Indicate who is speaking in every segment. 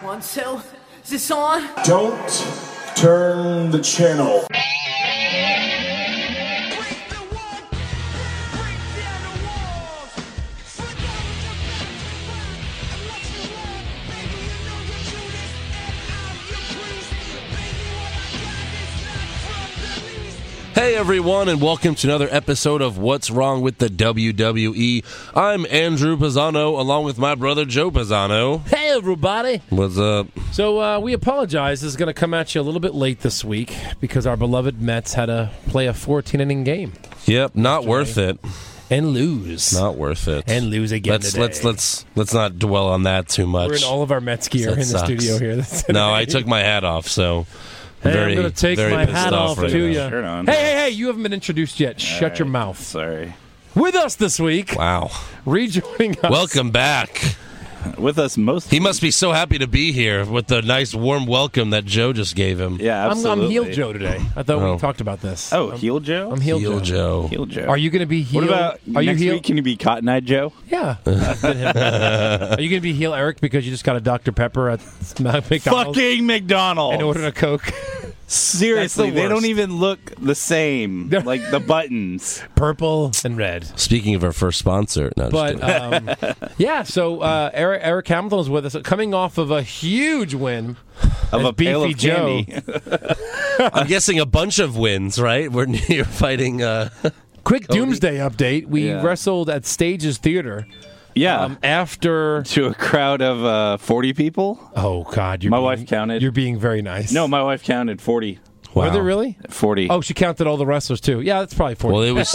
Speaker 1: one cell. Is this on?
Speaker 2: Don't turn the channel.
Speaker 3: Break the wall, break down the walls. Forget your past and burn and what you want. Baby, you know your Judas and I'm your priest. Baby, what I got is not from the least.
Speaker 4: Hey everyone, and welcome to another episode of What's Wrong with the WWE. I'm Andrew Pisano, along with my brother Joe Pisano.
Speaker 5: Hey, everybody.
Speaker 4: What's up?
Speaker 5: So, uh, we apologize. This is going to come at you a little bit late this week because our beloved Mets had to play a 14 inning game
Speaker 4: Yep, not worth it.
Speaker 5: and lose.
Speaker 4: Not worth it.
Speaker 5: And lose again.
Speaker 4: let's
Speaker 5: today.
Speaker 4: let's let's let's not dwell on that too much.
Speaker 5: We're in all of our Mets gear
Speaker 4: That
Speaker 5: in the
Speaker 4: sucks.
Speaker 5: studio here.
Speaker 4: no, I took my hat off, so
Speaker 5: Hey, I'm going to take
Speaker 4: very
Speaker 5: my
Speaker 4: pissed
Speaker 5: hat off,
Speaker 4: right
Speaker 5: to
Speaker 4: now.
Speaker 5: you.
Speaker 6: Shirt on.
Speaker 5: Hey, hey, hey, you haven't been introduced yet. Shut your mouth.
Speaker 6: Sorry.
Speaker 5: With us this week,
Speaker 4: Wow.
Speaker 5: rejoining us.
Speaker 4: Welcome back.
Speaker 6: With us most.
Speaker 4: He must be so happy to be here with the nice warm welcome that Joe just gave him.
Speaker 6: Yeah,
Speaker 5: I'm,
Speaker 6: absolutely.
Speaker 5: I'm Heel Joe today. I thought
Speaker 4: Oh.
Speaker 5: we talked about this.
Speaker 6: Oh, heel Joe.
Speaker 5: I'm Heel,
Speaker 4: Heel
Speaker 5: Joe.
Speaker 4: Joe.
Speaker 6: heel Joe.
Speaker 5: Are you going to be heel?
Speaker 6: What about
Speaker 5: Are you
Speaker 6: next
Speaker 5: heel?
Speaker 6: week? Can you be Cotton Eye Joe?
Speaker 5: Yeah. I've been him. Are you going to be heel Eric because you just got a Dr. Pepper at McDonald's
Speaker 6: Fucking McDonald's.
Speaker 5: and ordered a Coke?
Speaker 6: Seriously,
Speaker 5: That's the
Speaker 6: they don't
Speaker 5: worst.
Speaker 6: even look the same.
Speaker 5: They're-
Speaker 6: like the buttons.
Speaker 5: Purple and red.
Speaker 4: Speaking of our first sponsor, no, just
Speaker 5: But
Speaker 4: kidding.
Speaker 5: um, yeah, so uh, Eric, Eric Hamilton is with us, coming off of a huge win
Speaker 6: Of
Speaker 5: as
Speaker 6: a
Speaker 5: Beefy
Speaker 6: pail of
Speaker 5: Joe.
Speaker 6: candy.
Speaker 5: uh,
Speaker 4: I'm guessing a bunch of wins, right? We're you're fighting. Uh,
Speaker 5: Quick doomsday update: We
Speaker 6: Yeah.
Speaker 5: wrestled at Stages Theater
Speaker 6: yeah.
Speaker 5: um, after.
Speaker 6: to a crowd of uh, 40 people.
Speaker 5: Oh God, you're
Speaker 6: My
Speaker 5: being-
Speaker 6: wife counted.
Speaker 5: You're being very nice.
Speaker 6: No, my wife counted 40.
Speaker 5: were there really?
Speaker 6: 40.
Speaker 5: Oh, she counted all the wrestlers too. Yeah, that's probably forty.
Speaker 4: Well, it was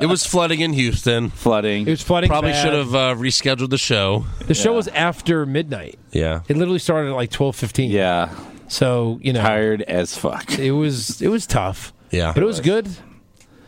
Speaker 4: it was flooding in Houston.
Speaker 6: flooding.
Speaker 5: it was flooding.
Speaker 4: Probably
Speaker 5: Um, bad.
Speaker 4: should have uh, rescheduled the show.
Speaker 5: The show was after midnight.
Speaker 4: Yeah,
Speaker 5: It literally started at like twelve fifteen.
Speaker 6: yeah.
Speaker 5: So you know,
Speaker 6: Tired as fuck. It
Speaker 5: it was it was tough.
Speaker 4: Yeah.
Speaker 5: but it was good.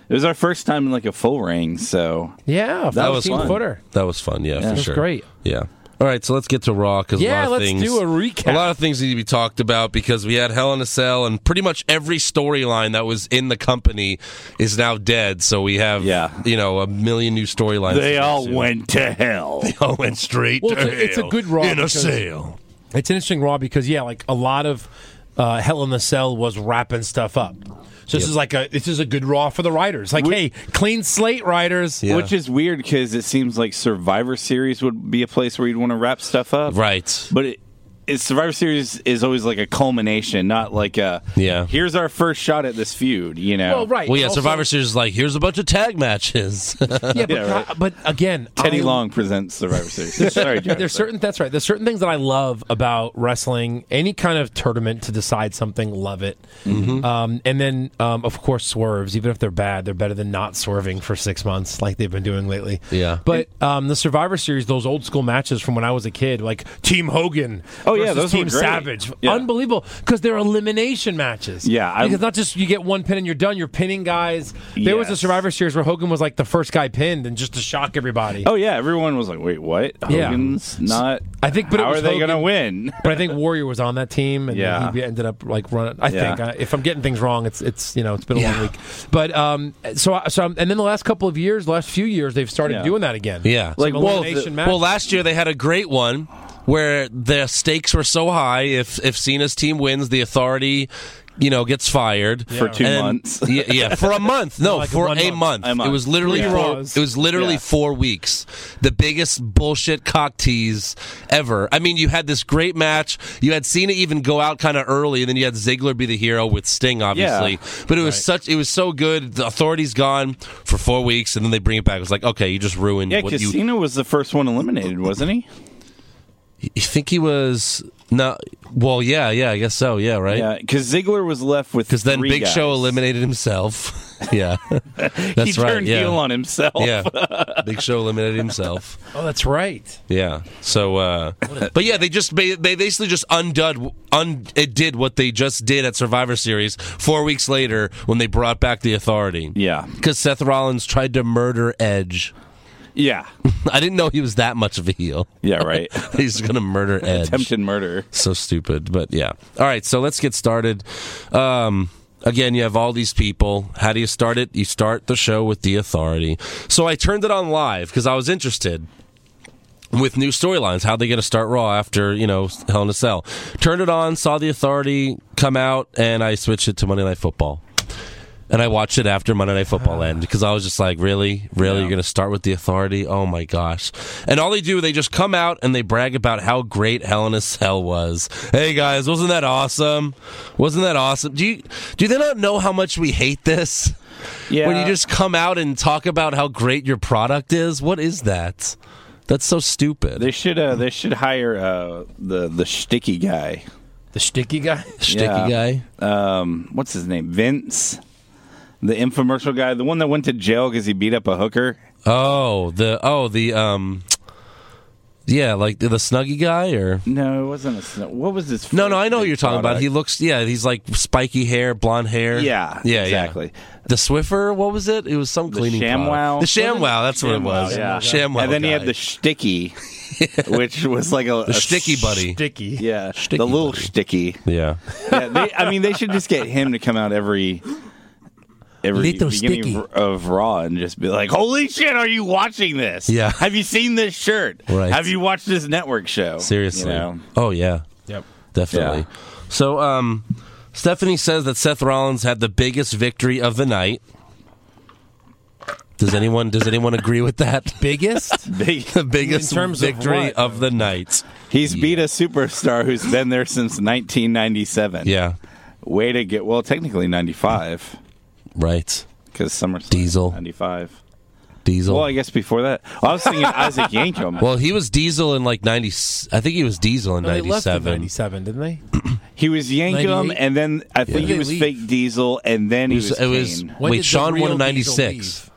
Speaker 6: was our first time in like a full ring, so
Speaker 5: Yeah, that
Speaker 4: was fun.
Speaker 5: footer.
Speaker 4: that was fun. Yeah, for
Speaker 5: was
Speaker 4: sure.
Speaker 5: great.
Speaker 4: Yeah. All right, so let's get to Raw because
Speaker 5: Yeah,
Speaker 4: a lot of
Speaker 5: let's
Speaker 4: things,
Speaker 5: do a recap.
Speaker 4: A lot of things need to be talked about because we had Hell in a Cell, and pretty much every storyline that was in the company is now dead. So we have,
Speaker 6: Yeah.
Speaker 4: you know, a million new storylines. to get to.
Speaker 6: went to hell.
Speaker 4: all went straight.
Speaker 5: Well,
Speaker 4: to
Speaker 5: it's a- it's a
Speaker 4: hell
Speaker 5: good Raw
Speaker 4: in a
Speaker 5: because-
Speaker 4: sale.
Speaker 5: It's an interesting raw because yeah, like a lot of uh, Hell in the Cell was wrapping stuff up. So this is like a this is a good raw for the writers. Like, hey, clean slate writers.
Speaker 4: Yeah.
Speaker 6: Which is weird because it seems like Survivor Series would be a place where you'd want to wrap stuff up.
Speaker 4: Right.
Speaker 6: But it, it, Survivor Series is always like a culmination, not like a,
Speaker 4: Yeah.
Speaker 6: here's our first shot at this feud, you know?
Speaker 5: Well, right.
Speaker 4: Well, yeah,
Speaker 5: Also-
Speaker 4: Survivor Series is like, here's a bunch of tag matches.
Speaker 5: Yeah, but,
Speaker 6: Yeah,
Speaker 5: but again,
Speaker 6: Teddy
Speaker 5: I-
Speaker 6: Long presents Survivor Series. Sorry, Joe.
Speaker 5: There's certain that's right. There's certain things that I love about wrestling. Any kind of tournament to decide something, love it.
Speaker 6: Mm-hmm.
Speaker 5: Um, and then, um, of course, swerves. Even if they're bad, they're better than not swerving for six months, like they've been doing lately.
Speaker 4: Yeah.
Speaker 5: But um, the Survivor Series, those old school matches from when I was a kid, like Team Hogan.
Speaker 6: Oh, yeah,
Speaker 5: versus
Speaker 6: those were
Speaker 5: Team
Speaker 6: great.
Speaker 5: Savage,
Speaker 6: Yeah.
Speaker 5: unbelievable because they're elimination matches.
Speaker 6: Yeah, I-
Speaker 5: because not just you get one pin and you're done. You're pinning guys. There was a
Speaker 6: Yes.
Speaker 5: Survivor Series where Hogan was like the first guy pinned, and just to shock everybody.
Speaker 6: Oh, yeah. Everyone was like, wait, what?
Speaker 5: Yeah.
Speaker 6: Hogan's not.
Speaker 5: I think- but it
Speaker 6: How
Speaker 5: was
Speaker 6: are they going to
Speaker 5: Hogan.
Speaker 6: win?
Speaker 5: But I think Warrior was on that team, and
Speaker 6: Yeah.
Speaker 5: he ended up like running. I
Speaker 6: Yeah.
Speaker 5: think uh, if I'm getting things wrong, it's it's you know it's been a
Speaker 4: Yeah.
Speaker 5: long week. But um, so I, so I'm, and then the last couple of years, last few years, they've started
Speaker 6: Yeah.
Speaker 5: doing that again.
Speaker 4: Yeah.
Speaker 5: like
Speaker 6: Like, well,
Speaker 5: elimination match.
Speaker 4: well, last year they had a great one where the stakes were so high. If if Cena's team wins, the authority, you know, gets fired
Speaker 6: For two
Speaker 4: And-
Speaker 6: months.
Speaker 4: yeah, yeah, for a month. No,
Speaker 5: Like
Speaker 4: for
Speaker 5: one
Speaker 4: a month.
Speaker 5: month.
Speaker 6: A month.
Speaker 4: It was literally
Speaker 5: Yeah.
Speaker 4: four.
Speaker 5: Pause.
Speaker 4: It was literally
Speaker 6: Yeah.
Speaker 4: four weeks. The biggest bullshit cock tease ever. I mean, you had this great match. You had Cena even go out kind of early, and then you had Ziggler be the hero with Sting, obviously. But it was such. It was so good. The authority's gone for four weeks, and then they bring it back. It was like, okay, you just ruined.
Speaker 6: Yeah,
Speaker 4: what you,
Speaker 6: Casino was the first one eliminated, wasn't he?
Speaker 4: You think he was not? Well, yeah, yeah, I guess so. Yeah,
Speaker 6: Yeah,
Speaker 4: right.
Speaker 6: because Ziggler was left with
Speaker 4: Because then
Speaker 6: three
Speaker 4: Big
Speaker 6: guys.
Speaker 4: Show eliminated himself. yeah, that's
Speaker 6: he
Speaker 4: right.
Speaker 6: turned
Speaker 4: yeah.
Speaker 6: heel on himself.
Speaker 4: yeah, Big Show eliminated himself.
Speaker 5: oh, that's right.
Speaker 4: Yeah. So, uh, but yeah, they just ba- they basically just undid un it did what they just did at Survivor Series four weeks later when they brought back the Authority.
Speaker 6: Yeah.
Speaker 4: Because Seth Rollins tried to murder Edge.
Speaker 6: Yeah.
Speaker 4: I didn't know he was that much of a heel.
Speaker 6: Yeah, right.
Speaker 4: He's gonna murder Edge.
Speaker 6: Attempted murder.
Speaker 4: So stupid, but yeah. All right, so let's get started. Um, again, you have all these people. How do you start it? You start the show with the authority. So I turned it on live because I was interested. with new storylines. How they going to start Raw after you know Hell in a Cell? Turned it on, saw the Authority come out, and I switched it to Monday Night Football. And I watched it after Monday Night
Speaker 6: Ah.
Speaker 4: Football ended because I was just like, really, really, you're going to start with the Authority? Oh my gosh! And all they do, they just come out and they brag about how great Hell in a Cell was. Hey guys, wasn't that awesome? Wasn't that awesome? Do you do they not know how much we hate this?
Speaker 6: Yeah.
Speaker 4: When you just come out and talk about how great your product is, what is that? That's so stupid.
Speaker 6: They should uh, they should hire uh, the the sticky guy.
Speaker 5: The sticky guy.
Speaker 4: Sticky
Speaker 6: Yeah.
Speaker 4: guy.
Speaker 6: Um, what's his name? Vince, the infomercial guy, the one that went to jail because he beat up a hooker.
Speaker 4: Oh, the oh the um, yeah, like the, the snuggy guy or
Speaker 6: No, it wasn't a. sn- What was his?
Speaker 4: no, no,
Speaker 6: first
Speaker 4: I know what
Speaker 6: big
Speaker 4: you're talking about.
Speaker 6: product?
Speaker 4: He looks, yeah, he's like spiky hair, blonde hair.
Speaker 6: Yeah,
Speaker 4: yeah,
Speaker 6: exactly.
Speaker 4: Yeah. The Swiffer, what was it? It was some cleaning. product.
Speaker 6: ShamWow?
Speaker 4: The ShamWow, that's what it was.
Speaker 6: yeah.
Speaker 4: ShamWow.
Speaker 6: and then he had
Speaker 4: guy.
Speaker 6: the sticky, which was like a,
Speaker 4: the
Speaker 6: a
Speaker 4: sticky
Speaker 6: sh-
Speaker 4: buddy.
Speaker 5: Sticky.
Speaker 6: Yeah,
Speaker 4: Sticky
Speaker 6: the little
Speaker 4: buddy.
Speaker 6: sticky.
Speaker 4: yeah,
Speaker 6: Yeah, they, I mean, they should just get him to come out every every
Speaker 4: Little
Speaker 6: beginning
Speaker 4: sticky.
Speaker 6: of, of Raw and just be like, "Holy shit, are you watching this?
Speaker 4: Yeah.
Speaker 6: have you seen this shirt?
Speaker 4: Right.
Speaker 6: Have you watched this network show?
Speaker 4: seriously.
Speaker 6: You know?
Speaker 4: Oh yeah.
Speaker 5: Yep.
Speaker 4: definitely.
Speaker 6: Yeah.
Speaker 4: So, um, Stephanie says that Seth Rollins had the biggest victory of the night. Does anyone does anyone agree with that?
Speaker 5: Biggest.
Speaker 6: Big,
Speaker 4: the biggest
Speaker 5: In terms of
Speaker 4: victory
Speaker 5: what?
Speaker 4: of, the night.
Speaker 6: he's beat a superstar who's been there since 1997.
Speaker 4: Yeah,
Speaker 6: way to get well, technically 95
Speaker 4: right.
Speaker 6: because SummerSlam
Speaker 4: Diesel.
Speaker 6: 95.
Speaker 4: Diesel.
Speaker 6: Well,
Speaker 4: Well,
Speaker 6: I guess before that, I was thinking Isaac Yankum.
Speaker 4: he was Diesel in like ninety. I think he was Diesel in
Speaker 5: No, they
Speaker 4: ninety
Speaker 5: left in
Speaker 4: seven.
Speaker 5: '97, didn't they?
Speaker 6: He was Yankum,
Speaker 5: 98?
Speaker 6: and then I think
Speaker 5: When
Speaker 6: he
Speaker 5: did
Speaker 6: was
Speaker 5: they leave?
Speaker 6: fake Diesel, and then he was,
Speaker 4: It was.
Speaker 6: Kane.
Speaker 5: When
Speaker 4: wait,
Speaker 5: did the
Speaker 4: Sean won
Speaker 5: real
Speaker 4: in ninety six.
Speaker 5: Diesel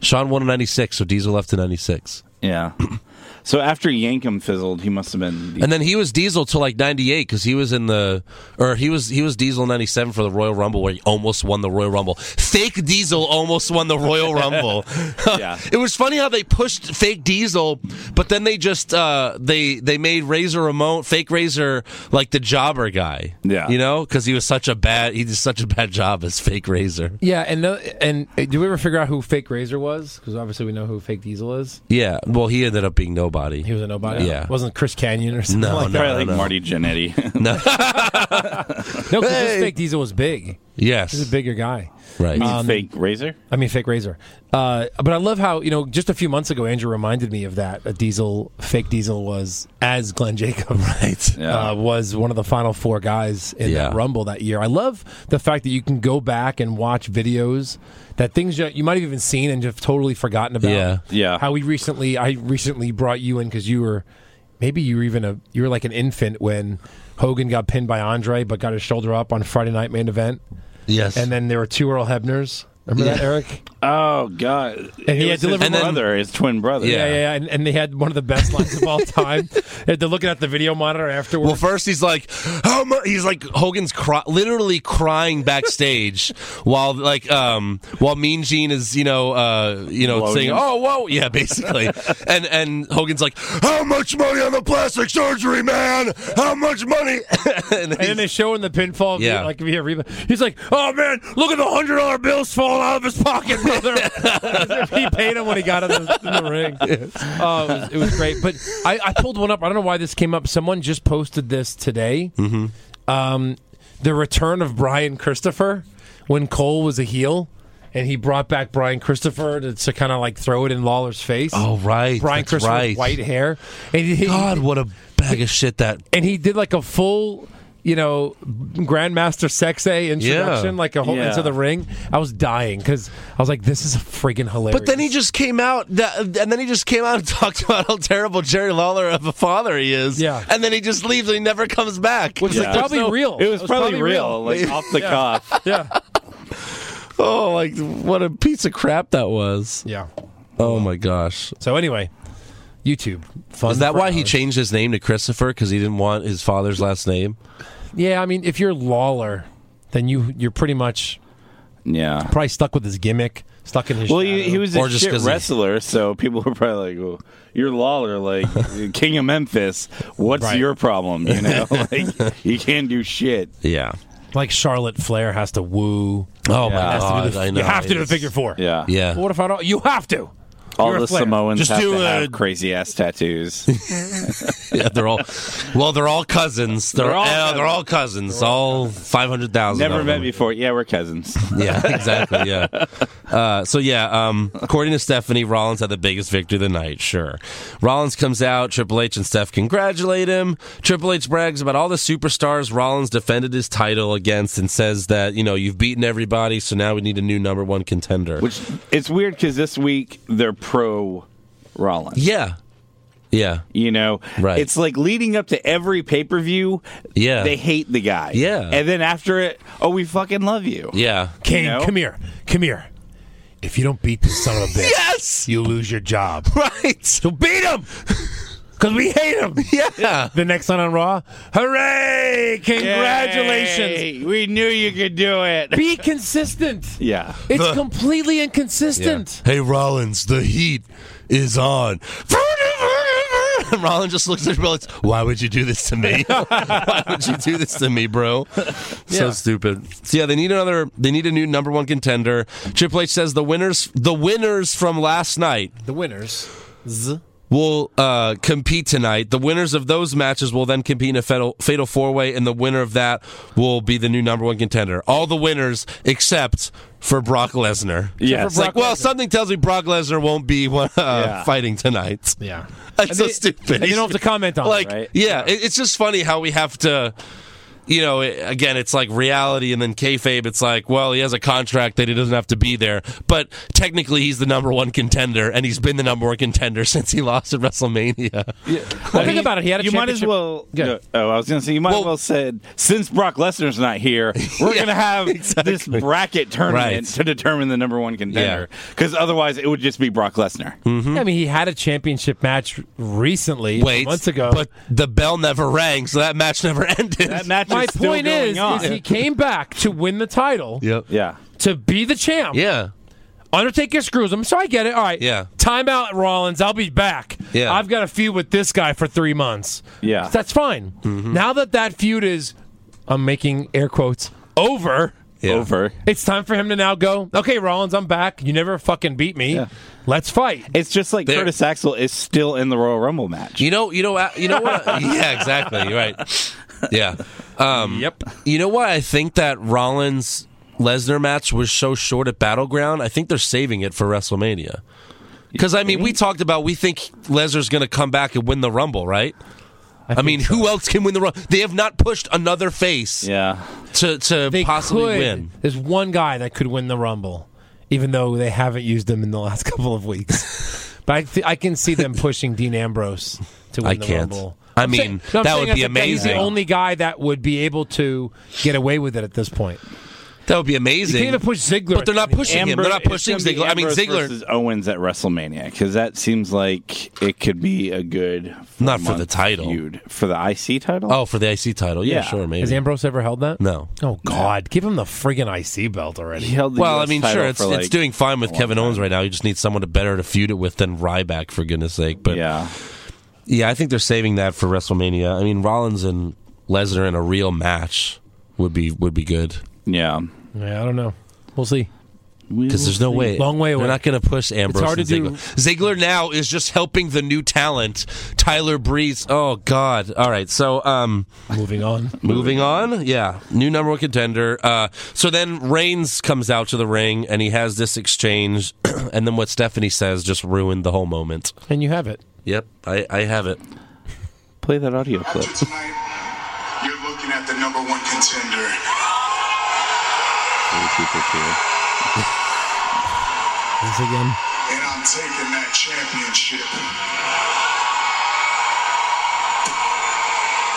Speaker 4: Sean won in ninety six, so Diesel left in ninety six,
Speaker 6: Yeah. So after Yankum fizzled, he must have been.
Speaker 4: and then he was Diesel till like ninety eight because he was in the or he was he was Diesel ninety seven for the Royal Rumble where he almost won the Royal Rumble. Fake Diesel almost won the Royal Rumble.
Speaker 6: Yeah.
Speaker 4: it was funny how they pushed fake Diesel, but then they just uh, they they made Razor Ramon fake Razor like the jobber guy.
Speaker 6: Yeah.
Speaker 4: you know because he was such a bad he did such a bad job as fake Razor.
Speaker 5: Yeah, and no, and uh, do we ever figure out who Fake Razor was? Because obviously we know who Fake Diesel is.
Speaker 4: Yeah, well he ended up being nobody.
Speaker 5: He was a nobody.
Speaker 4: Yeah.
Speaker 5: wasn't Chris Canyon or something
Speaker 4: No,
Speaker 5: like
Speaker 6: probably
Speaker 5: that.
Speaker 6: like
Speaker 4: no.
Speaker 6: Marty Jannetty.
Speaker 4: no,
Speaker 5: No, because
Speaker 4: Hey.
Speaker 5: Fake Diesel was big.
Speaker 4: yes,
Speaker 5: He's a bigger guy.
Speaker 4: right.
Speaker 6: fake Razor.
Speaker 5: I mean, Fake Razor. Uh, but I love how you know just a few months ago Andrew reminded me of that. A Diesel, Fake Diesel was as Glenn Jacob, right?
Speaker 6: Yeah.
Speaker 5: Uh, was one of the final four guys in
Speaker 4: Yeah.
Speaker 5: that Rumble that year. I love the fact that you can go back and watch videos that things you, you might have even seen and have totally forgotten about.
Speaker 4: Yeah.
Speaker 6: Yeah.
Speaker 5: How we recently, I recently brought you in because you were maybe you were even a you were like an infant when Hogan got pinned by Andre, but got his shoulder up on Friday Night Main Event,
Speaker 4: yes,
Speaker 5: and then there were two Earl Hebners. Remember that, Eric?
Speaker 6: Oh God!
Speaker 5: And he had
Speaker 6: his
Speaker 5: delivered- And
Speaker 4: then-
Speaker 6: brother, his twin brother.
Speaker 4: Yeah.
Speaker 5: Yeah, yeah, yeah. And, and they had one of the best lines of all time. And They're looking at the video monitor afterwards.
Speaker 4: Well, first he's like, how much? He's like Hogan's cry- literally crying backstage while like um while Mean Gene is you know uh you know
Speaker 6: Blowing
Speaker 4: saying
Speaker 6: him.
Speaker 4: oh whoa yeah basically and and Hogan's like how much money on the plastic surgery man how much money and,
Speaker 5: and then they
Speaker 4: he's-
Speaker 5: show in the pinfall,
Speaker 4: Yeah.
Speaker 5: yeah. like if you have rebound, he's like, "Oh man, look at the hundred dollar bills falling out of his pocket, brother." As if he paid him when he got in the, in the ring. Oh, it, was, it was great. But I, I pulled one up. I don't know why this came up. Someone just posted this today.
Speaker 4: Mm-hmm.
Speaker 5: Um, the return of Brian Christopher when Cole was a heel. And he brought back Brian Christopher to, to kind of like throw it in Lawler's face.
Speaker 4: oh right
Speaker 5: Brian
Speaker 4: that's
Speaker 5: Christopher
Speaker 4: right
Speaker 5: with white hair. And he,
Speaker 4: God what a bag of shit that
Speaker 5: and he did like a full, you know, Grandmaster Sexay introduction,
Speaker 4: Yeah.
Speaker 5: like a whole
Speaker 6: Yeah.
Speaker 5: into the ring. I was dying because I was like, this is freaking hilarious.
Speaker 4: But then he just came out, that, and then he just came out and talked about how terrible Jerry Lawler of a father he is.
Speaker 5: Yeah.
Speaker 4: and then he just leaves and he never comes back.
Speaker 5: which
Speaker 6: Yeah.
Speaker 5: is probably real.
Speaker 6: It was, probably, real, like off the cuff.
Speaker 5: Yeah.
Speaker 4: oh, like what a piece of crap that was.
Speaker 5: Yeah.
Speaker 4: Oh my gosh!
Speaker 5: So anyway, YouTube. Fun
Speaker 4: Is that
Speaker 5: for
Speaker 4: why he
Speaker 5: hours.
Speaker 4: changed his name to Christopher because he didn't want his father's last name?
Speaker 5: Yeah, I mean, if you're Lawler, then you you're pretty much
Speaker 6: Yeah.
Speaker 5: probably stuck with his gimmick, stuck in his.
Speaker 6: Well, he,
Speaker 5: shadow.
Speaker 6: he was a
Speaker 4: Or just
Speaker 6: shit
Speaker 4: 'cause he-
Speaker 6: wrestler, so people were probably like, well, "You're Lawler, like King of Memphis. What's
Speaker 5: Right.
Speaker 6: your problem? You know, like you can't do shit."
Speaker 4: Yeah.
Speaker 5: like Charlotte Flair has to woo.
Speaker 4: Oh my
Speaker 5: Has to do
Speaker 4: god!
Speaker 5: the-
Speaker 4: I know.
Speaker 5: you have to do the
Speaker 4: It's-
Speaker 5: figure four.
Speaker 6: Yeah,
Speaker 4: Yeah.
Speaker 5: What if I don't? You have to.
Speaker 6: All
Speaker 5: You're a
Speaker 6: the
Speaker 5: Flair.
Speaker 6: Samoans
Speaker 4: Just
Speaker 6: have
Speaker 4: do
Speaker 6: to
Speaker 4: a-
Speaker 6: have crazy ass tattoos.
Speaker 4: Yeah, they're all well. They're all cousins. They're,
Speaker 6: They're
Speaker 4: all
Speaker 6: all
Speaker 4: yeah, they're all cousins. all five hundred thousand.
Speaker 6: Never met before. Yeah, we're cousins.
Speaker 4: Yeah, exactly. Yeah. Uh, so yeah, um, according to Stephanie, Rollins had the biggest victory of the night. Sure, Rollins comes out. Triple H and Steph congratulate him. Triple H brags about all the superstars Rollins defended his title against, and says that you know you've beaten everybody, so now we need a new number one contender.
Speaker 6: Which it's weird because this week they're pro Rollins.
Speaker 4: yeah, yeah,
Speaker 6: You know,
Speaker 4: Right.
Speaker 6: It's like leading up to every pay per view,
Speaker 4: Yeah.
Speaker 6: they hate the guy.
Speaker 4: Yeah.
Speaker 6: and then after it, oh, we fucking love you.
Speaker 4: yeah.
Speaker 5: Kane,
Speaker 6: You know?
Speaker 5: come here. Come here. If you don't beat this son of a bitch,
Speaker 4: Yes.
Speaker 5: you lose your job.
Speaker 4: Right.
Speaker 5: So beat him! Because we hate him!
Speaker 4: Yeah.
Speaker 5: The next one on Raw, hooray! Congratulations!
Speaker 6: Yay, we knew you could do it.
Speaker 5: Be consistent!
Speaker 6: Yeah,
Speaker 5: It's
Speaker 4: The-
Speaker 5: completely inconsistent.
Speaker 4: Hey Rollins, the heat is on. Rollins just looks at Rollins. Why would you do this to me? Why would you do this to me, bro? So
Speaker 5: Yeah.
Speaker 4: stupid. So yeah, they need another. They need a new number one contender. Triple H says the winners, the winners from last night,
Speaker 5: The winners.
Speaker 4: will uh, compete tonight. The winners of those matches will then compete in a fatal, fatal four way, and the winner of that will be the new number one contender. All the winners except for Brock Lesnar.
Speaker 6: Yeah,
Speaker 4: Except for
Speaker 6: it's
Speaker 4: Brock
Speaker 6: like,
Speaker 4: well, something tells me Brock Lesnar won't be uh,
Speaker 6: Yeah.
Speaker 4: fighting tonight.
Speaker 5: Yeah.
Speaker 4: That's so
Speaker 5: they-
Speaker 4: stupid.
Speaker 5: and you don't have to comment on it,
Speaker 4: like,
Speaker 6: right?
Speaker 4: Yeah, it, it's just funny how we have to. You know, it, again, it's like reality, and then kayfabe. It's like, well, he has a contract that he doesn't have to be there, but technically, he's the number one contender, and he's been the number one contender since he lost at WrestleMania.
Speaker 5: Well, think about it. He had a
Speaker 6: you might as
Speaker 5: championship-
Speaker 6: well.
Speaker 5: Go
Speaker 6: no,
Speaker 5: ahead.
Speaker 6: oh, I was gonna say you might
Speaker 4: Well-
Speaker 6: as well said since Brock Lesnar's not here, we're
Speaker 4: Yeah,
Speaker 6: gonna have this
Speaker 4: exactly.
Speaker 6: bracket tournament
Speaker 4: Right.
Speaker 6: to determine the number one contender. Because otherwise, it would just be Brock Lesnar.
Speaker 5: I mean, he had a championship match recently, a few
Speaker 4: Wait,
Speaker 5: months ago.
Speaker 4: but the bell never rang, so that match never ended.
Speaker 6: That match
Speaker 5: my
Speaker 6: is still
Speaker 5: point
Speaker 6: going
Speaker 5: is,
Speaker 6: on.
Speaker 5: is he came back to win the title,
Speaker 4: yep.
Speaker 6: yeah.
Speaker 5: to be the champ.
Speaker 4: Yeah.
Speaker 5: Undertaker screws him, so I get it. All right.
Speaker 4: Yeah.
Speaker 5: Time out, Rollins. I'll be back.
Speaker 4: Yeah.
Speaker 5: I've got a feud with this guy for three months.
Speaker 6: Yeah.
Speaker 5: That's fine.
Speaker 4: Mm-hmm.
Speaker 5: Now that that feud is, I'm making air quotes, over,
Speaker 4: Yeah.
Speaker 6: Over.
Speaker 5: it's time for him to now go, okay, Rollins, I'm back. You never fucking beat me.
Speaker 6: Yeah.
Speaker 5: Let's fight.
Speaker 6: It's just like
Speaker 4: There-
Speaker 6: Curtis Axel is still in the Royal Rumble match.
Speaker 4: You know, you know, uh, you know what? yeah, exactly. You're right. Yeah. Um,
Speaker 5: Yep.
Speaker 4: You know why I think that Rollins Lesnar match was so short at Battleground? I think they're saving it for WrestleMania. Because I mean, we talked about we think Lesnar's going to come back and win the Rumble, right? I, mean, who else can win the Rumble? They have not pushed another face
Speaker 6: Yeah.
Speaker 4: to to
Speaker 5: They
Speaker 4: possibly
Speaker 5: could-
Speaker 4: win.
Speaker 5: There's one guy that could win the Rumble, even though they haven't used him in the last couple of weeks. but I, th- I can see them pushing Dean Ambrose to win
Speaker 4: I
Speaker 5: the
Speaker 4: can't.
Speaker 5: Rumble.
Speaker 4: I
Speaker 5: I'm
Speaker 4: mean,
Speaker 5: saying- no, I'm
Speaker 4: that
Speaker 5: saying
Speaker 4: would
Speaker 5: as
Speaker 4: be
Speaker 5: a guy, He's the
Speaker 4: amazing.
Speaker 5: only guy that would be able to get away with it at this point.
Speaker 4: That would be
Speaker 5: You
Speaker 4: amazing.
Speaker 5: can't even push Ziggler,
Speaker 4: but they're not pushing him. They're not
Speaker 6: it's
Speaker 4: pushing
Speaker 6: gonna be
Speaker 4: Ziggler. I mean,
Speaker 6: Ambrose
Speaker 4: Ziggler.
Speaker 6: versus Owens at WrestleMania because that seems like it could be a good
Speaker 4: Not for
Speaker 6: four-month
Speaker 4: the title.
Speaker 6: feud. for the IC title.
Speaker 4: oh, for the IC title. Yeah,
Speaker 6: Yeah.
Speaker 4: sure, maybe.
Speaker 5: Has Ambrose ever held that?
Speaker 4: no.
Speaker 5: Oh God, give him the friggin' IC belt already.
Speaker 6: he held the
Speaker 4: Well, I
Speaker 6: US
Speaker 4: mean,
Speaker 6: title
Speaker 4: sure, it's,
Speaker 6: for,
Speaker 4: it's
Speaker 6: like-
Speaker 4: doing fine with
Speaker 6: long
Speaker 4: Kevin
Speaker 6: time.
Speaker 4: Owens right now. You just need someone to better to feud it with than Ryback, for goodness sake. But yeah.
Speaker 6: Yeah,
Speaker 4: I think they're saving that for WrestleMania. I mean, Rollins and Lesnar in a real match would be would be good
Speaker 6: yeah.
Speaker 5: Yeah, I don't know. We'll see.
Speaker 4: because there's no way
Speaker 5: Mm-hmm. Long way
Speaker 4: They're
Speaker 5: away.
Speaker 4: not going to push Ambrose
Speaker 5: hard
Speaker 4: and
Speaker 5: to do-
Speaker 4: Ziggler. Ziggler now is just helping the new talent, Tyler Breeze. Oh God! All right, so um,
Speaker 5: Moving on.
Speaker 4: Moving on, yeah, new number one contender. Uh, so then Reigns comes out to the ring and he has this exchange, and then what Stephanie says just ruined the whole moment.
Speaker 5: and you have it.
Speaker 4: Yep, I, I have it.
Speaker 6: Play that audio clip.
Speaker 7: After tonight, you're looking at the number one contender.
Speaker 5: Once again.
Speaker 7: and I'm taking that championship.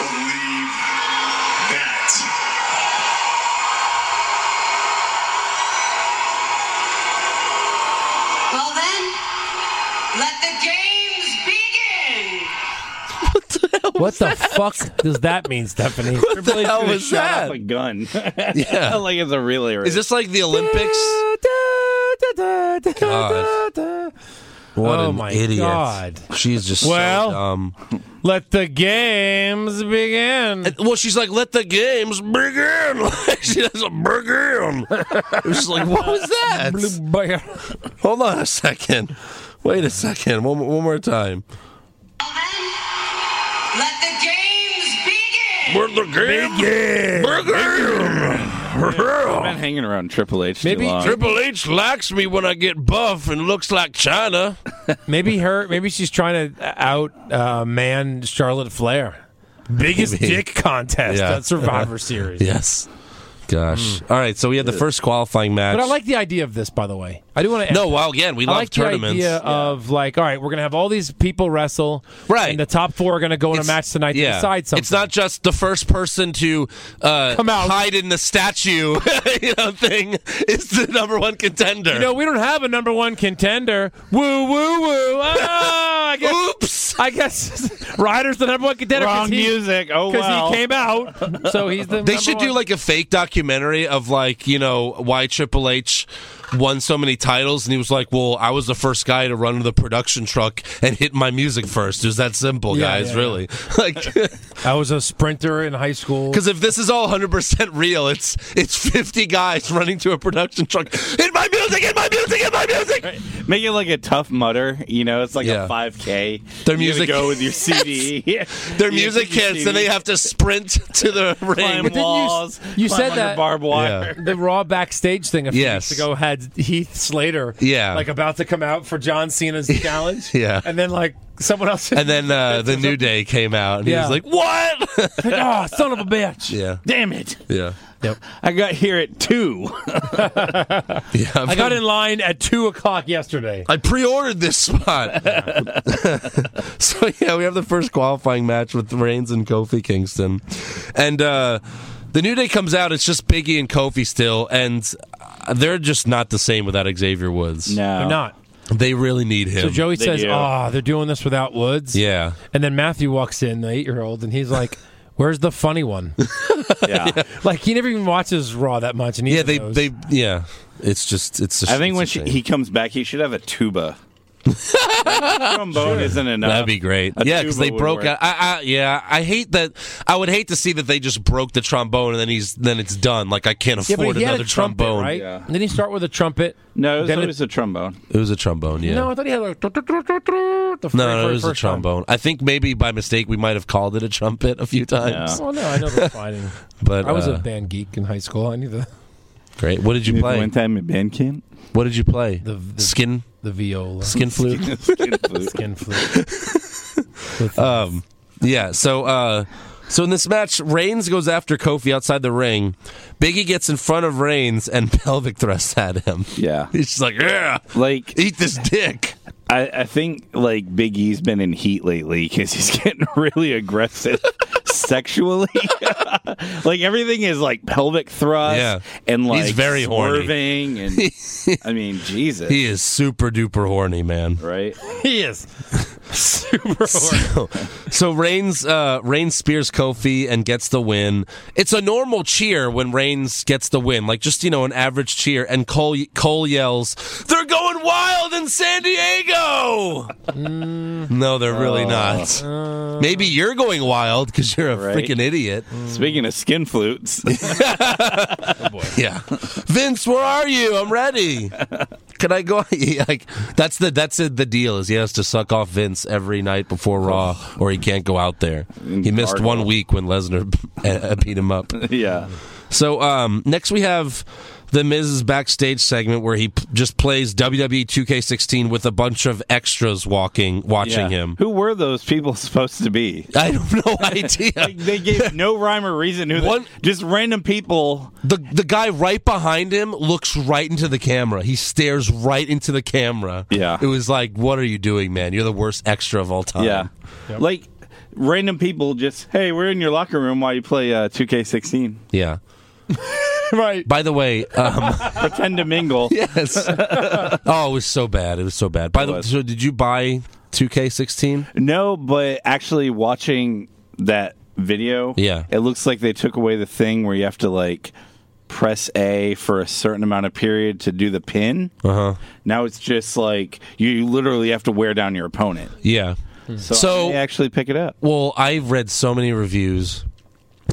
Speaker 7: Believe that.
Speaker 8: Well then, let the games begin!
Speaker 5: What the fuck does that mean, Stephanie?
Speaker 4: What the hell was
Speaker 6: Shot off
Speaker 4: that?
Speaker 6: a gun.
Speaker 4: Yeah.
Speaker 6: like it's a really.
Speaker 4: Is this like the Olympics? God. What
Speaker 5: Oh
Speaker 4: an
Speaker 5: my
Speaker 4: idiot!
Speaker 5: God.
Speaker 4: She's just
Speaker 5: Well-
Speaker 4: so dumb.
Speaker 5: Let the games begin.
Speaker 4: And- Well, she's like, let the games begin. Like, she doesn't begin. It was just like, what was that? Hold on a second. Wait a second. One, more- one more time.
Speaker 8: Well then, let the games begin.
Speaker 4: Where the game?
Speaker 6: I've been hanging around Triple H too
Speaker 5: Maybe
Speaker 6: long.
Speaker 4: Triple H likes me when I get buff and looks like China.
Speaker 5: Maybe her. Maybe she's trying to out uh, man Charlotte Flair. Biggest
Speaker 4: Maybe.
Speaker 5: dick contest
Speaker 4: Yeah. Hmm.
Speaker 5: at Survivor Series.
Speaker 4: Yes. Gosh. All right. So we had the first qualifying match.
Speaker 5: But I like the idea of this, by the way. I do want to.
Speaker 4: No, well, again, we
Speaker 5: I
Speaker 4: love
Speaker 5: like
Speaker 4: tournaments.
Speaker 5: the idea of like, all right, we're gonna have all these people wrestle,
Speaker 4: Right.
Speaker 5: And the top four are gonna go in
Speaker 4: It's-
Speaker 5: a match tonight to decide something.
Speaker 4: It's not just the first person to uh,
Speaker 5: Come out.
Speaker 4: hide in the statue you know, thing is the number one contender.
Speaker 5: You know, we don't have a number one contender. Woo, woo, woo. Ah, I guess.
Speaker 4: Oops.
Speaker 5: I guess Ryder's the number one contender. 'cause
Speaker 6: Wrong
Speaker 5: he-
Speaker 6: music. Oh
Speaker 5: because
Speaker 6: well.
Speaker 5: he came out. So he's the.
Speaker 4: They should do like a fake documentary of like you know why Triple H won so many titles, and he was like, "Well, I was the first guy to run the production truck and hit my music first. It was that simple,
Speaker 5: Yeah,
Speaker 4: guys.
Speaker 5: yeah,
Speaker 4: really, like."
Speaker 5: I was a sprinter in high school.
Speaker 4: Because if this is all 100% real, it's it's 50 guys running to a production truck. In my music, in my music, in my music.
Speaker 6: Make it like a tough mutter, you know? It's like
Speaker 4: Yeah.
Speaker 6: a 5K.
Speaker 4: Their
Speaker 6: You gotta
Speaker 4: music-
Speaker 6: go with your CD.
Speaker 4: Their music hits, and they have to sprint to the
Speaker 6: climb
Speaker 4: ring.
Speaker 5: didn't you-
Speaker 6: walls.
Speaker 5: you
Speaker 6: climb
Speaker 5: said
Speaker 6: under
Speaker 5: that-
Speaker 6: barbed wire.
Speaker 5: the Raw backstage thing a few
Speaker 4: Yes.
Speaker 5: weeks ago had Heath Slater,
Speaker 4: Yeah.
Speaker 5: like about to come out for John Cena's challenge,
Speaker 4: Yeah.
Speaker 5: and then like someone else,
Speaker 4: And then uh, the New Day came out, and
Speaker 5: Yeah.
Speaker 4: he was like, "What?"
Speaker 5: oh, son of a bitch,
Speaker 4: yeah,
Speaker 6: Damn it!
Speaker 4: yeah,
Speaker 6: I got here at two.
Speaker 4: yeah.
Speaker 5: I got in line at two o'clock yesterday.
Speaker 4: I pre-ordered this spot. so yeah, we have the first qualifying match with Reigns and Kofi Kingston, and uh, the New Day comes out. It's just Biggie and Kofi still, and uh, they're just not the same without Xavier Woods.
Speaker 6: No,
Speaker 5: They're not.
Speaker 4: They really need him.
Speaker 5: So Joey
Speaker 6: They
Speaker 5: says,
Speaker 6: do.
Speaker 5: "Ah, they're doing this without Woods."
Speaker 4: yeah,
Speaker 5: And then Matthew walks in, the eight-year-old, and he's like, "Where's the funny one?"
Speaker 6: Yeah.
Speaker 5: like he never even watches Raw that much, and
Speaker 4: yeah. They
Speaker 5: knows.
Speaker 4: they yeah. It's just it's. a-
Speaker 6: I think
Speaker 4: it's
Speaker 6: when
Speaker 4: a
Speaker 6: she,
Speaker 4: shame.
Speaker 6: he comes back, he should have a tuba. trombone isn't enough.
Speaker 4: That'd be great.
Speaker 6: A
Speaker 4: yeah, because
Speaker 6: tuba
Speaker 4: they
Speaker 6: would
Speaker 4: broke.
Speaker 6: work.
Speaker 4: out. I, I, yeah, I hate that. I would hate to see that they just broke the trombone and then he's then it's done. Like I can't
Speaker 5: yeah, but
Speaker 4: afford
Speaker 5: he had
Speaker 4: another
Speaker 5: a trumpet,
Speaker 4: trombone.
Speaker 5: right?
Speaker 6: Yeah.
Speaker 5: Didn't he start with a trumpet?
Speaker 6: No, it was
Speaker 5: Then it-
Speaker 6: always a trombone.
Speaker 4: It was a trombone. Yeah.
Speaker 5: No, I thought he had like the very
Speaker 4: No, no, it
Speaker 5: first-
Speaker 4: was a
Speaker 5: first time.
Speaker 4: trombone. I think maybe by mistake we might have called it a trumpet a few times.
Speaker 5: Well, no, I know the fighting.
Speaker 4: But
Speaker 5: I was
Speaker 4: uh,
Speaker 5: a band geek in high school. I knew the
Speaker 4: great. What did you play?
Speaker 6: One time at band camp.
Speaker 4: What did you play?
Speaker 5: The- the-
Speaker 4: skin
Speaker 5: the viola,
Speaker 4: skin flute.
Speaker 5: skin flute.
Speaker 4: Um, yeah. So, uh, so in this match, Reigns goes after Kofi outside the ring. Biggie gets in front of Reigns and pelvic thrusts at him.
Speaker 6: Yeah.
Speaker 4: He's just like, yeah,
Speaker 6: Like
Speaker 4: eat this dick.
Speaker 6: I, I think like Big E's been in heat lately because he's getting really aggressive sexually. like everything is like pelvic thrust
Speaker 4: Yeah.
Speaker 6: and like
Speaker 4: He's very horny.
Speaker 6: swerving and I mean Jesus,
Speaker 4: He is super duper horny, man.
Speaker 6: right?
Speaker 5: he is super. horny.
Speaker 4: So, so Reigns, uh, Reigns spears Kofi and gets the win. It's a normal cheer when Reigns gets the win, like just you know an average cheer. And Cole Cole yells, "They're going wild in San Diego!" no, they're really not. Maybe you're going wild because you're a
Speaker 6: Right.
Speaker 4: freaking idiot.
Speaker 6: Speaking of skin flutes,
Speaker 4: Yeah, Vince, where are you? I'm ready. Can I go? like that's the that's it, the deal is he has to suck off Vince every night before Raw, or he can't go out there. He missed
Speaker 6: Cardinal.
Speaker 4: one week when Lesnar uh, beat him up.
Speaker 6: yeah,
Speaker 4: So um, next we have the Miz's backstage segment where he p- just plays E WWE 2K16 with a bunch of extras walking watching
Speaker 6: Yeah.
Speaker 4: him.
Speaker 6: Who were those people supposed to be?
Speaker 4: I have no idea.
Speaker 6: Like, they gave no rhyme or reason. Who? they-
Speaker 4: One-
Speaker 6: just random people.
Speaker 4: The the guy right behind him looks right into the camera. He stares right into the camera.
Speaker 6: Yeah.
Speaker 4: It was like, what are you doing, man? You're the worst extra of all time.
Speaker 6: Yeah, like random people. Just hey, we're in your locker room while you play uh, 2K16.
Speaker 4: Yeah.
Speaker 5: right.
Speaker 4: By the way, um,
Speaker 6: Pretend to mingle.
Speaker 4: yes. Oh, it was so bad. It was so bad. By the way,
Speaker 6: was.
Speaker 4: so did you buy 2K16?
Speaker 6: No, but actually watching that video,
Speaker 4: Yeah.
Speaker 6: it looks like they took away the thing where you have to like press A for a certain amount of period to do the pin.
Speaker 4: Uh huh.
Speaker 6: Now it's just like you literally have to wear down your opponent.
Speaker 4: Yeah.
Speaker 6: So,
Speaker 4: So-
Speaker 6: I may actually pick it up.
Speaker 4: Well, I've read so many reviews,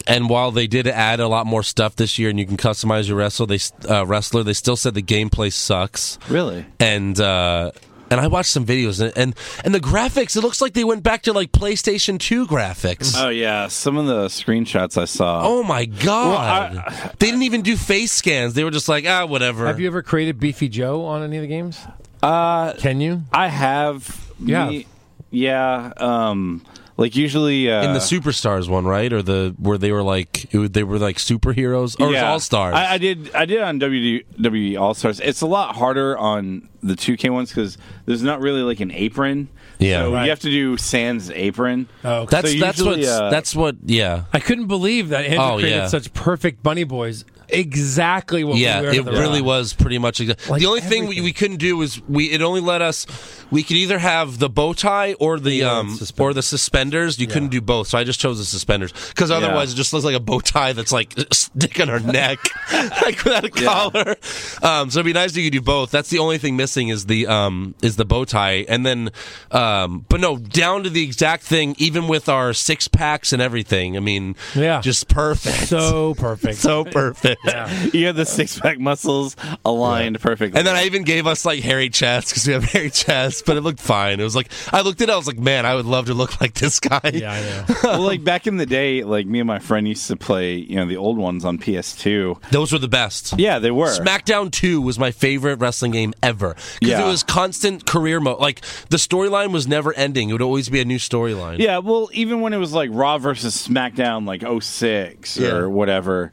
Speaker 4: and while they did add a lot more stuff this year, and you can customize your wrestler, they uh, wrestler, they still said the gameplay sucks,
Speaker 6: Really?
Speaker 4: and uh, and I watched some videos and and, and the graphics. It looks like they went back to like PlayStation Two graphics.
Speaker 6: Oh yeah, some of the screenshots I saw.
Speaker 4: oh my god! they didn't even do face scans. They were just like ah, whatever.
Speaker 5: Have you ever created Beefy Joe on any of the games?
Speaker 6: Uh,
Speaker 5: Can you?
Speaker 6: I have.
Speaker 5: You have.
Speaker 6: Yeah. Um, like usually uh,
Speaker 4: in the superstars one, right? Or the where they were like it, would- they were like superheroes or all stars.
Speaker 6: I, I did. I did on WWE All Stars. It's a lot harder on the 2K ones because there's not really like an apron.
Speaker 4: Yeah.
Speaker 6: so
Speaker 5: Right.
Speaker 6: you have to do Sans apron.
Speaker 5: Oh,
Speaker 4: that's
Speaker 6: so
Speaker 4: that's what
Speaker 6: usually, uh,
Speaker 4: that's what yeah.
Speaker 5: I couldn't believe that Andrew
Speaker 4: Oh,
Speaker 5: created
Speaker 4: yeah.
Speaker 5: such perfect bunny boys. Exactly what
Speaker 4: Yeah,
Speaker 5: we were.
Speaker 4: it really was pretty much exact.
Speaker 5: Like
Speaker 4: the only thing we,
Speaker 5: everything.
Speaker 4: we couldn't do was we it only let us we could either have the bow tie or the um
Speaker 5: suspenders.
Speaker 4: or the suspenders. You couldn't do both, so I just chose the suspenders because otherwise it just looks like a bow tie that's like sticking her neck like without a collar. Um, so it'd be nice if you could do both. That's the only thing missing is the um is the bow tie, and then um but no down to the exact thing. Even with our six packs and everything, I mean,
Speaker 5: Yeah.
Speaker 4: just perfect,
Speaker 5: so perfect.
Speaker 4: so perfect.
Speaker 6: You have the six pack muscles aligned perfectly.
Speaker 4: And then I even gave us like hairy chests because we have hairy chests, but it looked fine. It was like I looked at it, I was like, man, I would love to look like this guy.
Speaker 5: yeah, I know.
Speaker 6: well, like back in the day, like me and my friend used to play, you know, the old ones on PS2.
Speaker 4: Those were the best.
Speaker 6: Yeah, they were.
Speaker 4: SmackDown 2 was my favorite wrestling game ever because
Speaker 6: Yeah.
Speaker 4: it was constant career mode. Like the storyline was never ending; it would always be a new storyline.
Speaker 6: Yeah, well, even when it was like Raw versus SmackDown, like 06 or
Speaker 4: Yeah.
Speaker 6: whatever,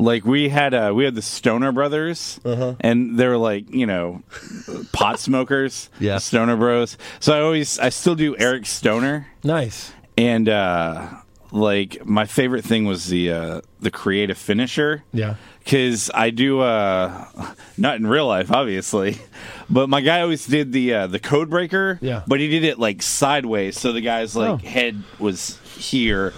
Speaker 6: like we had uh, we had the Stoner Brothers,
Speaker 4: Uh-huh.
Speaker 6: and they were like you know pot smokers,
Speaker 4: Yeah.
Speaker 6: Stoner Bros. So I always I still do Eric Stoner,
Speaker 5: nice.
Speaker 6: and uh, like my favorite thing was the uh, the creative finisher.
Speaker 5: Yeah.
Speaker 6: Cause I do, uh, not in real life, obviously, but my guy always did the uh, the code breaker.
Speaker 5: Yeah.
Speaker 6: But he did it like sideways, so the guy's like
Speaker 5: Oh.
Speaker 6: head was here,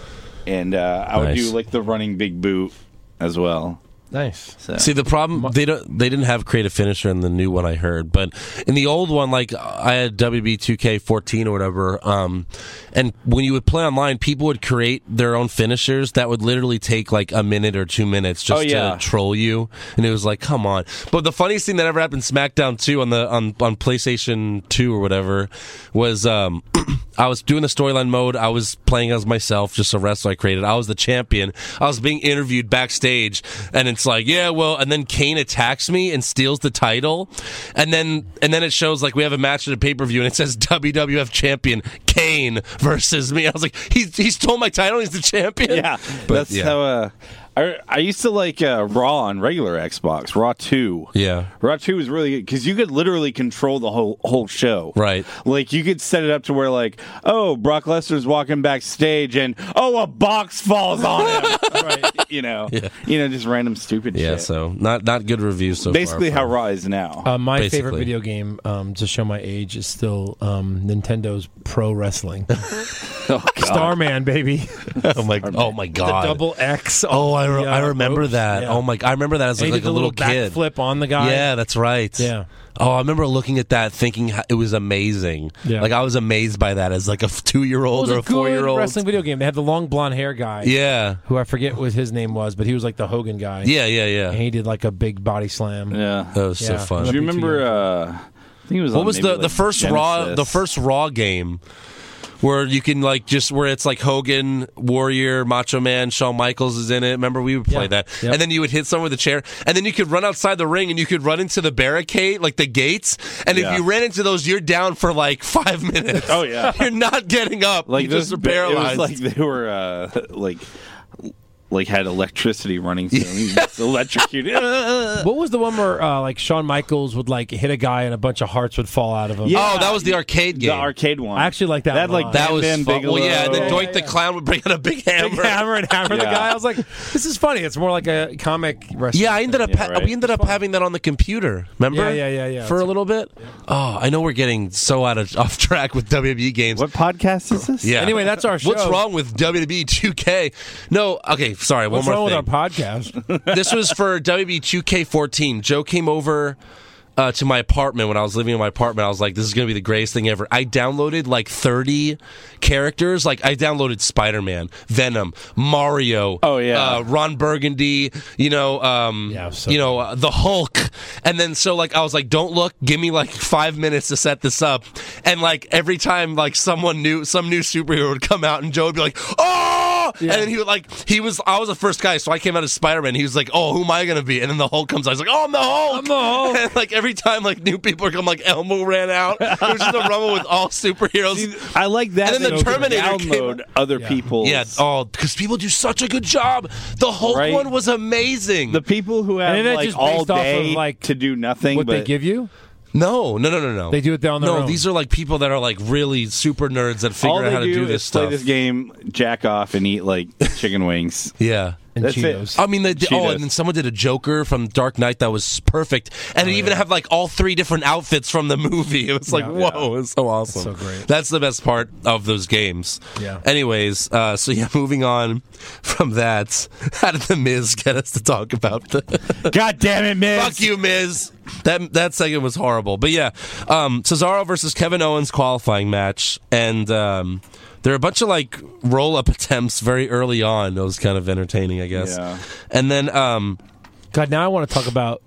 Speaker 6: and uh, I would
Speaker 4: Nice.
Speaker 6: do like the running big boot as well.
Speaker 5: Nice.
Speaker 4: See the problem they don't they didn't have creative finisher in the new one I heard, but in the old one, like I had WB two K fourteen or whatever, um, and when you would play online, people would create their own finishers that would literally take like a minute or two minutes just
Speaker 6: Oh, yeah.
Speaker 4: to troll you, and it was like, come on. But the funniest thing that ever happened in SmackDown two on the on on PlayStation two or whatever was um. I was doing the storyline mode. I was playing as myself, just a wrestler I created. I was the champion. I was being interviewed backstage, and it's like, yeah, well, and then Kane attacks me and steals the title, and then and then it shows like we have a match at a pay per view, and it says WWF champion Kane versus me. I was like, he's he stole my title. He's the champion.
Speaker 6: Yeah,
Speaker 4: But,
Speaker 6: that's
Speaker 4: yeah.
Speaker 6: how. Uh, I I used to like uh, Raw on regular Xbox. Raw two.
Speaker 4: Yeah.
Speaker 6: Raw two was really good because you could literally control the whole whole show.
Speaker 4: Right.
Speaker 6: Like you could set it up to where like, oh, Brock Lesnar's walking backstage and oh, a box falls on him. right. You know. You know, just random stupid
Speaker 4: Yeah,
Speaker 6: shit.
Speaker 4: so not not good reviews so
Speaker 6: Basically, how
Speaker 4: far.
Speaker 6: Raw is now.
Speaker 5: Uh, my favorite
Speaker 4: Basically.
Speaker 5: video game um, to show my age is still um, Nintendo's Pro Wrestling.
Speaker 6: oh, God.
Speaker 5: Starman, baby.
Speaker 4: how oh my oh my god
Speaker 5: Double X.
Speaker 4: oh I, re-
Speaker 5: Yeah,
Speaker 4: I remember
Speaker 5: ropes,
Speaker 4: that
Speaker 5: yeah.
Speaker 4: oh my I remember that as
Speaker 5: And
Speaker 4: like, like
Speaker 5: he did
Speaker 4: a
Speaker 5: the
Speaker 4: little, kid
Speaker 5: backflip on the guy.
Speaker 4: Yeah, that's right.
Speaker 5: Yeah.
Speaker 4: Oh, I remember looking at that, thinking ho- it was amazing.
Speaker 5: Yeah.
Speaker 4: Like I was amazed by that as like a
Speaker 5: It
Speaker 4: two-year-old
Speaker 5: was
Speaker 4: or
Speaker 5: a
Speaker 4: a four-year-old.
Speaker 5: good wrestling video game. They had the long blonde hair guy,
Speaker 4: yeah,
Speaker 5: who I forget what his name was, but he was like the Hogan guy.
Speaker 4: yeah, yeah,
Speaker 5: and
Speaker 4: yeah.
Speaker 5: he did like a big body slam.
Speaker 6: Yeah.
Speaker 4: That was so
Speaker 5: Yeah.
Speaker 4: fun.
Speaker 6: Do you
Speaker 5: Might be too
Speaker 6: remember?
Speaker 5: young.
Speaker 6: Uh, I think it was.
Speaker 4: What
Speaker 6: on
Speaker 4: was
Speaker 6: maybe,
Speaker 4: the
Speaker 6: like,
Speaker 4: the first raw
Speaker 6: Genesis.
Speaker 4: the first raw game where you can like just where it's like Hogan, Warrior, Macho Man, Shawn Michaels is in it. Remember we would play
Speaker 5: Yeah.
Speaker 4: that,
Speaker 5: Yep.
Speaker 4: and then you would hit someone with a chair, and then you could run outside the ring and you could run into the barricade like the gates, and
Speaker 6: Yeah.
Speaker 4: if you ran into those, you're down for like five minutes.
Speaker 6: Oh, yeah.
Speaker 4: you're not getting up. Like
Speaker 6: like
Speaker 4: you
Speaker 6: those
Speaker 4: just are
Speaker 6: bi-
Speaker 4: paralyzed.
Speaker 6: It was like they were uh, like like had electricity running through them. He was electrocuted. yeah,
Speaker 5: What was the one where uh, like Shawn Michaels would like hit a guy and a bunch of hearts would fall out of him?
Speaker 4: oh, that was the arcade game.
Speaker 6: the arcade one.
Speaker 5: I actually like that
Speaker 6: That
Speaker 5: one a
Speaker 6: like
Speaker 5: lot.
Speaker 4: that was
Speaker 6: Bam
Speaker 4: fun.
Speaker 6: Bam
Speaker 4: Well, yeah, and then
Speaker 6: Bigelow.
Speaker 4: Doink the clown would bring out a big
Speaker 5: Big
Speaker 4: hammer.
Speaker 5: hammer and hammer the
Speaker 6: Yeah.
Speaker 5: guy. I was like, this is funny. It's more like a comic wrestling.
Speaker 4: Yeah, I ended up
Speaker 6: Yeah,
Speaker 4: ha-
Speaker 6: right.
Speaker 4: we ended up having that on the computer. Remember?
Speaker 5: Yeah, yeah, yeah, yeah.
Speaker 4: For a little bit. Oh, I know we're getting so out of off track with WWE games.
Speaker 6: What podcast is this?
Speaker 4: Yeah.
Speaker 5: Anyway, that's our show.
Speaker 4: What's wrong with WWE 2K? No, okay, sorry.
Speaker 5: What's
Speaker 4: one
Speaker 5: wrong
Speaker 4: more
Speaker 5: with our
Speaker 4: thing.
Speaker 5: podcast?
Speaker 4: this was for WWE 2K14. Joe came over. uh, to my apartment when I was living in my apartment. I was like, this is going to be the greatest thing ever. I downloaded like 30 characters. Like, I downloaded Spider Man, Venom, Mario,
Speaker 6: Oh, yeah.
Speaker 4: uh, Ron Burgundy, you know, um,
Speaker 5: Yeah, so-
Speaker 4: you know, uh, the Hulk. And then so, like, I was like, don't look, give me like five minutes to set this up. And like, every time, like, someone new, some new superhero would come out, and Joe would be like, oh! And then he would like, he was, I was the first guy, so I came out as Spider Man. He was like, oh, who am I going to be? And then the Hulk comes out. He's like, oh, I'm the Hulk.
Speaker 5: I'm the Hulk.
Speaker 4: And like every time, like new people are coming, like Elmo ran out. It was just a rumble with all superheroes.
Speaker 6: I like that.
Speaker 4: And then
Speaker 6: they
Speaker 4: the
Speaker 6: can
Speaker 4: Terminator came-
Speaker 6: download other
Speaker 5: Yeah.
Speaker 6: people's
Speaker 4: yeah, oh, because people do such a good job. The Hulk
Speaker 6: Right.
Speaker 4: one was amazing.
Speaker 6: the people who have
Speaker 5: And then
Speaker 6: like
Speaker 5: just
Speaker 6: all
Speaker 5: based off of,
Speaker 6: day
Speaker 5: like,
Speaker 6: to do nothing.
Speaker 5: what
Speaker 6: but
Speaker 5: they give you?
Speaker 4: no, no, no, no, no.
Speaker 5: They do it down their
Speaker 4: No,
Speaker 5: own.
Speaker 4: these are like people that are like really super nerds that figure
Speaker 6: all
Speaker 4: out
Speaker 6: they
Speaker 4: how to do,
Speaker 6: do
Speaker 4: this
Speaker 6: is play
Speaker 4: stuff.
Speaker 6: this game, jack off, and eat like chicken wings.
Speaker 4: Yeah.
Speaker 5: And
Speaker 6: That's it.
Speaker 5: Cheetos.
Speaker 4: I mean, they,
Speaker 6: She
Speaker 4: oh,
Speaker 6: does.
Speaker 4: and then someone did a Joker from Dark Knight that was perfect, and
Speaker 5: Oh,
Speaker 4: it even have like all three different outfits from the movie. It was like, whoa, it's so awesome.
Speaker 5: so great.
Speaker 4: That's the best part of those games.
Speaker 5: Yeah.
Speaker 4: Anyways, uh, so yeah, moving on from that, how did the Miz get us to talk about the?
Speaker 6: God damn it, Miz!
Speaker 4: Fuck you, Miz. That that second was horrible. But yeah, um, Cesaro versus Kevin Owens qualifying match, and um, there are a bunch of like roll up attempts very early on. That was kind of entertaining, I guess.
Speaker 6: Yeah.
Speaker 4: And then um,
Speaker 5: God, now I want to talk about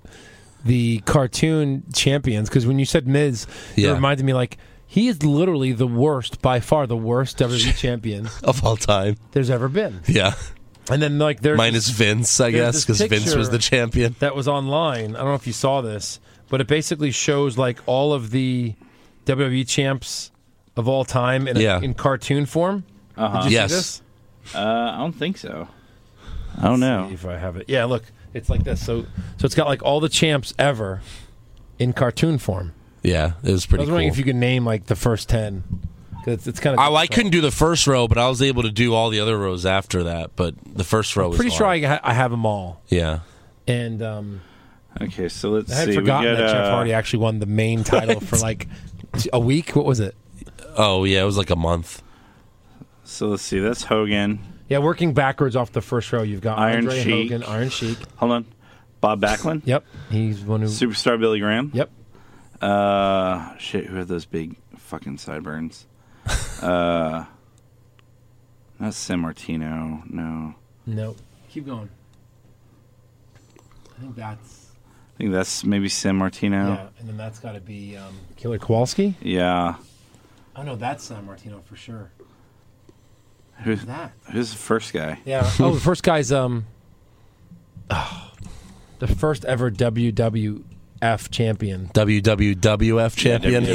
Speaker 5: the cartoon champions because when you said Miz,
Speaker 4: Yeah.
Speaker 5: it reminded me like he is literally the worst, by far the worst WWE champion
Speaker 4: of all time,
Speaker 5: there's ever been.
Speaker 4: yeah,
Speaker 5: And then like there's
Speaker 4: minus Vince, I
Speaker 5: there's
Speaker 4: guess,
Speaker 5: this
Speaker 4: because Vince
Speaker 5: picture-
Speaker 4: was the champion.
Speaker 5: that was online. I don't know if you saw this, but it basically shows like all of the WWE champs of all time in, a-
Speaker 4: Yeah.
Speaker 5: in cartoon form. Did you see
Speaker 4: Yes.
Speaker 5: this?
Speaker 6: Uh, I don't think so. I don't know.
Speaker 5: If I have it, yeah. Look, it's like this. So, so it's got like all the champs ever in cartoon form.
Speaker 4: Yeah, it was
Speaker 5: I
Speaker 4: pretty
Speaker 5: was
Speaker 4: cool. Oh,
Speaker 5: wondering if you could name like the first ten. 'Cause It's, it's kind of.
Speaker 4: I, I couldn't do the first row, but I was able to do all the other rows after that. But the first row was
Speaker 5: Pretty sure
Speaker 4: hard.
Speaker 5: I, ha- I have them all,
Speaker 4: yeah.
Speaker 5: and um,
Speaker 6: Okay, so let's
Speaker 5: I had
Speaker 6: see.
Speaker 5: forgotten
Speaker 6: we got,
Speaker 5: that Jeff
Speaker 6: uh,
Speaker 5: Hardy actually won the main title for like t- a week. What was it?
Speaker 4: Oh yeah, it was like a month.
Speaker 6: So let's see. That's Hogan.
Speaker 5: Yeah, working backwards off the first row, you've got
Speaker 6: Iron
Speaker 5: Andre
Speaker 6: Sheik.
Speaker 5: Hogan, Iron Sheik.
Speaker 6: Hold on. Bob Backlund.
Speaker 5: Yep, he's one who.
Speaker 6: Superstar Billy Graham.
Speaker 5: Yep,
Speaker 6: Uh, shit. Who had those big fucking sideburns? uh, not San Martino. No,
Speaker 5: no, keep going. I think that's
Speaker 6: I think that's maybe San Martino.
Speaker 5: yeah, and then that's got to be um, Killer Kowalski.
Speaker 6: Yeah.
Speaker 5: I know that's San Martino for sure.
Speaker 6: Who's
Speaker 5: That.
Speaker 6: who's the first guy?
Speaker 5: Yeah. Oh, the first guy's um, the first ever WWF champion.
Speaker 4: WWWF champion.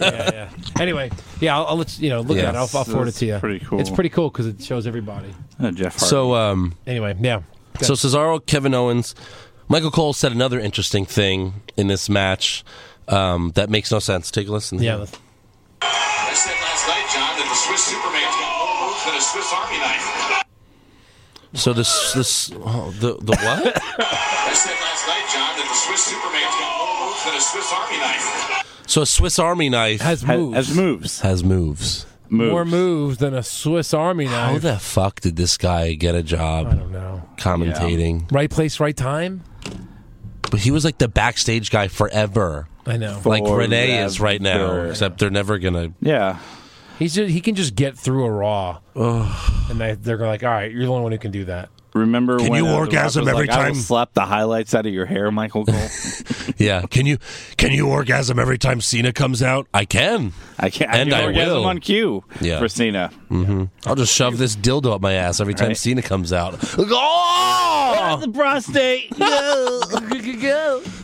Speaker 5: Yeah, yeah. Anyway, yeah, I'll, I'll let you, you know. Look
Speaker 4: Yeah.
Speaker 5: at it. I'll, I'll forward it
Speaker 6: That's
Speaker 5: to you.
Speaker 6: pretty cool.
Speaker 5: It's pretty cool because it shows everybody.
Speaker 6: Uh, Jeff Hardy.
Speaker 4: so um,
Speaker 5: Anyway, yeah.
Speaker 4: So Cesaro, Kevin Owens, Michael Cole said another interesting thing in this match um, that makes no sense. Take a listen.
Speaker 5: yeah. that's-
Speaker 7: I said last night, John, that the Swiss Superman's got more moves than a Swiss Army knife.
Speaker 4: So this this oh, the the what?
Speaker 7: I said last night, John, that the Swiss Superman's got more moves than a Swiss Army knife.
Speaker 4: so a Swiss Army knife
Speaker 5: Has
Speaker 6: Ha-
Speaker 5: moves.
Speaker 6: has moves.
Speaker 4: has moves.
Speaker 6: moves.
Speaker 5: More moves than a Swiss Army knife.
Speaker 4: How the fuck did this guy get a
Speaker 5: I
Speaker 4: job
Speaker 5: don't know.
Speaker 4: commentating?
Speaker 5: Right place, right time.
Speaker 4: But he was like the backstage guy forever.
Speaker 5: I know.
Speaker 4: Like
Speaker 6: Forever.
Speaker 4: Renee is right now, except they're never gonna.
Speaker 6: Yeah.
Speaker 5: He's just, he can just get through a Raw, and they, they're like, "All right, you're the only one who can do that."
Speaker 6: Remember
Speaker 4: Can
Speaker 6: when
Speaker 4: you
Speaker 6: uh, The Rock
Speaker 4: orgasm
Speaker 6: was
Speaker 4: every
Speaker 6: like, I
Speaker 4: time?
Speaker 6: will slap the highlights out of your hair, Michael Cole.
Speaker 4: Yeah, can you can you orgasm every time Cena comes out? I can.
Speaker 6: I can't. I
Speaker 4: And
Speaker 6: can
Speaker 4: I
Speaker 6: orgasm
Speaker 4: will.
Speaker 6: on cue.
Speaker 4: Yeah.
Speaker 6: For Cena.
Speaker 4: I'll just shove this dildo up my ass every time
Speaker 6: Right.
Speaker 4: Cena comes out. Oh!
Speaker 6: The prostate.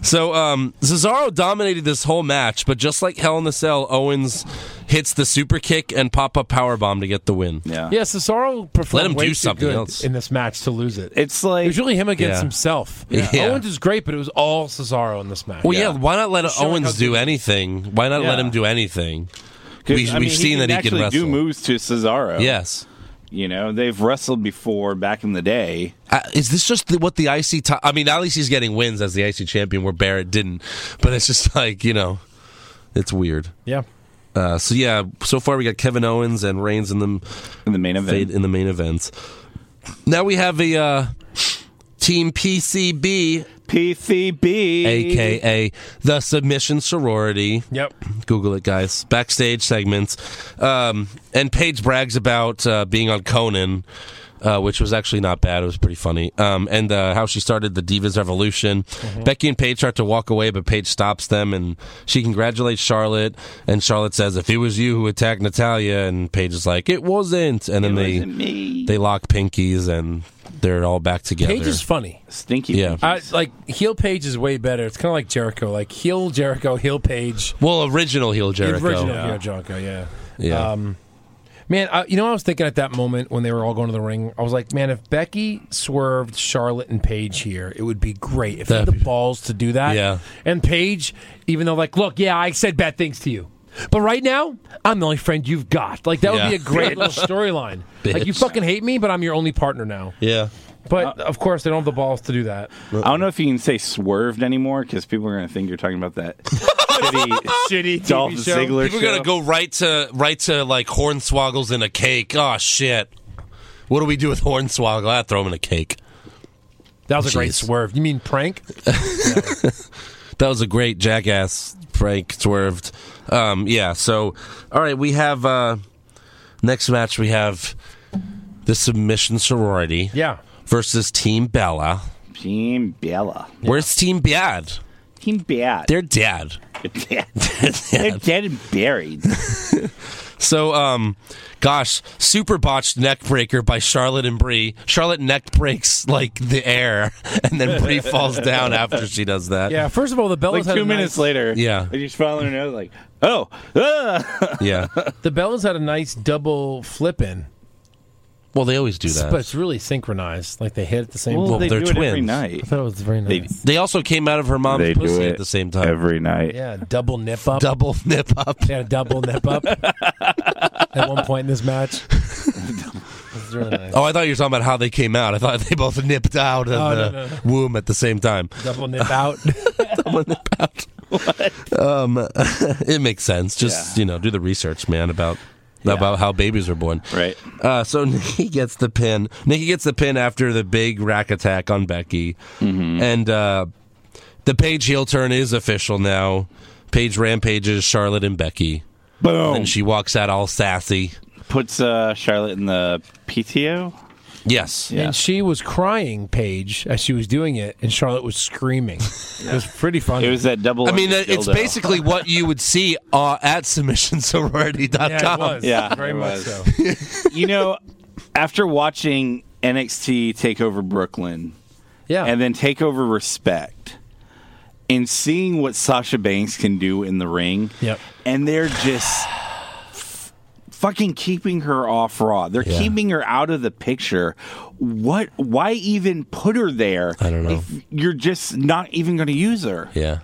Speaker 4: So um, Cesaro dominated this whole match, but just like Hell in the Cell, Owens hits the super kick and pop up power bomb to get the win.
Speaker 6: yeah.
Speaker 5: Yeah, Cesaro performed
Speaker 4: Uh. Let him
Speaker 5: way
Speaker 4: do
Speaker 5: too
Speaker 4: something
Speaker 5: good
Speaker 4: else.
Speaker 5: in this match to lose it.
Speaker 6: It's
Speaker 5: It
Speaker 6: like
Speaker 5: was really him against
Speaker 4: Yeah.
Speaker 5: himself.
Speaker 4: Yeah. Yeah.
Speaker 5: Owens is great, but it was all Cesaro in this match.
Speaker 4: Well, yeah. Why not let
Speaker 5: showing how
Speaker 4: Owens
Speaker 5: good
Speaker 4: do anything? Why not let
Speaker 6: Yeah.
Speaker 4: him do anything?
Speaker 6: 'cause,
Speaker 4: we-
Speaker 6: I
Speaker 4: we've
Speaker 6: mean,
Speaker 4: seen that he can
Speaker 6: actually
Speaker 4: wrestle.
Speaker 6: do moves to Cesaro.
Speaker 4: Yes.
Speaker 6: You know, they've wrestled before back in the day.
Speaker 4: Uh, is this just the, what the IC? ti- I mean, at least he's getting wins as the IC champion, where Barrett didn't. But it's just like you know, it's weird.
Speaker 5: Yeah.
Speaker 4: Uh, so yeah, so far we got Kevin Owens and Reigns in the
Speaker 6: In the main event.
Speaker 4: fade in the main events. Now we have a uh, team PCB
Speaker 6: PCB.
Speaker 4: aka the submission sorority.
Speaker 5: Yep.
Speaker 4: Google it, guys. Backstage segments, um, and Paige brags about uh, being on Conan. Uh, which was actually not bad. It was pretty funny. Um, and uh, how she started the Divas Revolution. Becky and Paige start to walk away, but Paige stops them and she congratulates Charlotte. And Charlotte says, If it was you who attacked Natalia. And Paige is like, It wasn't. And then they
Speaker 6: Wasn't me.
Speaker 4: E. they lock pinkies and they're all back together.
Speaker 5: Paige is funny.
Speaker 6: Stinky.
Speaker 4: Yeah.
Speaker 6: pinky.
Speaker 5: I, like heel Page is way better. It's kind of like Jericho, like heel Jericho, heel Page,
Speaker 4: well, original heel
Speaker 5: the
Speaker 4: Jericho.
Speaker 5: original heel Jericho. Um, Yeah,
Speaker 4: Yeah.
Speaker 5: man. I, you know, what I was thinking at that moment when they were all going to the ring. I was like, man, if Becky swerved Charlotte and Paige here, it would be great if they had the
Speaker 4: That'd be-
Speaker 5: balls to do that.
Speaker 4: Yeah.
Speaker 5: and Paige, even though like, look, yeah, I said bad things to you. But right now, I'm the only friend you've got. Like that would
Speaker 4: Yeah.
Speaker 5: be a great little storyline. Like you
Speaker 4: Bitch.
Speaker 5: fucking hate me, but I'm your only partner now.
Speaker 4: yeah.
Speaker 5: But
Speaker 6: Uh,
Speaker 5: of course, they don't have the balls to do that.
Speaker 6: I don't know if you can say swerved anymore because people are going to think you're talking about that shitty
Speaker 5: Shitty TV
Speaker 6: Dolph
Speaker 5: show.
Speaker 6: Ziggler
Speaker 4: People are
Speaker 6: show.
Speaker 4: gonna go right to right to like hornswoggles in a cake. Oh shit! What do we do with hornswoggle? I throw him in a cake.
Speaker 5: That was a great
Speaker 4: Jeez.
Speaker 5: swerve. You mean prank?
Speaker 4: That was a great jackass prank swerved. Um, yeah. So, all right, we have uh, next match. We have the submission sorority
Speaker 5: Yeah.
Speaker 4: versus Team Bella.
Speaker 6: Team Bella.
Speaker 4: Where's Team Bad?
Speaker 6: Team Bad.
Speaker 4: They're dead.
Speaker 6: They're dead. They're dead and buried.
Speaker 4: So, um, gosh, super botched neck breaker by Charlotte and Brie. Charlotte neck breaks like the air, and then Brie falls down after she does that.
Speaker 5: Yeah. First of all, the Bellas
Speaker 6: like
Speaker 5: had
Speaker 6: two
Speaker 5: a
Speaker 6: minutes
Speaker 5: nice,
Speaker 6: later.
Speaker 4: Yeah.
Speaker 6: And just following her nose, like, oh, ah.
Speaker 4: yeah.
Speaker 5: The Bellas had a nice double flip in,
Speaker 4: Well, they always do
Speaker 5: but
Speaker 4: that.
Speaker 5: it's really synchronized. Like they hit at the same.
Speaker 4: Well,
Speaker 5: time.
Speaker 4: they're
Speaker 6: do It every
Speaker 4: twins.
Speaker 5: I
Speaker 6: night.
Speaker 5: thought it was very nice.
Speaker 4: They also came out of her mom's
Speaker 6: They do
Speaker 4: pussy
Speaker 6: it
Speaker 4: at the same time.
Speaker 6: Every night.
Speaker 5: yeah, double nip up.
Speaker 4: Double nip up.
Speaker 5: They had a double nip up at one point in this match. It's really nice.
Speaker 4: Oh, I thought you were talking about how they came out. I thought they both nipped out of
Speaker 5: Oh, no,
Speaker 4: the
Speaker 5: no, no.
Speaker 4: womb at the same time.
Speaker 5: Double nip out.
Speaker 4: Double nip out. Um, it makes sense. Just you know, do the research, man, about about how babies are born.
Speaker 6: Right.
Speaker 4: Uh, so Nikki gets the pin. Nikki gets the pin after the big rack attack on Becky, and uh, the Paige heel turn is official now. Paige rampages Charlotte and Becky,
Speaker 6: Boom.
Speaker 4: and she walks out all sassy.
Speaker 6: Puts uh, Charlotte in the PTO.
Speaker 4: Yes,
Speaker 6: Yeah.
Speaker 5: And she was crying, Paige, as she was doing it, and Charlotte was screaming. It was pretty funny.
Speaker 6: It was that double.
Speaker 4: I mean
Speaker 6: ended
Speaker 4: it's
Speaker 6: dildo.
Speaker 4: basically what you would see uh, at submissionsorority.com.
Speaker 5: yeah, it was.
Speaker 6: Yeah,
Speaker 5: very
Speaker 6: it
Speaker 5: much
Speaker 6: was.
Speaker 5: so.
Speaker 6: you know, after watching NXT Takeover Brooklyn
Speaker 5: Yeah,
Speaker 6: and then Takeover Respect and seeing what Sasha Banks can do in the ring,
Speaker 5: Yep.
Speaker 6: and they're just f- fucking keeping her off Raw. They're
Speaker 4: Yeah.
Speaker 6: keeping her out of the picture. What? Why even put her there?
Speaker 4: I don't know.
Speaker 6: If you're just not even going to use her.
Speaker 4: Yeah.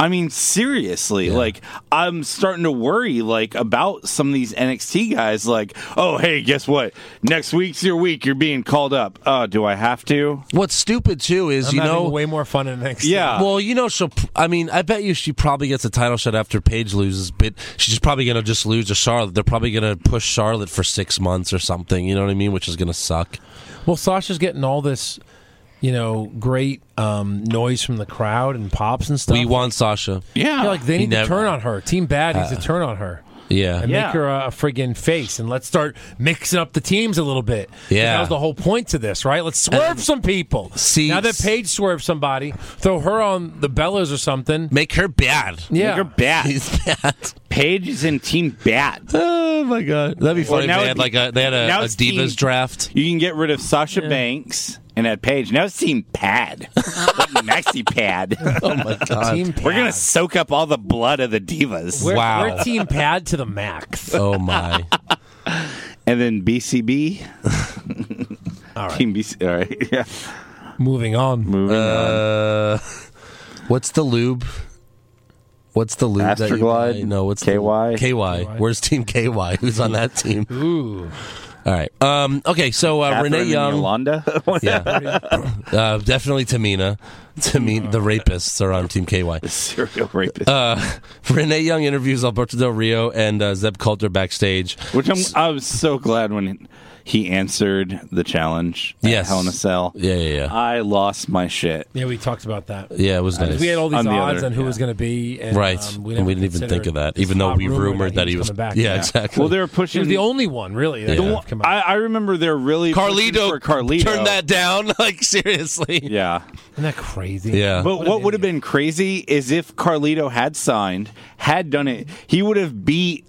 Speaker 6: I mean, seriously, like I'm starting to worry like about some of these NXT guys. Like, oh hey, guess what? Next week's your week. You're being called up. Uh, do I have to?
Speaker 4: What's stupid too is
Speaker 5: I'm
Speaker 4: you
Speaker 5: having
Speaker 4: know
Speaker 5: way more fun in next.
Speaker 6: Yeah.
Speaker 4: well you know she'll I mean I bet you she probably gets a title shot after Paige loses but she's probably gonna just lose to Charlotte they're probably gonna push Charlotte for six months or something you know what I mean which is gonna suck
Speaker 5: Well, Sasha's getting all this, you know, great um, noise from the crowd and pops and stuff.
Speaker 4: we want Sasha
Speaker 5: yeah, like they
Speaker 4: He
Speaker 5: need to
Speaker 4: never- Uh.
Speaker 5: turn on her. Team Bad needs to turn on her.
Speaker 4: yeah
Speaker 5: And
Speaker 6: Yeah.
Speaker 5: make her a, a friggin' face, and let's start mixing up the teams a little bit.
Speaker 4: Yeah.
Speaker 5: that was the whole point to this, right? Let's swerve some people.
Speaker 4: See-
Speaker 5: now that Paige swerved somebody, throw her on the Bellas or something.
Speaker 4: make her bad
Speaker 5: Yeah,
Speaker 6: You're bad.
Speaker 4: She's bad
Speaker 6: Paige is in team bad.
Speaker 4: oh my god that'd be
Speaker 6: Well,
Speaker 4: funny
Speaker 6: now
Speaker 4: if they
Speaker 6: it'd
Speaker 4: had
Speaker 6: be-
Speaker 4: like a they had a,
Speaker 6: now
Speaker 4: a
Speaker 6: it's team-
Speaker 4: divas draft
Speaker 6: You can get rid of Sasha Banks and add Paige. Now it's team pad. like maxi pad.
Speaker 4: Oh
Speaker 5: team.
Speaker 6: We're gonna
Speaker 5: Pad.
Speaker 6: soak up all the blood of the divas.
Speaker 5: We're,
Speaker 4: Wow.
Speaker 5: we're team pad to the max.
Speaker 4: oh my
Speaker 6: And then BCB. all right. Team BC. All right. Yeah.
Speaker 5: Moving on.
Speaker 6: Moving on.
Speaker 4: Uh, what's the lube? What's the lube? that you
Speaker 6: Astroglide?
Speaker 4: buy? No, what's
Speaker 6: KY?
Speaker 4: The, KY. Where's Team KY? Who's on that team?
Speaker 5: Ooh,
Speaker 4: All right. Um. Okay. So uh,
Speaker 6: Catherine
Speaker 4: Renee
Speaker 6: and
Speaker 4: Young.
Speaker 6: Yolanda.
Speaker 4: Yeah. uh, definitely Tamina. Tamina. The rapists are on Team KY.
Speaker 6: Serial rapist.
Speaker 4: Renee Young interviews Alberto Del Rio and uh, Zeb Coulter backstage.
Speaker 6: Which I'm, I was so glad when he, He answered the challenge. at
Speaker 4: Yes.
Speaker 6: Hell in a Cell.
Speaker 4: Yeah, yeah, yeah.
Speaker 6: I lost my shit.
Speaker 5: Yeah, we talked about that.
Speaker 4: yeah, it was nice.
Speaker 5: Uh, We had all these
Speaker 6: On the
Speaker 5: odds
Speaker 6: other-
Speaker 5: on who
Speaker 6: yeah.
Speaker 5: was going to be, and,
Speaker 4: right,
Speaker 5: um,
Speaker 4: and we didn't even
Speaker 5: considered
Speaker 4: think of that,
Speaker 5: it's
Speaker 4: even though
Speaker 5: not
Speaker 4: we rumored that he was.
Speaker 5: coming back.
Speaker 4: Yeah, exactly.
Speaker 6: Well, they were
Speaker 5: He
Speaker 6: pushing.
Speaker 5: was the only one really. That
Speaker 4: Yeah.
Speaker 5: yeah.
Speaker 4: The one-
Speaker 5: come out.
Speaker 6: I, I remember they're really pushing
Speaker 4: Carlito,
Speaker 6: for Carlito.
Speaker 4: turned that down. Like seriously.
Speaker 6: Yeah.
Speaker 5: Isn't that crazy?
Speaker 4: Yeah.
Speaker 6: But
Speaker 5: an
Speaker 6: what would have been crazy is if Carlito had signed, had done it, he would have beat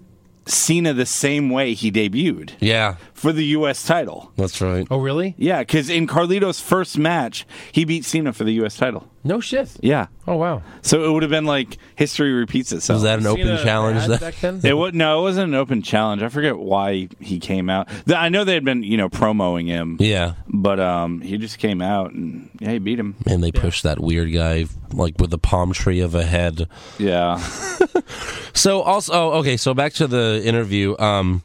Speaker 6: Cena the same way he debuted
Speaker 4: Yeah,
Speaker 6: for the U.S. title.
Speaker 4: that's right.
Speaker 5: Oh, really?
Speaker 6: Yeah, because in Carlito's first match, he beat Cena for the U.S. title.
Speaker 5: No shit.
Speaker 6: Yeah.
Speaker 5: Oh wow.
Speaker 6: So it would have been like history repeats itself.
Speaker 4: Was that an open
Speaker 5: Cena
Speaker 4: challenge?
Speaker 5: had
Speaker 4: That,
Speaker 5: back then?
Speaker 6: It was no, it wasn't an open challenge. I forget why he came out. Th- I know they had been, you know, promoting him.
Speaker 4: yeah,
Speaker 6: But um, he just came out and yeah, he beat him.
Speaker 4: and they pushed that weird guy like with the palm tree of a head.
Speaker 6: Yeah.
Speaker 4: So also, oh, okay. So back to the interview. Um,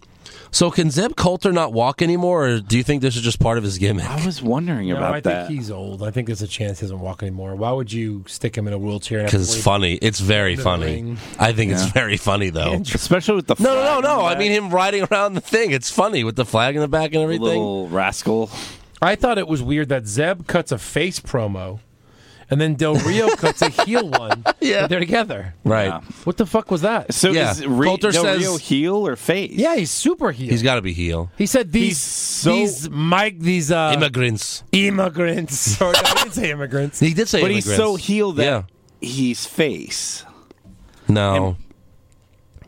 Speaker 4: so can Zeb Coulter not walk anymore, or do you think this is just part of his gimmick?
Speaker 6: I was wondering
Speaker 5: No,
Speaker 6: about
Speaker 5: I
Speaker 6: that.
Speaker 5: think he's old. I think there's a chance he doesn't walk anymore. Why would you stick him in a wheelchair? and have to
Speaker 4: Because it's
Speaker 5: wait-
Speaker 4: funny. It's very
Speaker 5: The
Speaker 4: funny.
Speaker 5: ring.
Speaker 4: I think it's very funny though.
Speaker 6: Especially with the
Speaker 4: No, no, no,
Speaker 6: flag on
Speaker 4: no.
Speaker 6: the
Speaker 4: I
Speaker 6: back.
Speaker 4: mean him riding around the thing. It's funny with the flag in the back and everything.
Speaker 6: little rascal.
Speaker 5: I thought it was weird that Zeb cuts a face promo, and then Del Rio cuts a heel one.
Speaker 4: Yeah.
Speaker 5: but they're together.
Speaker 4: right.
Speaker 6: Yeah.
Speaker 5: What the fuck was that?
Speaker 6: So
Speaker 4: Yeah.
Speaker 6: is Re-
Speaker 4: Coulter
Speaker 6: Del
Speaker 4: says-
Speaker 6: Rio heel or face?
Speaker 5: yeah, he's super heel.
Speaker 4: He's got to be heel.
Speaker 5: he said these
Speaker 6: so-
Speaker 5: these Mike these uh,
Speaker 4: Immigrants.
Speaker 5: immigrants. Or no, I didn't say immigrants.
Speaker 4: He did say
Speaker 6: but
Speaker 4: immigrants.
Speaker 6: he's so heel that
Speaker 4: Yeah.
Speaker 6: he's face.
Speaker 4: No.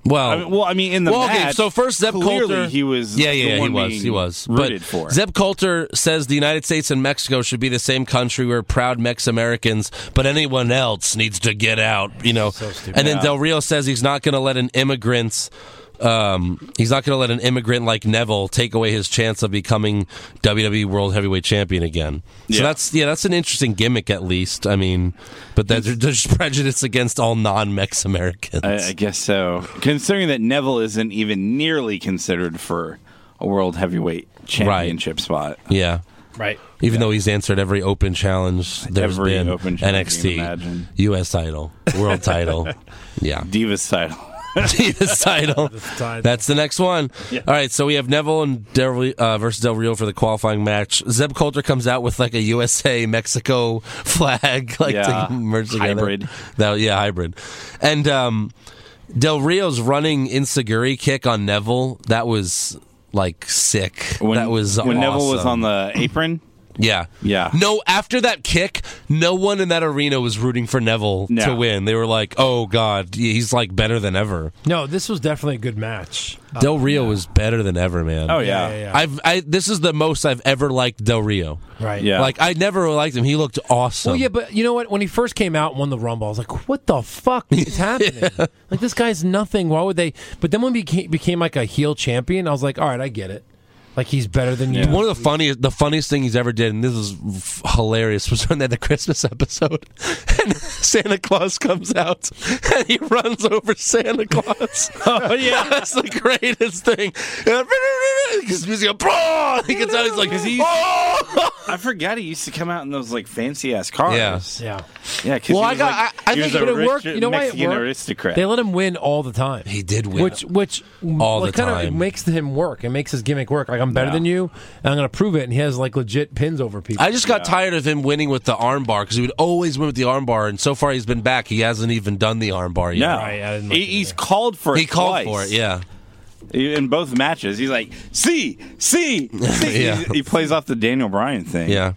Speaker 4: Well,
Speaker 6: I mean, well, I mean, in the
Speaker 4: well, okay.
Speaker 6: match,
Speaker 4: So first, Zeb
Speaker 6: clearly
Speaker 4: Coulter,
Speaker 6: he was,
Speaker 4: yeah,
Speaker 6: the
Speaker 4: yeah, yeah, he
Speaker 6: one
Speaker 4: was,
Speaker 6: being
Speaker 4: he was.
Speaker 6: rooted
Speaker 4: but
Speaker 6: for.
Speaker 4: Zeb Coulter says the United States and Mexico should be the same country. We're proud Mex Americans, but anyone else needs to get out. You know. and then Del Rio says he's not going to let an immigrant. Um, he's not going to let an immigrant like Neville take away his chance of becoming WWE World Heavyweight Champion again. So
Speaker 6: Yeah.
Speaker 4: that's yeah, that's an interesting gimmick at least. I mean, but that there's prejudice against all non-Mex Americans.
Speaker 6: I, I guess so. Considering that Neville isn't even nearly considered for a world heavyweight championship spot.
Speaker 4: yeah.
Speaker 5: right.
Speaker 4: Even though he's answered every open challenge there's
Speaker 6: Every
Speaker 4: been,
Speaker 6: open challenge you
Speaker 4: NXT,
Speaker 6: can imagine.
Speaker 4: U.S. title, World title, yeah,
Speaker 6: Divas title.
Speaker 4: U.S. title.
Speaker 5: title.
Speaker 4: That's the next one. All right, so we have Neville and Del, Rio- uh, versus Del Rio for the qualifying match. Zeb Coulter comes out with like a USA Mexico flag, like
Speaker 6: Yeah.
Speaker 4: to merge together.
Speaker 6: Hybrid.
Speaker 4: That, yeah, hybrid, and um, Del Rio's running insiguri kick on Neville. That was like sick. that was
Speaker 6: when Neville was
Speaker 4: awesome.
Speaker 6: on the apron.
Speaker 4: Yeah.
Speaker 6: Yeah.
Speaker 4: No, after that kick, no one in that arena was rooting for Neville
Speaker 6: No.
Speaker 4: to win. They were like, oh, God, he's like better than ever.
Speaker 5: No, this was definitely a good match. Uh,
Speaker 4: Del Rio was better than ever, man.
Speaker 6: Oh yeah.
Speaker 5: yeah, yeah,
Speaker 4: I've I this is the most I've ever liked Del Rio.
Speaker 5: right.
Speaker 6: Yeah.
Speaker 4: Like I never liked him. He looked awesome.
Speaker 5: Well, yeah, but you know what? When he first came out and won the Rumble, I was like, "What the fuck is happening? Like this guy's nothing. Why would they?" But then when he became, became like a heel champion, I was like, "All right, I get it. Like he's better than you."
Speaker 4: One of the funniest, the funniest thing he's ever did, and this is f- hilarious, was when they had the Christmas episode, and Santa Claus comes out and he runs over Santa Claus. oh yeah, that's the greatest thing. Because he's like, "Bro!" he gets out, he's like,
Speaker 6: he-
Speaker 4: "Oh!"
Speaker 6: I forgot he used to come out in those like fancy ass cars.
Speaker 5: Yeah,
Speaker 6: Yeah. 'cause
Speaker 4: Well,
Speaker 6: he
Speaker 4: I
Speaker 6: was,
Speaker 4: got-
Speaker 6: like,
Speaker 4: I- I
Speaker 6: he
Speaker 4: think-
Speaker 6: was a
Speaker 4: but it
Speaker 6: rich
Speaker 5: worked. You know why it
Speaker 6: Mexican
Speaker 5: worked?
Speaker 6: aristocrat.
Speaker 5: they let him win all the time.
Speaker 4: He did win.
Speaker 5: which which
Speaker 4: All the
Speaker 5: kind of
Speaker 4: time.
Speaker 5: makes him work. It makes his gimmick work. Like I'm better
Speaker 6: Yeah.
Speaker 5: than you, and I'm going to prove it. And he has like legit pins over people.
Speaker 4: I just got tired of him winning with the armbar because he would always win with the armbar, and so far he's been back. He hasn't even done the armbar yet.
Speaker 6: No,
Speaker 5: Right, I didn't like
Speaker 6: he,
Speaker 5: it
Speaker 6: he's
Speaker 5: either.
Speaker 6: called for it.
Speaker 4: He called
Speaker 6: twice.
Speaker 4: for it, yeah.
Speaker 6: In both matches, he's like, "See, see, see."
Speaker 4: Yeah.
Speaker 6: He- He plays off the Daniel Bryan thing.
Speaker 4: Yeah.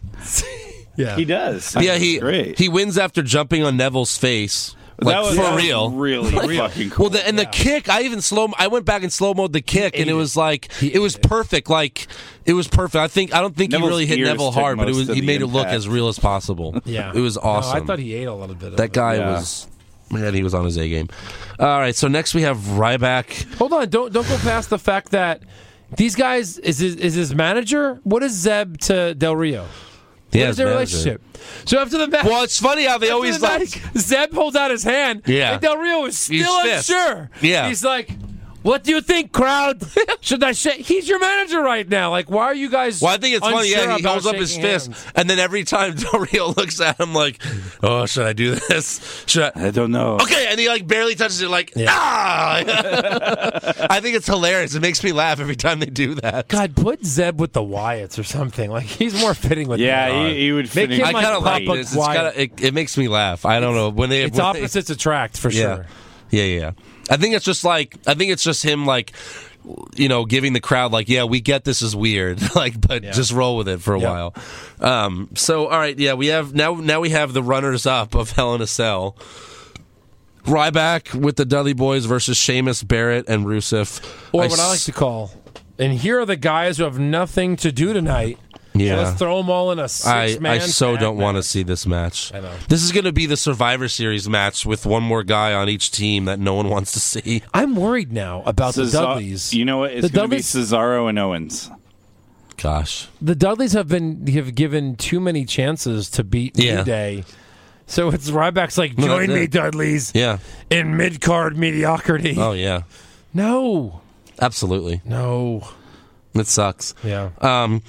Speaker 5: yeah,
Speaker 6: he does.
Speaker 4: Yeah, he
Speaker 6: great.
Speaker 4: he wins after jumping on Neville's face. Like
Speaker 6: that was
Speaker 4: for
Speaker 6: that was
Speaker 4: real.
Speaker 6: really fucking cool.
Speaker 4: Well, the, and the kick, I even slow. I went back and slow mode the kick, and it was like it was perfect. Like it was perfect. I think I don't think
Speaker 6: Neville's
Speaker 4: he really hit
Speaker 6: ears
Speaker 4: Neville
Speaker 6: took
Speaker 4: hard, but it
Speaker 6: most
Speaker 4: was
Speaker 6: of
Speaker 4: he
Speaker 6: the
Speaker 4: made it look
Speaker 6: impact.
Speaker 4: as real as possible.
Speaker 5: yeah.
Speaker 4: it was
Speaker 5: No,
Speaker 4: awesome.
Speaker 5: I thought he ate a little bit. Of
Speaker 4: that
Speaker 5: it.
Speaker 4: guy
Speaker 6: Yeah.
Speaker 4: was man. He was on his A game. All right, so next we have Ryback.
Speaker 5: Hold on, don't don't go past the fact that these guys is his, is his manager. What is Zeb to Del
Speaker 4: Yeah,
Speaker 5: Rio? What is
Speaker 4: his
Speaker 5: their
Speaker 4: manager.
Speaker 5: relationship? So after the match,
Speaker 4: Well, it's funny how they
Speaker 5: after
Speaker 4: always
Speaker 5: the
Speaker 4: like.
Speaker 5: match, Zeb holds out his hand.
Speaker 4: Yeah.
Speaker 5: and Del Rio is still
Speaker 4: He's fist.
Speaker 5: unsure.
Speaker 4: Yeah.
Speaker 5: he's like, What do you think, crowd? Should I say he's your manager right now? Like, why are you guys?
Speaker 4: Well, I think it's funny.
Speaker 5: unsure
Speaker 4: Yeah, he
Speaker 5: about
Speaker 4: holds up his
Speaker 5: shaking
Speaker 4: fist,
Speaker 5: hands?
Speaker 4: and then every time Del Rio looks at him, like, "Oh, should I do this? Should I?"
Speaker 6: I don't know.
Speaker 4: Okay, and he like barely touches it, like ah. I think it's hilarious. It makes me laugh every time they do that.
Speaker 5: God, put Zeb with the Wyatts or something. Like he's more fitting with.
Speaker 6: Yeah,
Speaker 4: Uh,
Speaker 5: that.
Speaker 6: he, he would
Speaker 5: Make
Speaker 6: fit
Speaker 5: him
Speaker 6: in
Speaker 5: like
Speaker 4: I kind of
Speaker 5: Papa
Speaker 4: like it. It's, it's
Speaker 5: Wyatt.
Speaker 4: kinda, it. It makes me laugh. I don't know when they.
Speaker 5: it's
Speaker 4: when they-
Speaker 5: opposites attract for
Speaker 4: yeah.
Speaker 5: sure.
Speaker 4: yeah, yeah, yeah. I think it's just like I think it's just him like. You know, giving the crowd like, yeah, we get this is weird, like, but just roll with it for a
Speaker 5: Yeah.
Speaker 4: while. Um, so, all right, yeah, we have now. Now we have the runners up of Hell in a Cell. Ryback with the Dudley Boys versus Sheamus, Barrett, and Rusev.
Speaker 5: Or
Speaker 4: I
Speaker 5: what I like
Speaker 4: s-
Speaker 5: to call, and here are the guys who have nothing to do tonight.
Speaker 4: yeah,
Speaker 5: Let's throw them all in a
Speaker 4: I,
Speaker 5: six-man.
Speaker 4: I so
Speaker 5: tag
Speaker 4: don't want to
Speaker 5: match.
Speaker 4: see this match.
Speaker 5: I know.
Speaker 4: This is going to be the Survivor Series match with one more guy on each team that no one wants to see.
Speaker 5: I'm worried now about the
Speaker 6: Cesar-
Speaker 5: Dudleys.
Speaker 6: uh, You know what? It's
Speaker 5: The
Speaker 6: going to be
Speaker 5: Dudleys-
Speaker 6: Cesaro and Owens.
Speaker 4: Gosh.
Speaker 5: the Dudleys have been have given too many chances to beat
Speaker 4: Yeah.
Speaker 5: New Day. So it's Ryback's like,
Speaker 4: No,
Speaker 5: join
Speaker 4: that's
Speaker 5: me,
Speaker 4: it.
Speaker 5: Dudleys,
Speaker 4: Yeah.
Speaker 5: in mid card mediocrity.
Speaker 4: Oh, yeah.
Speaker 5: No,
Speaker 4: Absolutely.
Speaker 5: no,
Speaker 4: It sucks.
Speaker 5: yeah.
Speaker 4: Um,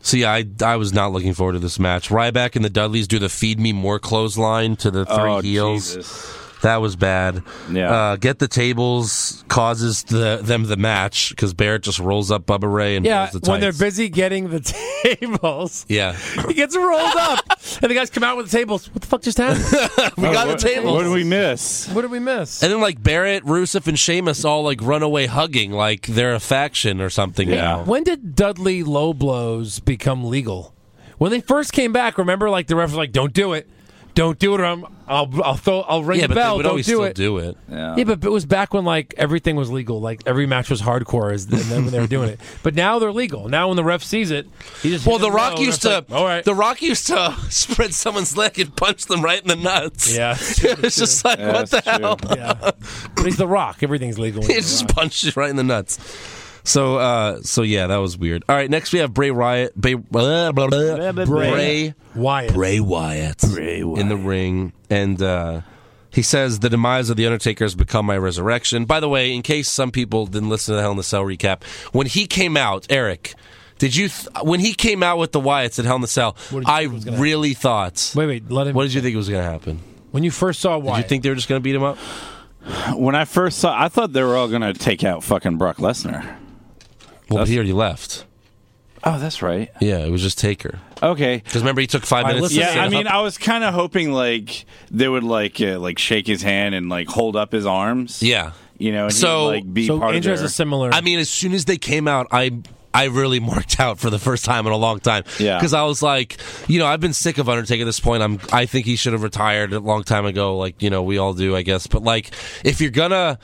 Speaker 4: so, yeah, I, I was not looking forward to this match. Ryback and the Dudleys do the feed me more clothesline to the three
Speaker 6: Oh,
Speaker 4: heels.
Speaker 6: Jesus.
Speaker 4: That was bad.
Speaker 6: Yeah.
Speaker 4: Uh, get the tables causes the, them the match because Barrett just rolls up Bubba Ray and
Speaker 5: yeah,
Speaker 4: pulls the
Speaker 5: when they're
Speaker 4: tights.
Speaker 5: busy getting the tables,
Speaker 4: Yeah.
Speaker 5: he gets rolled up, and the guys come out with the tables. What the fuck just happened?
Speaker 4: we got
Speaker 6: What-
Speaker 4: the tables.
Speaker 6: What did we miss?
Speaker 5: what did we miss?
Speaker 4: And then like Barrett, Rusev, and Sheamus all like run away hugging, like they're a faction or something now.
Speaker 5: When did Dudley low blows become legal? When they first came back, remember, like the ref was like, "Don't do it, don't do it, or I'm, I'll, I'll throw, I'll ring
Speaker 4: Yeah, but
Speaker 5: the bell.
Speaker 4: they would
Speaker 5: don't
Speaker 4: always
Speaker 5: do
Speaker 4: still
Speaker 5: it."
Speaker 4: do it.
Speaker 5: Yeah, but it was back when like everything was legal. Like every match was hardcore, as and then when they were doing it. But now they're legal. Now when the ref sees it, he just
Speaker 4: Well,
Speaker 5: hits
Speaker 4: The
Speaker 5: him low,
Speaker 4: Rock
Speaker 5: and
Speaker 4: used
Speaker 5: the
Speaker 4: to.
Speaker 5: ref's like, All right.
Speaker 4: The Rock used to spread someone's leg and punch them right in the nuts.
Speaker 5: Yeah.
Speaker 4: it's just like what the
Speaker 6: That's true.
Speaker 4: hell?
Speaker 5: yeah, but he's the Rock. Everything's legal.
Speaker 4: It just punched you right in the nuts. So, uh, so yeah, that was weird. All right, next we have Bray Wyatt. Bray, blah, blah, blah,
Speaker 6: blah,
Speaker 4: Bray,
Speaker 5: Why?
Speaker 4: Bray Wyatt, in the ring, and uh, he says the demise of the Undertaker has become my resurrection. By the way, in case some people didn't listen to the Hell in the Cell recap, when he came out, Eric, did you th- when he came out with the Wyatts at Hell in the Cell?
Speaker 5: did you
Speaker 4: I
Speaker 5: think was gonna
Speaker 4: really thought.
Speaker 5: Wait, wait. Let him.
Speaker 4: What did you think was going to happen?
Speaker 5: when you first saw
Speaker 4: Did
Speaker 5: why?
Speaker 4: you think they were just going to beat him up?
Speaker 6: When I first saw, I thought they were all going to take out fucking Brock Lesnar.
Speaker 4: Well,
Speaker 6: That's-
Speaker 4: he already left.
Speaker 6: Oh, that's right.
Speaker 4: Yeah, it was just Taker.
Speaker 6: Okay.
Speaker 4: Because remember, he took five
Speaker 5: right,
Speaker 4: minutes.
Speaker 5: let's
Speaker 4: to
Speaker 5: listen-
Speaker 4: set
Speaker 6: Yeah, I
Speaker 4: up.
Speaker 6: mean, I was kind of hoping like they would like uh, like shake his hand and like hold up his arms.
Speaker 4: yeah.
Speaker 6: you know, and
Speaker 4: So-
Speaker 6: so like be
Speaker 5: so?
Speaker 6: part of
Speaker 5: Andrew
Speaker 6: their,
Speaker 5: has a similar.
Speaker 4: I mean, as soon as they came out, I I really marked out for the first time in a long time.
Speaker 6: Yeah.
Speaker 4: because I was like, you know, I've been sick of Undertaker at this point. I'm I think he should have retired a long time ago. Like you know, we all do, I guess. But like, if you're gonna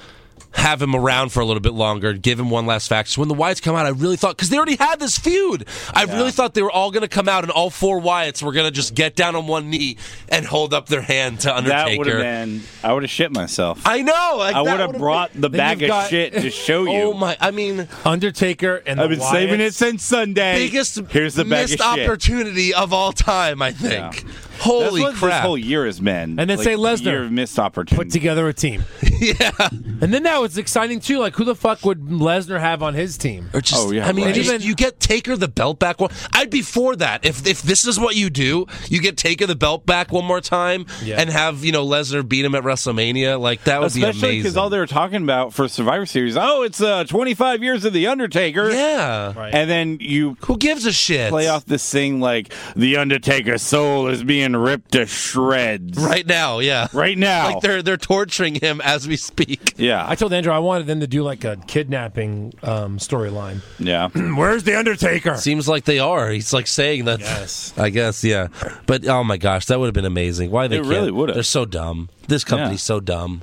Speaker 4: have him around for a little bit longer, give him one last fact. When the Wyatts come out, I really thought because they already had this feud. I really thought they were all gonna come out and all four Wyatts were gonna just get down on one knee and hold up their hand to
Speaker 6: that would have
Speaker 4: Undertaker.
Speaker 6: been. I would have shit myself. I,
Speaker 4: I know. Like, that
Speaker 6: would have
Speaker 4: would've
Speaker 6: brought the bag
Speaker 5: you've
Speaker 6: of
Speaker 5: got-
Speaker 6: shit to show
Speaker 4: been-
Speaker 6: you.
Speaker 4: Oh my! I mean.
Speaker 5: Undertaker and
Speaker 6: I've
Speaker 5: the
Speaker 6: been saving it
Speaker 5: Wyatts-
Speaker 6: since Sunday.
Speaker 4: biggest
Speaker 6: Here's the bag
Speaker 4: missed
Speaker 6: of shit.
Speaker 4: opportunity of all time. I think. Holy
Speaker 6: That's what
Speaker 4: crap!
Speaker 6: This whole year has been.
Speaker 5: And then
Speaker 6: like,
Speaker 5: say
Speaker 6: the
Speaker 5: Lesnar.
Speaker 6: Year of missed
Speaker 5: Put
Speaker 6: opportunity.
Speaker 5: together a team. yeah. And then now it's exciting too. Like who the fuck would Lesnar have on his team?
Speaker 4: or just,
Speaker 6: Oh, yeah,
Speaker 4: I mean,
Speaker 6: right.
Speaker 4: just-
Speaker 5: Even-
Speaker 4: you get Taker the belt back one. I'd be for that if if this is what you do. You get Taker the belt back one more time
Speaker 5: Yeah.
Speaker 4: and have you know Lesnar beat him at WrestleMania. Like that would be
Speaker 6: Especially
Speaker 4: amazing.
Speaker 6: because all they were talking about for Survivor Series, oh, it's uh, 25 years of The Undertaker.
Speaker 4: yeah.
Speaker 6: And then you
Speaker 4: Who gives a shit?
Speaker 6: play off this thing like The Undertaker's soul is being ripped to shreds
Speaker 4: right now. Yeah.
Speaker 6: right now.
Speaker 4: Like they're they're torturing him as we speak.
Speaker 6: yeah.
Speaker 5: I told Andrew I wanted them to do like a kidnapping um, storyline.
Speaker 6: yeah.
Speaker 5: Where's the Undertaker?
Speaker 4: Seems like they are. He's like saying that.
Speaker 5: Yes.
Speaker 4: I guess, yeah. But oh my gosh, that would have been amazing. Why they
Speaker 6: It
Speaker 4: can't-
Speaker 6: really would've.
Speaker 4: They're so dumb. This company's
Speaker 6: Yeah.
Speaker 4: so dumb.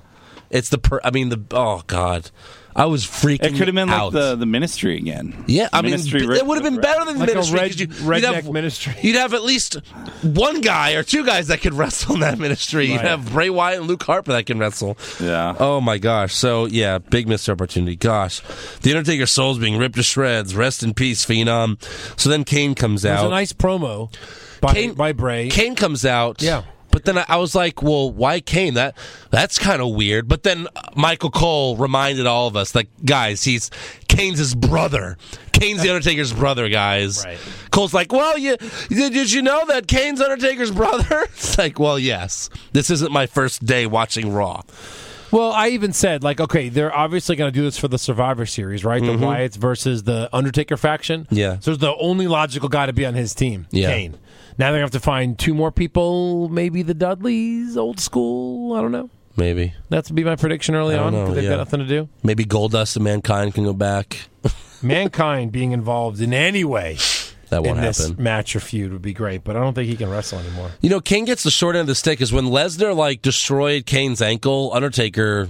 Speaker 4: It's the per. I mean the. Oh god, I was freaking.
Speaker 6: It could have been
Speaker 4: out.
Speaker 6: like the, the ministry again.
Speaker 4: Yeah, I mean,
Speaker 6: Ministry
Speaker 4: b-
Speaker 6: ripped
Speaker 4: it would have been
Speaker 6: with-
Speaker 4: better than
Speaker 5: Like a
Speaker 4: ministry.
Speaker 5: red-
Speaker 4: 'cause you, would
Speaker 5: redneck
Speaker 4: have,
Speaker 5: ministry.
Speaker 4: You'd have at least one guy or two guys that could wrestle in that ministry. You'd
Speaker 5: Right.
Speaker 4: have Bray Wyatt and Luke Harper that can wrestle.
Speaker 6: Yeah.
Speaker 4: Oh my gosh. So yeah, big missed opportunity. Gosh, the Undertaker's soul's being ripped to shreds. Rest in peace, Phenom. So then Kane comes
Speaker 5: It was
Speaker 4: out.
Speaker 5: a nice promo by,
Speaker 4: Kane-
Speaker 5: by Bray.
Speaker 4: Kane comes out.
Speaker 5: Yeah.
Speaker 4: But then I, I was like, well, why Kane? That that's kind of weird. But then uh, Michael Cole reminded all of us that guys, he's Kane's his brother. Kane's the Undertaker's brother, guys.
Speaker 5: Right.
Speaker 4: Cole's like, well, you did, did you know that Kane's Undertaker's brother? It's like, well, yes. This isn't my first day watching Raw.
Speaker 5: Well, I even said like, okay, they're obviously going to do this for the Survivor Series, right? The Wyatts versus the Undertaker faction.
Speaker 4: Mm-hmm. Yeah.
Speaker 5: So there's the only logical guy to be on his team.
Speaker 4: Yeah.
Speaker 5: Kane. Now they have to find two more people, maybe the Dudleys, old school. I don't know.
Speaker 4: Maybe,
Speaker 5: That's be my prediction early
Speaker 4: I don't
Speaker 5: on.
Speaker 4: know,
Speaker 5: 'cause they've
Speaker 4: yeah.
Speaker 5: got nothing to do.
Speaker 4: maybe Goldust and Mankind can go back.
Speaker 5: Mankind being involved in any way
Speaker 4: That won't
Speaker 5: in this
Speaker 4: happen.
Speaker 5: match or feud would be great, but I don't think he can wrestle anymore.
Speaker 4: You know, Kane gets the short end of the stick is when Lesnar like destroyed Kane's ankle. Undertaker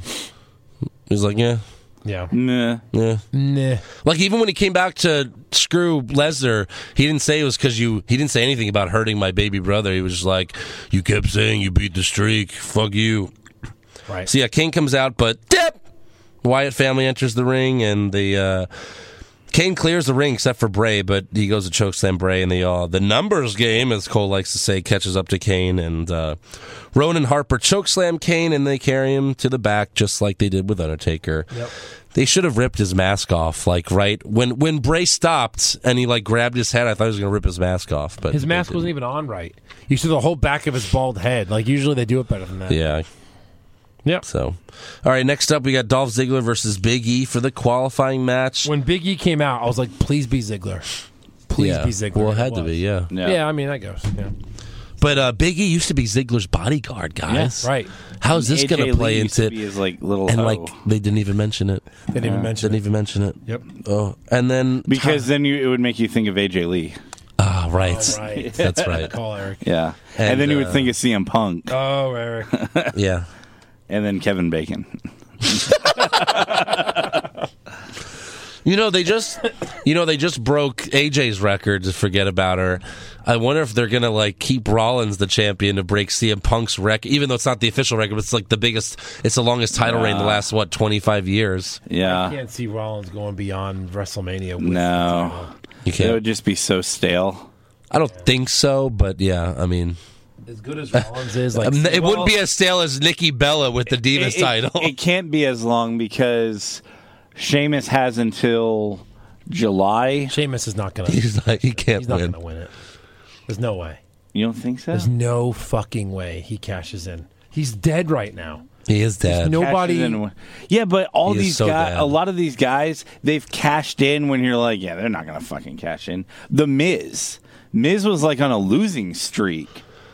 Speaker 4: was like, yeah,
Speaker 5: Yeah.
Speaker 6: Nah.
Speaker 4: yeah.
Speaker 5: Nah.
Speaker 4: Like even when he came back to screw Lesnar, he didn't say it was because you. He didn't say anything about hurting my baby brother. He was just like, you kept saying you beat the streak. Fuck you.
Speaker 5: Right.
Speaker 4: So yeah, Kane comes out, but dip. Wyatt family enters the ring, and the uh, Kane clears the ring except for Bray, but he goes to chokeslam Bray, and the uh, the numbers game, as Cole likes to say, catches up to Kane, and uh, Ronan Harper chokeslam Kane, and they carry him to the back just like they did with Undertaker. They should have ripped his mask off, like right when when Bray stopped and he like grabbed his head. I thought he was gonna rip his mask off, but
Speaker 5: His
Speaker 4: they
Speaker 5: mask
Speaker 4: didn't.
Speaker 5: wasn't even on right. You see the whole back of his bald head. Like usually they do it better than that.
Speaker 4: Yeah.
Speaker 5: Yep.
Speaker 4: So, all right. Next up, we got Dolph Ziggler versus Big E for the qualifying match.
Speaker 5: When Big E came out, I was like, please be Ziggler. Please
Speaker 4: yeah.
Speaker 5: be Ziggler.
Speaker 4: Well, it
Speaker 5: And
Speaker 4: had to
Speaker 5: was.
Speaker 4: be, yeah.
Speaker 5: Yeah. I mean, that goes. Yeah.
Speaker 4: But uh, Big E used to be Ziggler's bodyguard, guys.
Speaker 5: Yeah, right.
Speaker 4: How's this going
Speaker 6: AJ
Speaker 4: to play
Speaker 6: Lee used to
Speaker 4: into
Speaker 6: be
Speaker 4: it?
Speaker 6: his, like little
Speaker 4: And
Speaker 6: hoe.
Speaker 4: like they didn't even mention it.
Speaker 5: They didn't even mention
Speaker 4: Didn't
Speaker 5: it.
Speaker 4: even mention it.
Speaker 5: Yep.
Speaker 4: Oh, and then
Speaker 6: because then you, it would make you think of AJ Lee.
Speaker 4: ah, right.
Speaker 5: Right.
Speaker 4: That's right.
Speaker 5: Call Eric.
Speaker 6: Yeah, and,
Speaker 4: And,
Speaker 6: then you
Speaker 4: uh,
Speaker 6: would think of CM Punk,
Speaker 5: Oh, Eric.
Speaker 4: Yeah.
Speaker 6: and then Kevin Bacon.
Speaker 4: You know they just, you know they just broke AJ's record to forget about her. I wonder if they're gonna like keep Rollins the champion to break CM Punk's record, even though it's not the official record. But it's like the biggest, it's the longest title reign in the last what twenty five years.
Speaker 6: Yeah,
Speaker 5: I can't see Rollins going beyond WrestleMania. With
Speaker 6: no,
Speaker 4: You
Speaker 6: it
Speaker 4: can't.
Speaker 6: would just be so stale.
Speaker 4: I don't think so, but yeah, I mean,
Speaker 5: As good as Rollins is, like
Speaker 4: Um, it wouldn't be
Speaker 5: a
Speaker 4: as stale as Nikki Bella with the Divas
Speaker 6: it, it-
Speaker 4: title.
Speaker 6: It can't be as long because Sheamus has until July.
Speaker 5: Sheamus is not gonna. He's
Speaker 4: he's not, he can't
Speaker 5: not
Speaker 4: win.
Speaker 5: gonna win it. There's no way.
Speaker 6: You don't think so?
Speaker 5: There's no fucking way he cashes in. He's dead right now.
Speaker 4: He is dead.
Speaker 5: no- Nobody-
Speaker 6: Cashes in when- Yeah, but all
Speaker 4: He is
Speaker 6: these
Speaker 4: so
Speaker 6: guys,
Speaker 4: bad.
Speaker 6: a lot of these guys, they've cashed in when you're like, yeah, they're not gonna fucking cash in. The Miz, Miz was like on a losing streak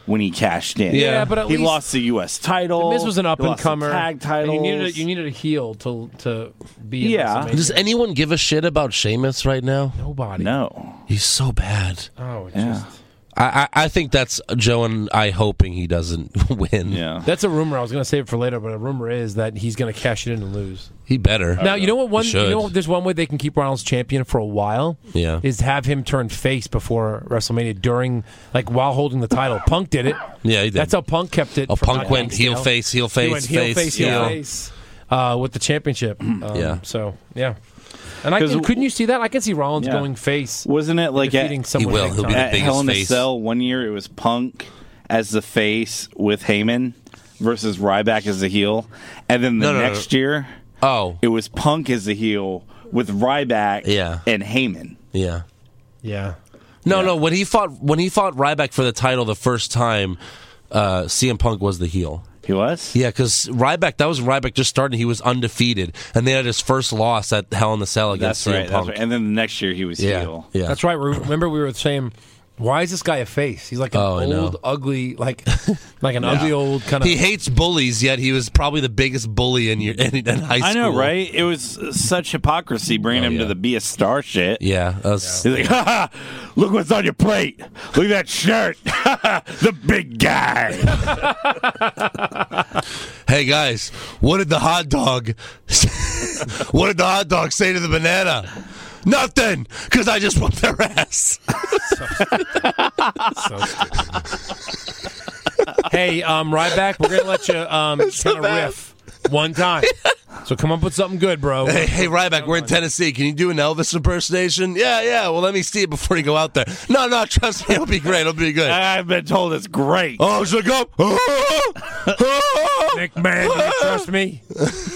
Speaker 6: when he cashed in.
Speaker 4: Yeah, Yeah,
Speaker 5: but at
Speaker 6: he
Speaker 5: least-
Speaker 6: lost the U.S. title.
Speaker 5: Miz was an
Speaker 6: He
Speaker 5: up
Speaker 6: lost the
Speaker 5: and comer.
Speaker 6: Tag title.
Speaker 5: You needed a, you needed a heel to to be. in
Speaker 6: Yeah.
Speaker 5: WrestleMania.
Speaker 4: Does anyone give a shit about Sheamus right now?
Speaker 5: nobody.
Speaker 6: no.
Speaker 4: He's so bad.
Speaker 5: Oh, it's
Speaker 6: Yeah.
Speaker 5: just
Speaker 4: I, I, I think that's Joe and I hoping he doesn't win.
Speaker 6: Yeah.
Speaker 5: that's a rumor. I was gonna save it for later, but a rumor is that he's gonna cash it in and lose.
Speaker 4: He better.
Speaker 5: Now you know what one
Speaker 4: He
Speaker 5: you
Speaker 4: should.
Speaker 5: know what, there's one way they can keep Rollins champion for a while.
Speaker 4: Yeah.
Speaker 5: is have him turn face before WrestleMania during like while holding the title. Punk did it.
Speaker 4: Yeah, he did.
Speaker 5: That's how Punk kept it.
Speaker 4: Oh,
Speaker 5: from
Speaker 4: Punk
Speaker 5: not
Speaker 4: went
Speaker 5: getting
Speaker 4: heel
Speaker 5: stale.
Speaker 4: face, heel face,
Speaker 5: he went heel
Speaker 4: face,
Speaker 5: face, heel,
Speaker 4: heel.
Speaker 5: face uh, with the championship. Um,
Speaker 4: Yeah.
Speaker 5: So yeah, and I
Speaker 6: 'Cause-
Speaker 5: can, couldn't you see that? I can see Rollins
Speaker 6: Yeah.
Speaker 5: going face,
Speaker 6: Wasn't it like at,
Speaker 5: defeating someone.
Speaker 4: will,
Speaker 5: big
Speaker 4: he'll be
Speaker 5: time.
Speaker 6: at
Speaker 4: biggest
Speaker 6: Hell in a
Speaker 4: face.
Speaker 6: Cell one year? It was Punk as the face with Heyman versus Ryback as the heel, and then the
Speaker 4: No, no, no,
Speaker 6: next year
Speaker 4: Oh,
Speaker 6: it was Punk as the heel with Ryback
Speaker 4: Yeah.
Speaker 6: and Heyman.
Speaker 4: yeah.
Speaker 5: yeah.
Speaker 4: No, no. When he fought, when he fought Ryback for the title the first time, uh, CM Punk was the heel.
Speaker 6: He was.
Speaker 4: Yeah, because Ryback, that was when Ryback just started. He was undefeated, and they had his first loss at Hell in the Cell against
Speaker 6: That's
Speaker 4: CM
Speaker 6: right, that's
Speaker 4: Punk.
Speaker 6: right. And then the next year he was
Speaker 4: yeah,
Speaker 6: heel.
Speaker 4: yeah,
Speaker 5: That's right. We- Remember, we were saying, "Why is this guy a face? He's like an
Speaker 4: Oh, I know.
Speaker 5: old, ugly, like, like an ugly old kind of."
Speaker 4: He hates bullies, yet he was probably the biggest bully in your in, in high school.
Speaker 6: I know, right? It was such hypocrisy bringing him
Speaker 4: Oh, yeah.
Speaker 6: to the be a star shit.
Speaker 4: Yeah, uh, that was-
Speaker 6: He's like, ha ha, look what's on your plate. Look at that shirt. the big guy.
Speaker 4: Hey guys, what did the hot dog? what did the hot dog say to the banana? Nothing, because I just whooped their ass.
Speaker 5: So stupid. hey, um, Ryback, we're gonna let you um, kind of riff one time. It's So come up with something good, bro.
Speaker 4: Hey, hey, Ryback, we're in Tennessee. Can you do an Elvis impersonation? Yeah, yeah. Well, let me see it before you go out there. No, no, trust me. It'll be great. It'll be good.
Speaker 6: I've been told it's great.
Speaker 4: Oh, it's like, oh, oh, oh.
Speaker 5: Nick, man, do you trust me?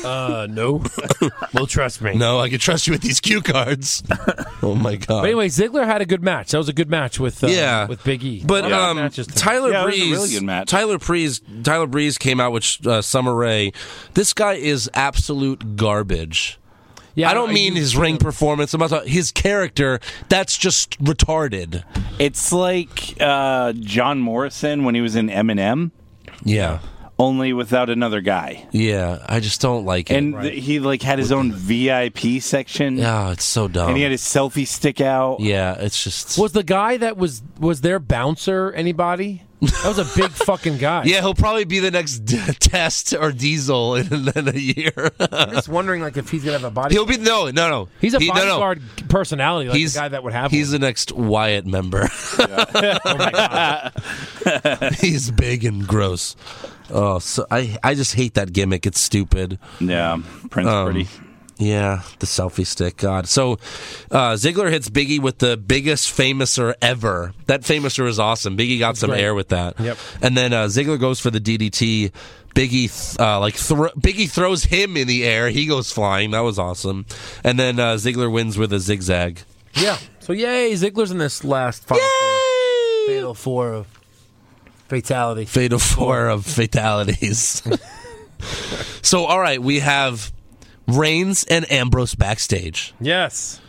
Speaker 5: Uh, no. well, trust me.
Speaker 4: No, I can trust you with these cue cards. Oh, my God.
Speaker 5: But anyway, Ziggler had a good match. That was a good match with uh,
Speaker 4: Yeah.
Speaker 5: with Big E.
Speaker 4: But
Speaker 5: Lot of
Speaker 4: um,
Speaker 5: matches tonight.
Speaker 4: Tyler
Speaker 6: Yeah, it was a
Speaker 4: Breeze,
Speaker 6: really good match.
Speaker 4: Tyler Breeze, Tyler Breeze came out with uh, Summer Rae. This guy is absolute garbage.
Speaker 5: yeah,
Speaker 4: I don't
Speaker 5: are
Speaker 4: mean
Speaker 5: you-
Speaker 4: his ring performance. I'm not talking, his character. That's just retarded.
Speaker 6: It's like uh, John Morrison when he was in Eminem,
Speaker 4: Yeah,
Speaker 6: only without another guy.
Speaker 4: yeah. I just don't like it.
Speaker 6: And th- he like had his own VIP section,
Speaker 4: yeah, Ah, it's so dumb.
Speaker 6: and he had his selfie stick out.
Speaker 4: yeah, it's just.
Speaker 5: was the guy that was was their bouncer anybody? That was a big fucking guy.
Speaker 4: yeah, he'll probably be the next d- test or Diesel in, in a year.
Speaker 5: I'm just wondering like if he's gonna have a body.
Speaker 4: he'll be no, no, no.
Speaker 5: he's a
Speaker 4: He- no, no.
Speaker 5: bodyguard personality, like
Speaker 4: He's
Speaker 5: the guy that would have.
Speaker 4: He's
Speaker 5: one.
Speaker 4: the next Wyatt member.
Speaker 5: oh my God.
Speaker 4: he's big and gross. Oh, so I I just hate that gimmick. It's stupid.
Speaker 6: Yeah, Prince
Speaker 4: Um,
Speaker 6: Pretty.
Speaker 4: Yeah, the selfie stick. God. So uh, Ziggler hits Biggie with the biggest famouser ever. That famouser is awesome. Biggie got some
Speaker 5: great.
Speaker 4: air with that.
Speaker 5: Yep.
Speaker 4: And then uh, Ziggler goes for the DDT. Biggie th- uh, like thro- Biggie throws him in the air. He goes flying. That was awesome. And then uh, Ziggler wins with a zigzag.
Speaker 5: yeah. So yay, Ziggler's in this last final four, fatal four of fatality.
Speaker 4: Fatal four of fatalities. so all right, we have Reigns and Ambrose backstage.
Speaker 5: Yes.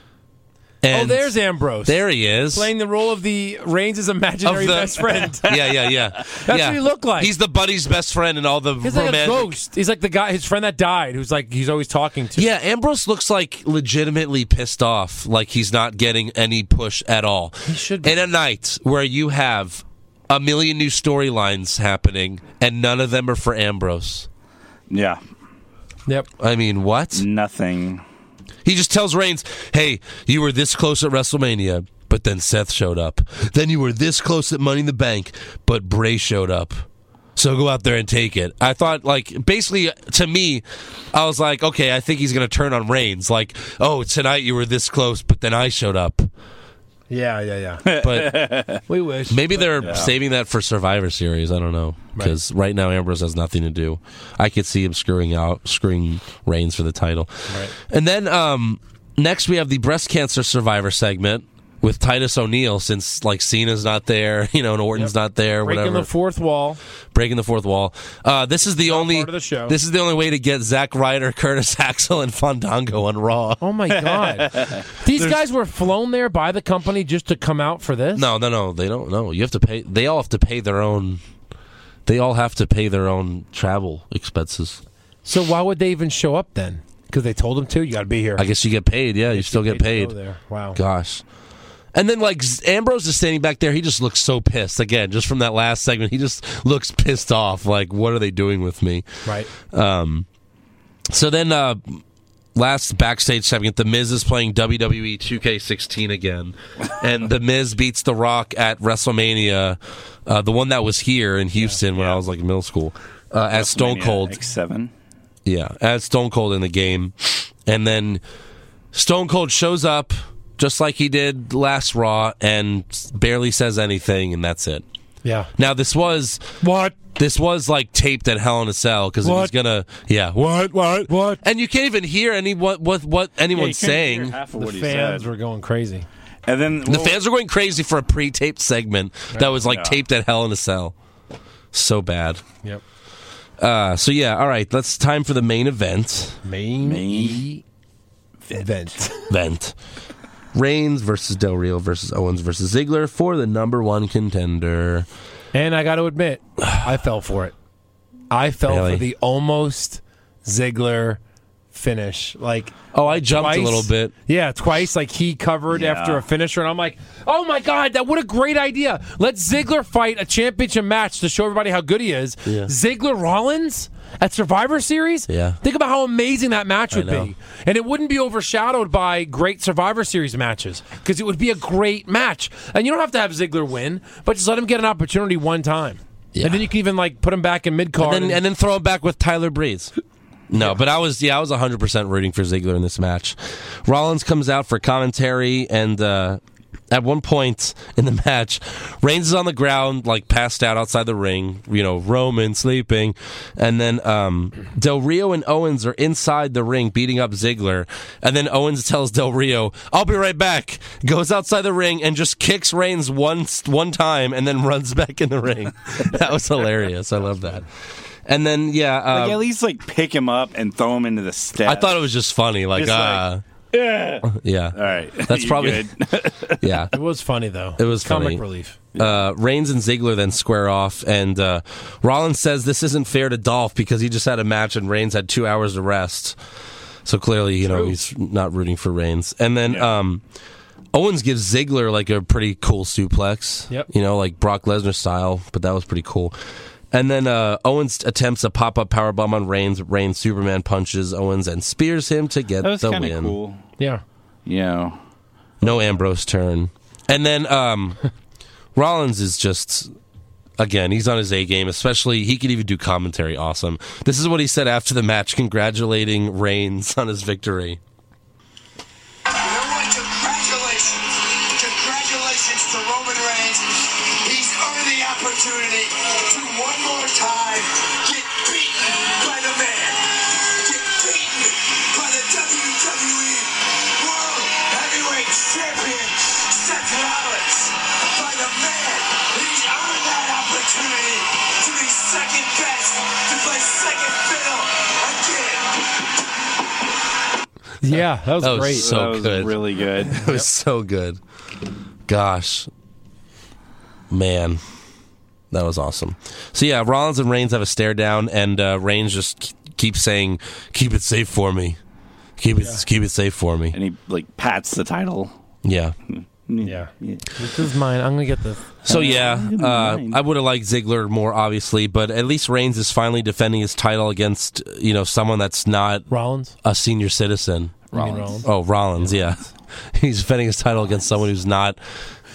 Speaker 5: Oh,
Speaker 4: And
Speaker 5: there's Ambrose.
Speaker 4: there he is
Speaker 5: playing the role of the Reigns' imaginary
Speaker 4: Of the-
Speaker 5: best friend.
Speaker 4: yeah, yeah, yeah.
Speaker 5: what
Speaker 4: yeah.
Speaker 5: he looked like.
Speaker 4: He's the buddy's best friend and all the
Speaker 5: He's like a
Speaker 4: romantic.
Speaker 5: ghost. He's like the guy, his friend that died, who's like he's always talking to.
Speaker 4: yeah, Ambrose looks like legitimately pissed off, like he's not getting any push at all. He
Speaker 5: should be.
Speaker 4: In a night where you have a million new storylines happening and none of them are for Ambrose.
Speaker 6: Yeah,
Speaker 5: Yep.
Speaker 4: I mean, what?
Speaker 6: nothing.
Speaker 4: He just tells Reigns, "Hey, you were this close at WrestleMania, but then Seth showed up. Then you were this close at Money in the Bank, but Bray showed up. So go out there and take it." I thought, like, basically, to me, I was like, "Okay, I think he's gonna turn on Reigns. Like, oh, tonight you were this close, but then I showed up."
Speaker 5: Yeah, yeah, yeah.
Speaker 4: But
Speaker 5: we wish.
Speaker 4: maybe they're saving that for Survivor Series. I don't know because right. now Ambrose has nothing to do. I could see him screwing out, screwing Reigns for the title. And then um, next we have the breast cancer survivor segment with Titus O'Neil, since like Cena's not there, you know, and Orton's not there,
Speaker 5: breaking
Speaker 4: whatever,
Speaker 5: the fourth wall.
Speaker 4: breaking the fourth wall. Uh, this is the only
Speaker 5: part of the show.
Speaker 4: This is the only way to get Zack Ryder, Curtis Axel, and Fandango on Raw.
Speaker 5: Oh my god! These guys were flown there by the company just to come out for this.
Speaker 4: No, no, no. They don't. No, you have to pay. They all have to pay their own. They all have to pay their own travel expenses.
Speaker 5: So why would they even show up then? Because they told them to. You got to be here.
Speaker 4: I guess you get paid. Yeah, you still get
Speaker 5: To go
Speaker 4: paid.
Speaker 5: there. Wow.
Speaker 4: Gosh. And then like Z- Ambrose is standing back there. He just looks so pissed. Again, just from that last segment, he just looks pissed off. Like, what are they doing with me?
Speaker 5: Right.
Speaker 4: So then, uh, last backstage segment, The Miz is playing E WWE 2K16 again, and The Miz beats The Rock at WrestleMania, uh, the one that was here in Houston when I was like in middle school, uh, as Stone Cold.
Speaker 6: X seven.
Speaker 4: Yeah, as Stone Cold in the game, and then Stone Cold shows up just like he did last Raw and barely says anything, and that's it.
Speaker 5: Yeah.
Speaker 4: Now this was
Speaker 5: What?
Speaker 4: this was like taped at Hell in a Cell because it was
Speaker 5: What?
Speaker 4: gonna yeah what what
Speaker 5: What?
Speaker 4: and you can't even hear any what what what anyone's saying.
Speaker 5: The fans were going crazy.
Speaker 6: and then
Speaker 4: The fans are going crazy for a pre-taped segment that was like
Speaker 6: Yeah.
Speaker 4: taped at Hell in a Cell. So bad.
Speaker 5: Yep.
Speaker 4: Uh, so yeah, all right. That's time for the main event.
Speaker 5: Main,
Speaker 6: Main
Speaker 5: event.
Speaker 4: Vent. Reigns versus Del Rio versus Owens versus Ziggler for the number one contender.
Speaker 5: And I got to admit, I fell for it. I fell
Speaker 4: Really?
Speaker 5: for the almost Ziggler finish. Like
Speaker 4: Oh, I jumped a
Speaker 5: twice.
Speaker 4: little bit.
Speaker 5: Yeah, twice. Like he covered
Speaker 6: Yeah.
Speaker 5: after a finisher, and I'm like, oh my god, that what a great idea. Let Ziggler fight a championship match to show everybody how good he is.
Speaker 4: Yeah.
Speaker 5: Ziggler Rollins at Survivor Series.
Speaker 4: Yeah.
Speaker 5: think about how amazing that match would
Speaker 4: know.
Speaker 5: be, and it wouldn't be overshadowed by great Survivor Series matches because it would be a great match. And you don't have to have Ziggler win, but just let him get an opportunity one time.
Speaker 4: Yeah.
Speaker 5: And then you can even like put him back in mid card.
Speaker 4: And, and then throw him back with Tyler Breeze. No, but I was yeah, I was 100% rooting for Ziggler in this match. Rollins comes out for commentary and uh at one point in the match, Reigns is on the ground, like passed out outside the ring, you know, Roman sleeping. And then um, Del Rio and Owens are inside the ring beating up Ziggler. And then Owens tells Del Rio, I'll be right back. Goes outside the ring and just kicks Reigns once, one time and then runs back in the ring. that was hilarious. I love that. And then, yeah. Um,
Speaker 6: Like, at least like pick him up and throw him into the steps.
Speaker 4: I thought it was just funny, like,
Speaker 6: Just
Speaker 4: uh,
Speaker 6: Yeah.
Speaker 4: yeah,
Speaker 6: All right.
Speaker 4: That's
Speaker 6: You
Speaker 4: probably-
Speaker 6: good?
Speaker 4: yeah.
Speaker 5: It was funny though.
Speaker 4: It was
Speaker 5: comic
Speaker 4: funny.
Speaker 5: relief.
Speaker 4: Uh, Reigns and Ziggler then square off, and uh, Rollins says this isn't fair to Dolph because he just had a match and Reigns had two hours to rest. So clearly, you know, he's not rooting for Reigns. And then
Speaker 6: Yeah.
Speaker 4: um, Owens gives Ziggler like a pretty cool suplex,
Speaker 5: Yep.
Speaker 4: you know, like Brock Lesnar style, but that was pretty cool. And then uh, Owens attempts a pop up powerbomb on Reigns. Reigns Superman punches Owens and spears him to get
Speaker 6: That was
Speaker 4: the
Speaker 6: kind of
Speaker 4: win.
Speaker 6: cool.
Speaker 5: Yeah.
Speaker 6: You know.
Speaker 4: No Ambrose turn. And then um, Rollins is just again, he's on his A game, especially he could even do commentary awesome. This is what he said after the match congratulating Reigns on his victory.
Speaker 9: You know what? Congratulations. Congratulations to Roman Reigns. He's earned the opportunity to one more time get beaten by the man. Get beaten by the WWE World Heavyweight Champion, Seth Rollins. By the man. He's earned that opportunity to be second best, to play second fiddle again.
Speaker 5: Yeah, that was
Speaker 4: That was
Speaker 5: great.
Speaker 4: so
Speaker 6: that was
Speaker 4: good.
Speaker 6: really good.
Speaker 4: It was so good. Gosh. Man. That was awesome. So yeah, Rollins and Reigns have a stare down and uh, Reigns just k- keeps saying, "Keep it safe for me. Keep it keep it safe for me."
Speaker 6: and he like pats the title.
Speaker 4: Yeah.
Speaker 5: yeah. This is mine. I'm gonna get this.
Speaker 4: So yeah, uh,
Speaker 6: mind.
Speaker 4: I would have liked Ziggler more, obviously, but at least Reigns is finally defending his title against you know someone that's not
Speaker 5: Rollins.
Speaker 4: a senior citizen.
Speaker 5: You mean Rollins.
Speaker 4: Oh, Rollins, yeah, he's defending his title against someone who's not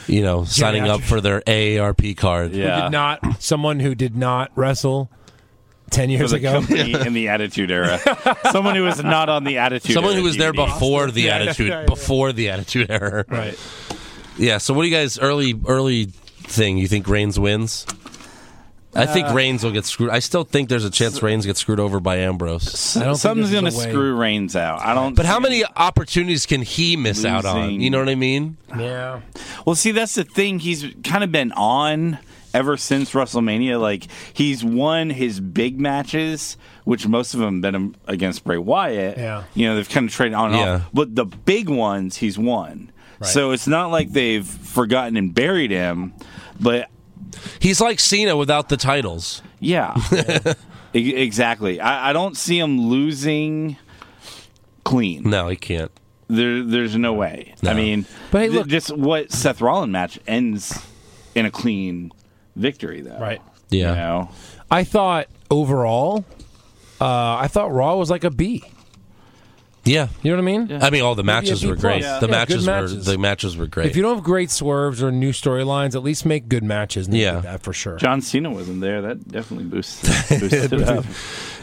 Speaker 4: you know signing up
Speaker 5: Ash.
Speaker 4: for their AARP card.
Speaker 6: Yeah.
Speaker 5: Did not someone who did not wrestle ten years
Speaker 6: the
Speaker 5: ago.
Speaker 6: company in the Attitude Era. Someone who was not on the Attitude.
Speaker 4: Someone
Speaker 6: Era
Speaker 4: who was there
Speaker 6: DVD.
Speaker 4: before the
Speaker 5: Yeah, yeah,
Speaker 4: attitude,
Speaker 5: yeah, yeah.
Speaker 4: before the attitude error.
Speaker 5: Right.
Speaker 4: Yeah. So, what do you guys early early thing? You think Reigns wins? I think
Speaker 5: Uh,
Speaker 4: Reigns will get screwed. I still think there's a chance Reigns gets screwed over by Ambrose.
Speaker 5: I don't think
Speaker 6: Something's
Speaker 5: this is
Speaker 6: gonna
Speaker 5: a way.
Speaker 6: screw Reigns out. I don't.
Speaker 4: But how
Speaker 6: see-
Speaker 4: many opportunities can he miss out on?
Speaker 6: Losing.
Speaker 4: You know what I mean?
Speaker 5: Yeah.
Speaker 6: Well, see, that's the thing. He's kind of been on ever since WrestleMania. Like he's won his big matches, which most of them have been against Bray Wyatt.
Speaker 5: Yeah.
Speaker 6: you know they've kind of traded on and
Speaker 4: Yeah.
Speaker 6: off. But the big ones, he's won. So it's not like they've forgotten and buried him. But
Speaker 4: He's like Cena without the titles.
Speaker 6: Yeah, E- exactly. I, I don't see him losing clean.
Speaker 4: No, he can't.
Speaker 6: There, there's no way. I mean,
Speaker 5: But hey,
Speaker 6: th-
Speaker 5: look-
Speaker 6: just what Seth Rollins match ends in a clean victory, though.
Speaker 5: Right.
Speaker 6: You
Speaker 4: Yeah.
Speaker 6: know?
Speaker 5: I thought overall, uh, I thought Raw was like a B.
Speaker 4: Yeah.
Speaker 5: You know what I mean?
Speaker 4: I mean, all the matches
Speaker 5: B
Speaker 4: were great.
Speaker 5: plus.
Speaker 4: The
Speaker 5: Yeah, good
Speaker 4: matches,
Speaker 5: matches.
Speaker 4: were the matches were great.
Speaker 5: If you don't have great swerves or new storylines, at least make good matches. And they
Speaker 4: Yeah.
Speaker 5: did that for sure.
Speaker 6: John Cena wasn't there. That definitely boosts, boosted it up.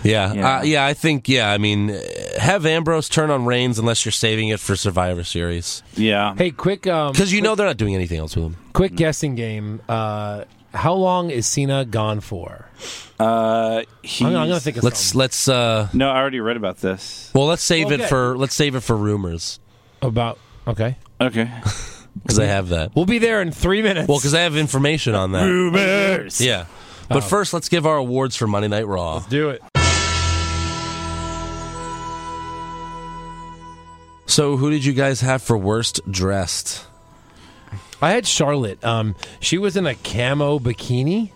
Speaker 4: yeah, yeah.
Speaker 6: Yeah.
Speaker 4: Uh, yeah. I think yeah. I mean, uh, have Ambrose turn on Reigns unless you're saving it for Survivor Series
Speaker 6: Yeah.
Speaker 5: Hey, quick, um,
Speaker 4: because you know they're not doing anything else with him.
Speaker 5: quick guessing game. Uh, how long is Cena gone for? I'm,
Speaker 6: Uh,
Speaker 5: gonna- I'm
Speaker 6: he's-
Speaker 5: gonna think of
Speaker 4: Let's
Speaker 5: something
Speaker 4: let's uh
Speaker 6: No, I already read about this.
Speaker 4: well let's save it
Speaker 5: Okay.
Speaker 4: for let's save it for rumors
Speaker 5: about. Okay,
Speaker 6: Okay.
Speaker 4: because I have that.
Speaker 5: we'll be there in three minutes.
Speaker 4: Well, because I have information on that.
Speaker 6: Rumors.
Speaker 4: Yeah. But first, let's give our awards for Monday Night Raw.
Speaker 5: do it.
Speaker 4: So, who did you guys have for worst dressed?
Speaker 5: I had Charlotte. Um, she was in a camo bikini.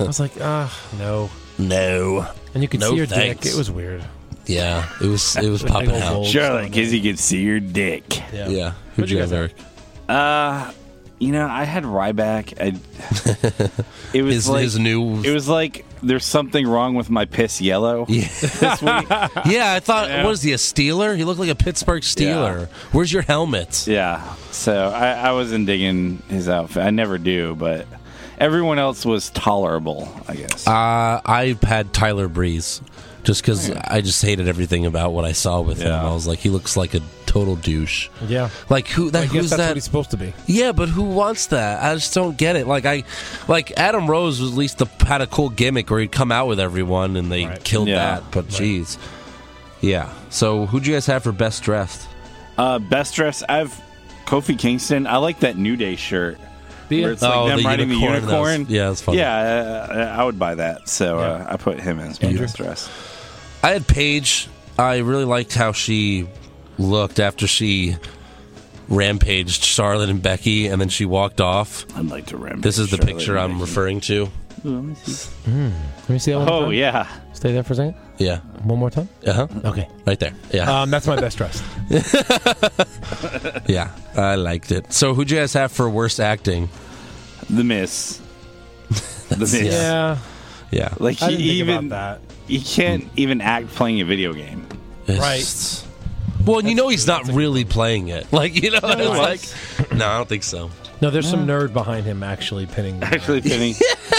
Speaker 5: I was like, ah, no.
Speaker 4: No.
Speaker 5: And you could
Speaker 4: No
Speaker 5: see her
Speaker 4: thanks.
Speaker 5: dick. It was weird.
Speaker 4: Yeah, it was it was popping
Speaker 5: Big
Speaker 4: out.
Speaker 5: old
Speaker 6: Charlotte, because you can see your dick.
Speaker 5: Yeah.
Speaker 4: Yeah, who'd you have, Eric?
Speaker 6: Uh, you know, I had Ryback. I, it was
Speaker 4: His
Speaker 6: like
Speaker 4: his new.
Speaker 6: it was like there's something wrong with my piss yellow.
Speaker 4: Yeah.
Speaker 6: this week.
Speaker 4: yeah, I thought what is he a Steeler? He looked like a Pittsburgh Steeler. Where's your helmet?
Speaker 6: Yeah, so I, I wasn't digging his outfit. I never do, but everyone else was tolerable, I guess.
Speaker 4: Uh, I've had Tyler Breeze. just because I just hated everything about what I saw with him.
Speaker 6: Oh, Yeah.
Speaker 4: I was like, he looks like a total douche.
Speaker 5: Yeah.
Speaker 4: Like who? That,
Speaker 5: I guess
Speaker 4: who's
Speaker 5: that's
Speaker 4: that?
Speaker 5: what he's supposed to be.
Speaker 4: Yeah, but who wants that? I just don't get it. Like I, like Adam Rose was at least the, had a cool gimmick where he'd come out with everyone and they
Speaker 5: Right.
Speaker 4: killed
Speaker 6: Yeah.
Speaker 4: that. But jeez, yeah. So who'd you guys have for best dressed?
Speaker 6: Uh, best dress, I've Kofi Kingston. I like that New Day shirt. Where it's like
Speaker 4: Oh,
Speaker 6: them
Speaker 4: the
Speaker 6: riding
Speaker 4: unicorn,
Speaker 6: the
Speaker 4: that was-
Speaker 6: unicorn.
Speaker 4: yeah, that's funny.
Speaker 6: Yeah, uh, I would buy that. So uh, I put him as my
Speaker 5: Andrew?
Speaker 6: best dress.
Speaker 4: I had Paige. I really liked how she looked after she rampaged Charlotte and Becky, and then she walked off.
Speaker 6: I'd like to remember.
Speaker 4: This is the picture I'm referring to.
Speaker 5: Let me see that one.
Speaker 6: Oh yeah,
Speaker 5: Stay there for a second.
Speaker 4: Yeah.
Speaker 5: One more time.
Speaker 4: Uh huh.
Speaker 5: Okay.
Speaker 4: Right there. Yeah.
Speaker 5: Um, that's my best dress.
Speaker 4: yeah. I liked it. So who'd you guys have for worst acting?
Speaker 6: the Miss. the Miss.
Speaker 5: yeah.
Speaker 4: Yeah.
Speaker 6: Like
Speaker 5: I
Speaker 6: he
Speaker 5: didn't think
Speaker 6: even
Speaker 5: about
Speaker 6: he
Speaker 4: Hmm.
Speaker 6: can't even act playing a video game.
Speaker 4: It's- Well, and you know he's not really playing it. Like you know, it's like no, I don't think so.
Speaker 5: that. No, there's some nerd behind him actually pinning. the-
Speaker 6: Actually, Penny,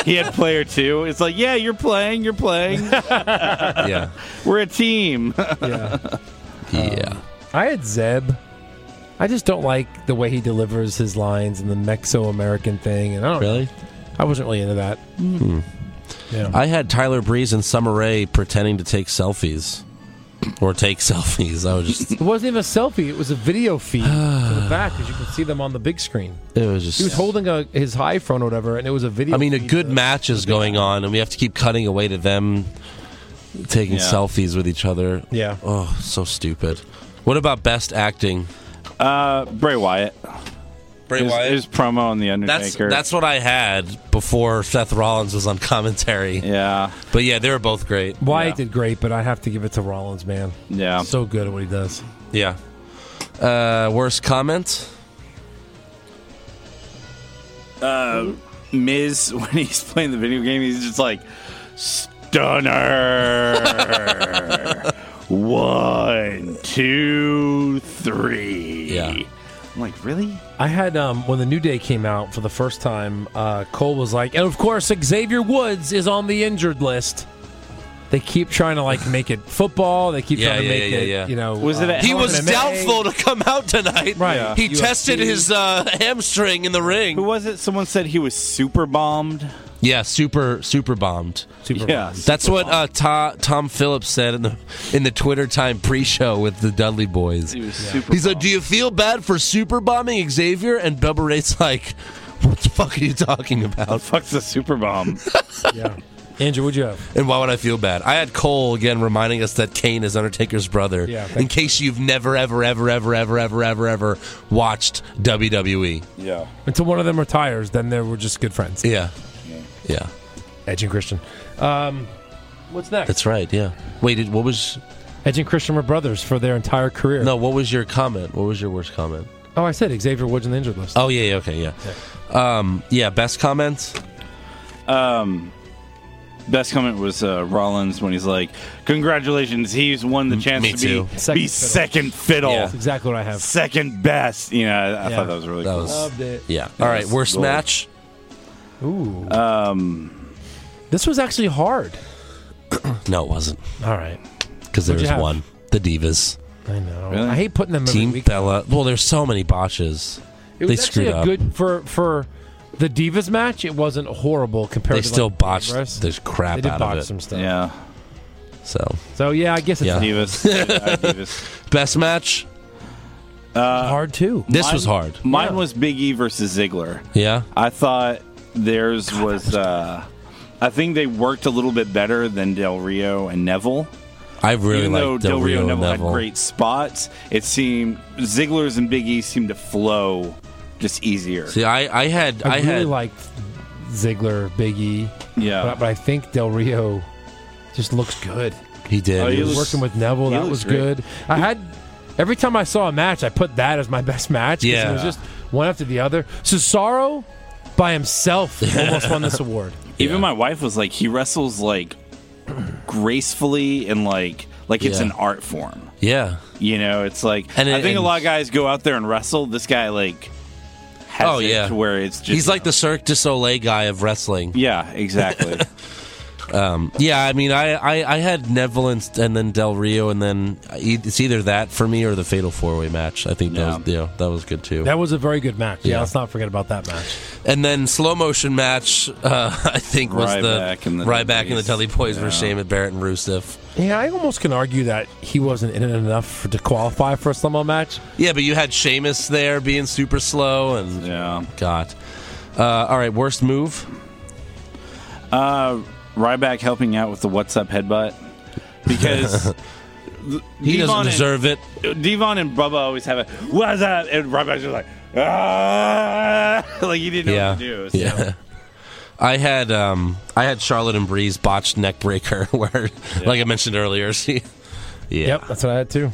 Speaker 6: he had player two. It's like, yeah, you're playing, you're playing.
Speaker 4: Yeah.
Speaker 6: We're a team. Uh,
Speaker 5: yeah. Um,
Speaker 4: Yeah.
Speaker 5: I had Zeb. I just don't like the way he delivers his lines and the Mexo American thing, and I don't
Speaker 4: Really?
Speaker 5: I wasn't really into that. Yeah.
Speaker 4: I had Tyler Breeze and Summer Rae pretending to take selfies. Or take selfies. I was just
Speaker 5: it wasn't even a selfie; it was a video feed to the back, because you could see them on the big screen.
Speaker 4: it was just
Speaker 5: He was holding a, his iPhone or whatever, and it was a video.
Speaker 4: I mean, a
Speaker 5: feed
Speaker 4: good
Speaker 5: to-
Speaker 4: match is going on, and we have to keep cutting away to them taking
Speaker 6: Yeah.
Speaker 4: selfies with each other.
Speaker 5: Yeah.
Speaker 4: Oh, so stupid. What about best acting?
Speaker 6: Uh, Bray Wyatt.
Speaker 4: Bray
Speaker 6: His, his promo on the
Speaker 4: That's
Speaker 6: Undertaker.
Speaker 4: that's what I had before Seth Rollins was on commentary.
Speaker 6: yeah,
Speaker 4: But yeah, they were both great.
Speaker 5: Wyatt
Speaker 6: Yeah.
Speaker 5: did great, but I have to give it to Rollins, man.
Speaker 6: yeah.
Speaker 5: So good at what he does.
Speaker 4: Yeah. Uh, worst comment?
Speaker 6: Miz when he's playing the video game, he's just like stunner. One, two, three.
Speaker 4: Yeah.
Speaker 6: I'm like, really?
Speaker 5: I had um, when the New Day came out for the first time. Uh, Cole was like, and of course Xavier Woods is on the injured list. They keep trying to like make it football. They keep
Speaker 4: Yeah,
Speaker 5: trying to
Speaker 4: yeah,
Speaker 5: make
Speaker 4: yeah,
Speaker 5: it,
Speaker 4: yeah.
Speaker 5: you know.
Speaker 6: Was it
Speaker 5: uh,
Speaker 6: a-
Speaker 4: He
Speaker 6: Oh,
Speaker 4: was
Speaker 5: MMA.
Speaker 4: doubtful to come out tonight.
Speaker 5: Right. Yeah.
Speaker 4: He
Speaker 5: UFC.
Speaker 4: tested his uh, hamstring in the
Speaker 6: Who
Speaker 4: ring.
Speaker 6: was it? Someone said he was super bombed.
Speaker 4: Yeah, super super bombed.
Speaker 5: Super
Speaker 6: Yeah.
Speaker 4: That's what uh, Ta- Tom Phillips said in the in the Twitter time pre-show with the Dudley Boys.
Speaker 6: He was super.
Speaker 4: He's like,
Speaker 6: bombed.
Speaker 4: "Do you feel bad for super bombing Xavier?" And Bubba Ray's like, "What the fuck are you talking
Speaker 6: the
Speaker 4: about?"
Speaker 6: fuck's a super bomb?
Speaker 5: Yeah. Andrew, what'd you have?
Speaker 4: And why would I feel bad? I had Cole again reminding us that Kane is Undertaker's brother.
Speaker 5: Yeah, thank
Speaker 4: in case you've never, ever, ever, ever, ever, ever, ever, ever watched E. WWE.
Speaker 6: yeah.
Speaker 5: Until one of them retires, then they were just good friends.
Speaker 4: Yeah, yeah,
Speaker 5: Edge and Christian. Um, what's next?
Speaker 4: that's right. Yeah. Wait, did, what was
Speaker 5: Edge and Christian were brothers for their entire career.
Speaker 4: no? What was your comment? What was your worst comment?
Speaker 5: Oh, I said Xavier Woods on the injured list.
Speaker 4: Oh yeah, yeah okay, yeah. Um, yeah, best comments.
Speaker 6: Best comment was uh, Rollins when he's like, "Congratulations, he's won the chance
Speaker 4: me
Speaker 6: to
Speaker 4: too.
Speaker 6: be,
Speaker 5: Second
Speaker 6: be
Speaker 5: fiddle.
Speaker 6: second fiddle,
Speaker 4: Yeah.
Speaker 5: That's exactly what I have.
Speaker 6: second best." You know, I, I
Speaker 5: Yeah.
Speaker 6: thought that was really
Speaker 4: That
Speaker 6: cool.
Speaker 4: was- Loved
Speaker 5: it.
Speaker 4: Yeah. All right.
Speaker 6: Yes,
Speaker 4: Worst
Speaker 6: gold.
Speaker 4: match.
Speaker 5: Ooh. Um, this was actually hard.
Speaker 4: No, it wasn't
Speaker 5: All right.
Speaker 4: because there
Speaker 5: What'd you
Speaker 4: was
Speaker 5: have?
Speaker 4: one. The Divas.
Speaker 5: I know.
Speaker 6: Really?
Speaker 5: I hate putting them every
Speaker 4: Team
Speaker 5: week.
Speaker 4: Bella. Well, there's so many botches.
Speaker 5: It was
Speaker 4: They
Speaker 5: actually
Speaker 4: screwed
Speaker 5: a
Speaker 4: up.
Speaker 5: good for for the Divas match. It wasn't horrible compared.
Speaker 4: They
Speaker 5: to
Speaker 4: still
Speaker 5: like,
Speaker 4: botched
Speaker 5: the rest.
Speaker 4: the
Speaker 5: They
Speaker 4: crap
Speaker 5: did
Speaker 4: out
Speaker 5: botch
Speaker 4: of it.
Speaker 5: some stuff.
Speaker 6: yeah,
Speaker 4: So
Speaker 5: So yeah, I guess it's
Speaker 4: Yeah.
Speaker 6: Divas. Yeah, Divas.
Speaker 4: best match.
Speaker 5: hard too.
Speaker 4: This
Speaker 6: Mine-
Speaker 4: was hard.
Speaker 6: Mine
Speaker 5: Yeah.
Speaker 6: was Big E versus Ziggler.
Speaker 4: Yeah.
Speaker 6: I thought theirs was. Uh, I think they worked a little bit better than Del Rio and Neville.
Speaker 4: I really
Speaker 6: Even though
Speaker 4: like Del Rio
Speaker 6: and
Speaker 4: and
Speaker 6: Neville,
Speaker 4: Neville.
Speaker 6: had great spots, it seemed Ziggler's and Big E seemed to flow just easier.
Speaker 4: See, I, I had
Speaker 5: I,
Speaker 4: I,
Speaker 5: really
Speaker 4: had
Speaker 5: liked Ziggler, Big E,
Speaker 6: yeah,
Speaker 5: but, but I think Del Rio just looks good.
Speaker 4: he did.
Speaker 6: Oh,
Speaker 4: He
Speaker 6: he
Speaker 4: was-
Speaker 6: looks-
Speaker 5: Working with Neville,
Speaker 6: he
Speaker 5: that
Speaker 6: looks
Speaker 5: was
Speaker 6: great.
Speaker 5: good. I had every time I saw a match, I put that as my best match. 'cause
Speaker 4: Yeah.
Speaker 5: it was just one after the other. Cesaro by himself almost won this award.
Speaker 6: Even
Speaker 4: Yeah.
Speaker 6: my wife was like, he wrestles like gracefully and like like it's
Speaker 4: Yeah.
Speaker 6: an art form.
Speaker 4: yeah.
Speaker 6: You know, it's like
Speaker 4: And
Speaker 6: I
Speaker 4: it-
Speaker 6: think a
Speaker 4: and-
Speaker 6: lot of guys go out there and wrestle. This guy like has
Speaker 4: Oh,
Speaker 6: it
Speaker 4: yeah.
Speaker 6: to where it's just
Speaker 4: He's like the Cirque du Soleil guy of wrestling.
Speaker 6: yeah exactly.
Speaker 4: Um, yeah, I mean, I, I, I had Neville and, and then Del Rio, and then e- it's either that for me or the Fatal Four Way match. I think that was yeah, that was good too.
Speaker 5: That was a very good match. Yeah,
Speaker 4: Yeah.
Speaker 5: let's not forget about that match.
Speaker 4: And then slow motion match, uh, I think was
Speaker 6: Ryback
Speaker 4: the
Speaker 6: and the
Speaker 4: Ryback and the Dudley
Speaker 6: Dudleys.
Speaker 4: Boys versus Shane Barrett and Rusev.
Speaker 5: Yeah, I almost can argue that he wasn't in it enough for, to qualify for a slow match.
Speaker 4: Yeah, but you had Sheamus there being super slow and
Speaker 6: Yeah.
Speaker 4: God. Uh, all right, worst move.
Speaker 6: Ryback helping out with the what's up headbutt because
Speaker 4: He doesn't
Speaker 6: and-
Speaker 4: deserve it.
Speaker 6: Devon and Bubba always have a what's up, and Ryback's just like ah, like he didn't know
Speaker 4: yeah.
Speaker 6: what to do. So.
Speaker 4: Yeah. I had um, I had Charlotte and Breeze botched neck breaker where, like I mentioned earlier. She, yeah.
Speaker 5: Yep, that's what I had too.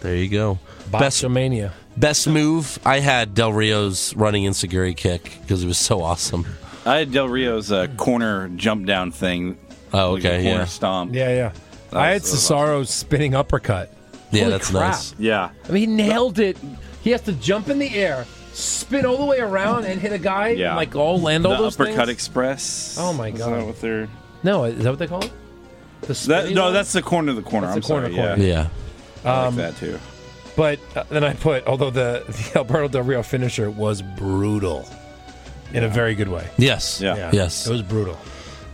Speaker 4: There you go. Best
Speaker 5: Botchamania.
Speaker 4: best move. I had Del Rio's running insiguri kick because it was so awesome.
Speaker 6: I had Del Rio's uh, corner jump down thing.
Speaker 4: Oh,
Speaker 6: Like a
Speaker 4: okay,
Speaker 6: corner
Speaker 4: yeah,
Speaker 6: stomp.
Speaker 5: Yeah, yeah. I had
Speaker 6: that was
Speaker 5: Cesaro's spinning uppercut.
Speaker 4: yeah,
Speaker 5: Holy
Speaker 4: that's
Speaker 5: crap.
Speaker 4: nice.
Speaker 6: yeah.
Speaker 5: I mean, he nailed it. He has to jump in the air, spin all the way around, and hit a guy,
Speaker 6: Yeah.
Speaker 5: and like all land all
Speaker 6: the
Speaker 5: those
Speaker 6: uppercut
Speaker 5: things.
Speaker 6: express.
Speaker 5: Oh, my
Speaker 6: Is
Speaker 5: God.
Speaker 6: that what they're-
Speaker 5: no, is that what they call it? The
Speaker 6: That,
Speaker 5: spinning
Speaker 6: no,
Speaker 5: one?
Speaker 6: that's the corner of the corner.
Speaker 5: That's
Speaker 6: I'm
Speaker 5: the corner
Speaker 6: sorry.
Speaker 5: corner. Um,
Speaker 6: Yeah,
Speaker 4: Yeah,
Speaker 6: I like that too.
Speaker 5: But uh, then I put, although the, the Alberto Del Rio finisher was brutal, in a very good way.
Speaker 4: yes,
Speaker 6: Yeah.
Speaker 4: yes. Um,
Speaker 5: it was brutal.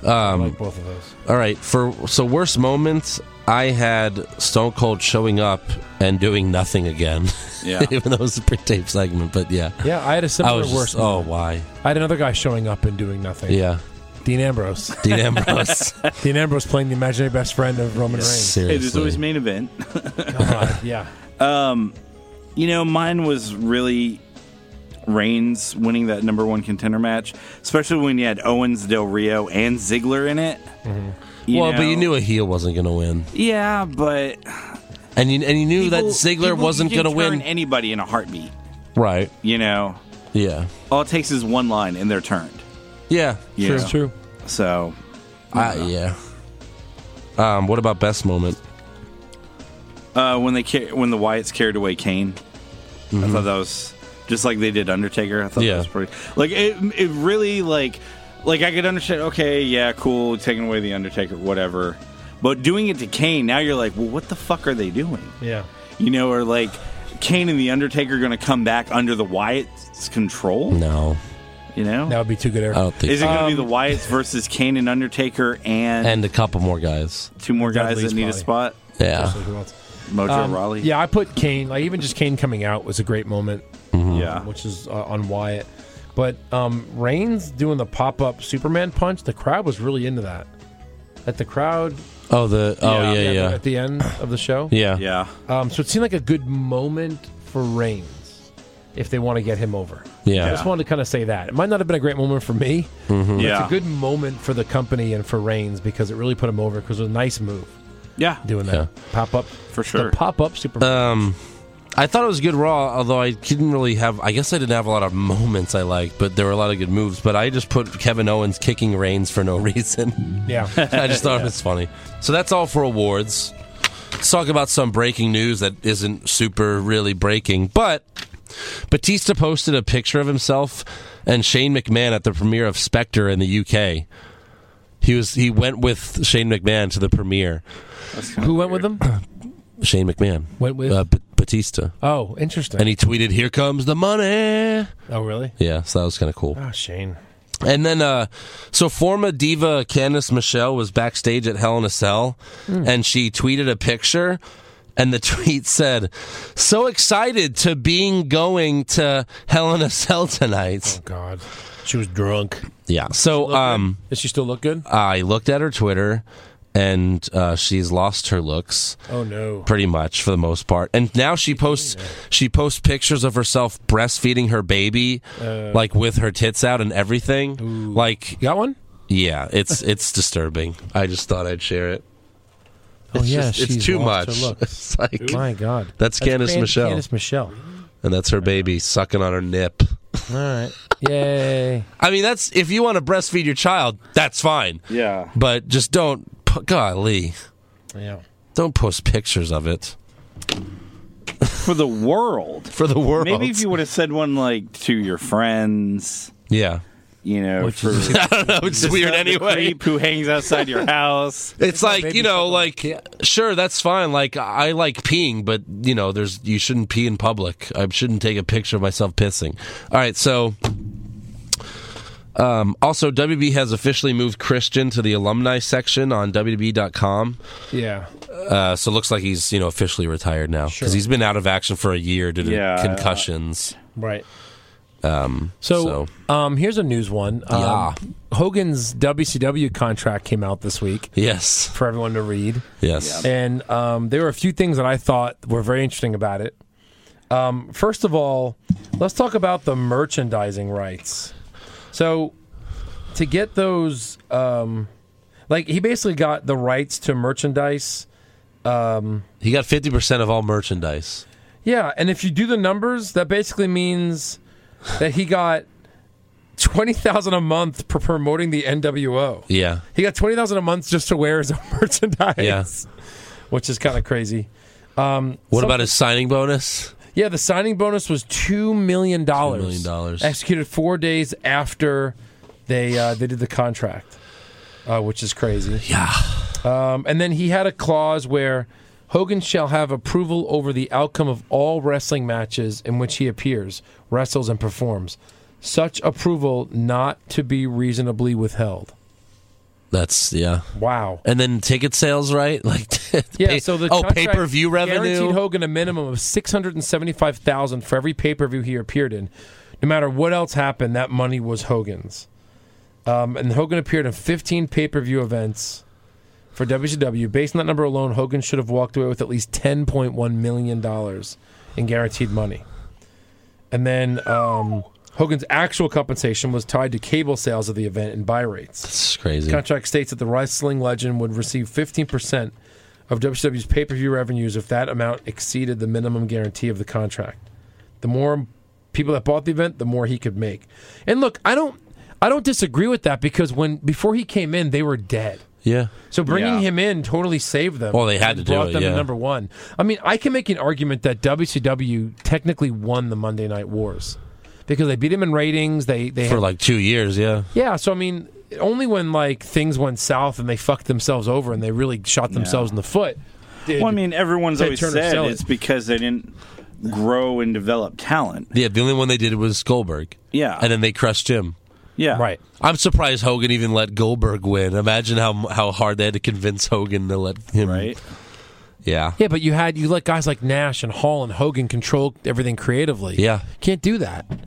Speaker 5: I like both of those.
Speaker 4: All right, for so worst moments, I had Stone Cold showing up and doing nothing again.
Speaker 6: Yeah.
Speaker 4: even though it was a pre-tape segment, but yeah,
Speaker 5: Yeah, I had a
Speaker 4: I
Speaker 5: similar
Speaker 4: was
Speaker 5: worst.
Speaker 4: just, oh why?
Speaker 5: I had another guy showing up and doing nothing.
Speaker 4: Yeah,
Speaker 5: Dean Ambrose.
Speaker 4: Dean Ambrose.
Speaker 5: Dean Ambrose playing the imaginary best friend of Roman Reigns.
Speaker 4: Seriously,
Speaker 6: It is always main event.
Speaker 5: God, yeah.
Speaker 6: You know, mine was really Reigns winning that number one contender match, especially when you had Owens, Del Rio, and Ziggler in it. You
Speaker 4: Mm-hmm. well, but you
Speaker 6: know?
Speaker 4: knew a heel wasn't going to win,
Speaker 6: Yeah, but
Speaker 4: and you and you knew that
Speaker 6: people-
Speaker 4: Ziggler
Speaker 6: people-
Speaker 4: wasn't
Speaker 6: you can
Speaker 4: going to win,
Speaker 6: turn Anybody in a heartbeat,
Speaker 4: right?
Speaker 6: you know.
Speaker 4: Yeah,
Speaker 6: All it takes is one line, and they're turned.
Speaker 4: yeah,
Speaker 6: You know?
Speaker 5: It's true.
Speaker 6: So
Speaker 4: Ah, yeah. Um, what about best moment?
Speaker 6: uh, when they car- when the Wyatts carried away Kane, I
Speaker 5: Mm-hmm.
Speaker 6: thought that was just like they did Undertaker. I thought
Speaker 4: Yeah.
Speaker 6: that was pretty. Like it, it really like like I could understand. Okay, yeah, cool, taking away the Undertaker, whatever. But doing it to Kane, now you're like, well, what the fuck are they doing?
Speaker 5: Yeah.
Speaker 6: You know, or like Kane and the Undertaker going to come back under the Wyatts' control?
Speaker 4: No,
Speaker 5: Mm-hmm.
Speaker 6: You know,
Speaker 5: That would be too good, Eric.
Speaker 4: I don't think.
Speaker 6: is
Speaker 4: so.
Speaker 6: it going to
Speaker 5: um,
Speaker 6: be the Wyatts versus Kane and Undertaker and,
Speaker 4: and a couple more guys.
Speaker 6: two more guys
Speaker 5: Dudley's
Speaker 6: that need a
Speaker 5: probably.
Speaker 6: spot?
Speaker 4: Yeah,
Speaker 5: Who else?
Speaker 6: Mojo
Speaker 5: Um,
Speaker 6: Raleigh.
Speaker 5: Yeah, I put Kane. Like even just Kane coming out was a great moment,
Speaker 6: yeah.
Speaker 5: which is uh, on Wyatt. But um, Reigns doing the pop up Superman punch, the crowd was really into that. At the crowd,
Speaker 4: Oh, the oh
Speaker 6: Yeah.
Speaker 4: yeah
Speaker 5: at,
Speaker 4: yeah
Speaker 5: The, at the end of the show.
Speaker 4: yeah.
Speaker 6: Yeah.
Speaker 5: Um, so it seemed like a good moment for Reigns if they want to get him over. I
Speaker 4: Yeah.
Speaker 5: just wanted to kind of say that. It might not have been a great moment for me.
Speaker 6: yeah.
Speaker 5: Mm-hmm. It's a good moment for the company and for Reigns because it really put him over because it was a nice move
Speaker 6: Yeah.
Speaker 5: doing that.
Speaker 4: Yeah.
Speaker 5: Pop up.
Speaker 6: For sure.
Speaker 5: The pop up Superman.
Speaker 4: Um, I thought it was a good Raw, although I didn't really have. I guess I didn't have a lot of moments I liked, but there were a lot of good moves. But I just put Kevin Owens kicking Reigns for no reason.
Speaker 5: yeah.
Speaker 4: I just thought it was funny. So that's all for awards. Let's talk about some breaking news that isn't super really breaking, but Batista posted a picture of himself and Shane McMahon at the premiere of Spectre in the UK. He was he went with Shane McMahon to the premiere.
Speaker 5: Who went with them?
Speaker 4: Shane McMahon
Speaker 5: Went with?
Speaker 4: uh, B- Batista.
Speaker 5: Oh, interesting.
Speaker 4: And he tweeted, "Here comes the money."
Speaker 5: oh, really?
Speaker 4: Yeah, so that was kind of cool.
Speaker 5: Oh, Shane.
Speaker 4: And then, uh, so former diva Candice Michelle was backstage at Hell in a Cell, and she tweeted a picture, and the tweet said, "So excited to being going to Hell in a Cell tonight."
Speaker 5: Oh, God. She was drunk.
Speaker 4: Yeah. So, um,
Speaker 5: Does she still look good?
Speaker 4: I looked at her Twitter, and uh, she's lost her looks.
Speaker 5: Oh, no.
Speaker 4: pretty much for the most part. And now she posts she posts pictures of herself breastfeeding her baby,
Speaker 5: Uh.
Speaker 4: like with her tits out and everything. Like,
Speaker 5: You got one?
Speaker 4: yeah, it's it's disturbing. I just thought I'd share it.
Speaker 5: Oh,
Speaker 4: It's
Speaker 5: yeah.
Speaker 4: just- it's
Speaker 5: she's
Speaker 4: too
Speaker 5: lost
Speaker 4: much.
Speaker 5: her looks.
Speaker 4: It's like,
Speaker 5: My God.
Speaker 4: That's Candice
Speaker 5: Can-
Speaker 4: Michelle.
Speaker 5: Candice Michelle.
Speaker 4: and that's her baby sucking on her nip.
Speaker 5: All right. Yay.
Speaker 4: I mean, that's if you want to breastfeed your child, that's fine.
Speaker 6: Yeah.
Speaker 4: But just don't, pu- golly,
Speaker 5: yeah.
Speaker 4: don't post pictures of it
Speaker 6: For the world.
Speaker 4: for the world.
Speaker 6: Maybe if you would have said one like to your friends,
Speaker 4: yeah,
Speaker 6: you know,
Speaker 5: Which
Speaker 6: for
Speaker 5: is-
Speaker 4: I don't know. It's weird anyway.
Speaker 6: creep who hangs outside your house.
Speaker 4: It's like
Speaker 5: maybe
Speaker 4: you know,
Speaker 5: something
Speaker 4: like sure, that's fine. Like I like peeing, but you know, there's you shouldn't pee in public. I shouldn't take a picture of myself pissing. All right, so. Um, also, WB has officially moved Christian to the alumni section on WB.com.
Speaker 5: Yeah.
Speaker 4: Uh, so it looks like he's you know officially retired now because he's been out of action for a year due to
Speaker 6: Yeah.
Speaker 4: concussions.
Speaker 5: Right. Um, so, um, here's a news one. Um,
Speaker 4: Yeah.
Speaker 5: Hogan's WCW contract came out this week
Speaker 4: Yes,
Speaker 5: for everyone to read.
Speaker 4: yes.
Speaker 5: And um, there were a few things that I thought were very interesting about it. Um, first of all, let's talk about the merchandising rights. So, to get those, um, like, he basically got the rights to merchandise.
Speaker 4: He got fifty percent of all merchandise.
Speaker 5: Yeah, and if you do the numbers, that basically means that he got twenty thousand a month for promoting the NWO.
Speaker 4: Yeah,
Speaker 5: He got twenty thousand a month just to wear his own merchandise.
Speaker 4: Yeah.
Speaker 5: which is kind of crazy.
Speaker 4: What
Speaker 5: Some-
Speaker 4: about his signing bonus?
Speaker 5: Yeah, the signing bonus was two million dollars.
Speaker 4: $2 million.
Speaker 5: executed four days after they uh, they did the contract, uh, which is crazy.
Speaker 4: Yeah.
Speaker 5: Um, and then he had a clause where Hogan shall have approval over the outcome of all wrestling matches in which he appears, wrestles, and performs. Such approval not to be reasonably withheld.
Speaker 4: That's yeah.
Speaker 5: Wow.
Speaker 4: And then ticket sales, right? Like
Speaker 5: Yeah.
Speaker 4: pay-
Speaker 5: so the
Speaker 4: oh
Speaker 5: contract
Speaker 4: pay per view
Speaker 5: guaranteed
Speaker 4: revenue.
Speaker 5: Hogan a minimum of six hundred and seventy-five thousand for every pay-per-view he appeared in. No matter what else happened, that money was Hogan's. Um, and Hogan appeared in fifteen pay-per-view events for WCW. Based on that number alone, Hogan should have walked away with at least ten point one million dollars in guaranteed money. And then um, Hogan's actual compensation was tied to cable sales of the event and buy rates
Speaker 4: It's crazy.
Speaker 5: contract states that the wrestling legend would receive 15% of WCW's pay per view revenues if that amount exceeded the minimum guarantee of the contract. The more people that bought the event, the more he could make. And look, I don't. I don't disagree with that because when before he came in, they were dead.
Speaker 4: Yeah.
Speaker 5: So bringing
Speaker 6: Yeah.
Speaker 5: him in totally saved them.
Speaker 4: Well, they had
Speaker 5: and
Speaker 4: to do
Speaker 5: brought
Speaker 4: it,
Speaker 5: them
Speaker 4: yeah.
Speaker 5: to number one. I mean, I can make an argument that WCW technically won the Monday Night Wars because they beat him in ratings. They they had
Speaker 4: For like two years, yeah.
Speaker 5: yeah, so I mean, only when like things went south and they fucked themselves over and they really shot themselves in the foot. did-
Speaker 6: Well, I mean, everyone's
Speaker 5: Ted
Speaker 6: always
Speaker 5: Turner sell
Speaker 6: said
Speaker 5: it.
Speaker 6: it's because they didn't grow and develop talent.
Speaker 4: Yeah. The only one they did was Goldberg.
Speaker 6: Yeah.
Speaker 4: And then they crushed him.
Speaker 6: Yeah.
Speaker 5: right.
Speaker 4: I'm surprised Hogan even let Goldberg win. Imagine how how hard they had to convince Hogan to let him.
Speaker 6: Right.
Speaker 4: Yeah.
Speaker 5: Yeah, but you had you let guys like Nash and Hall and Hogan control everything creatively.
Speaker 4: Yeah.
Speaker 5: can't do that. You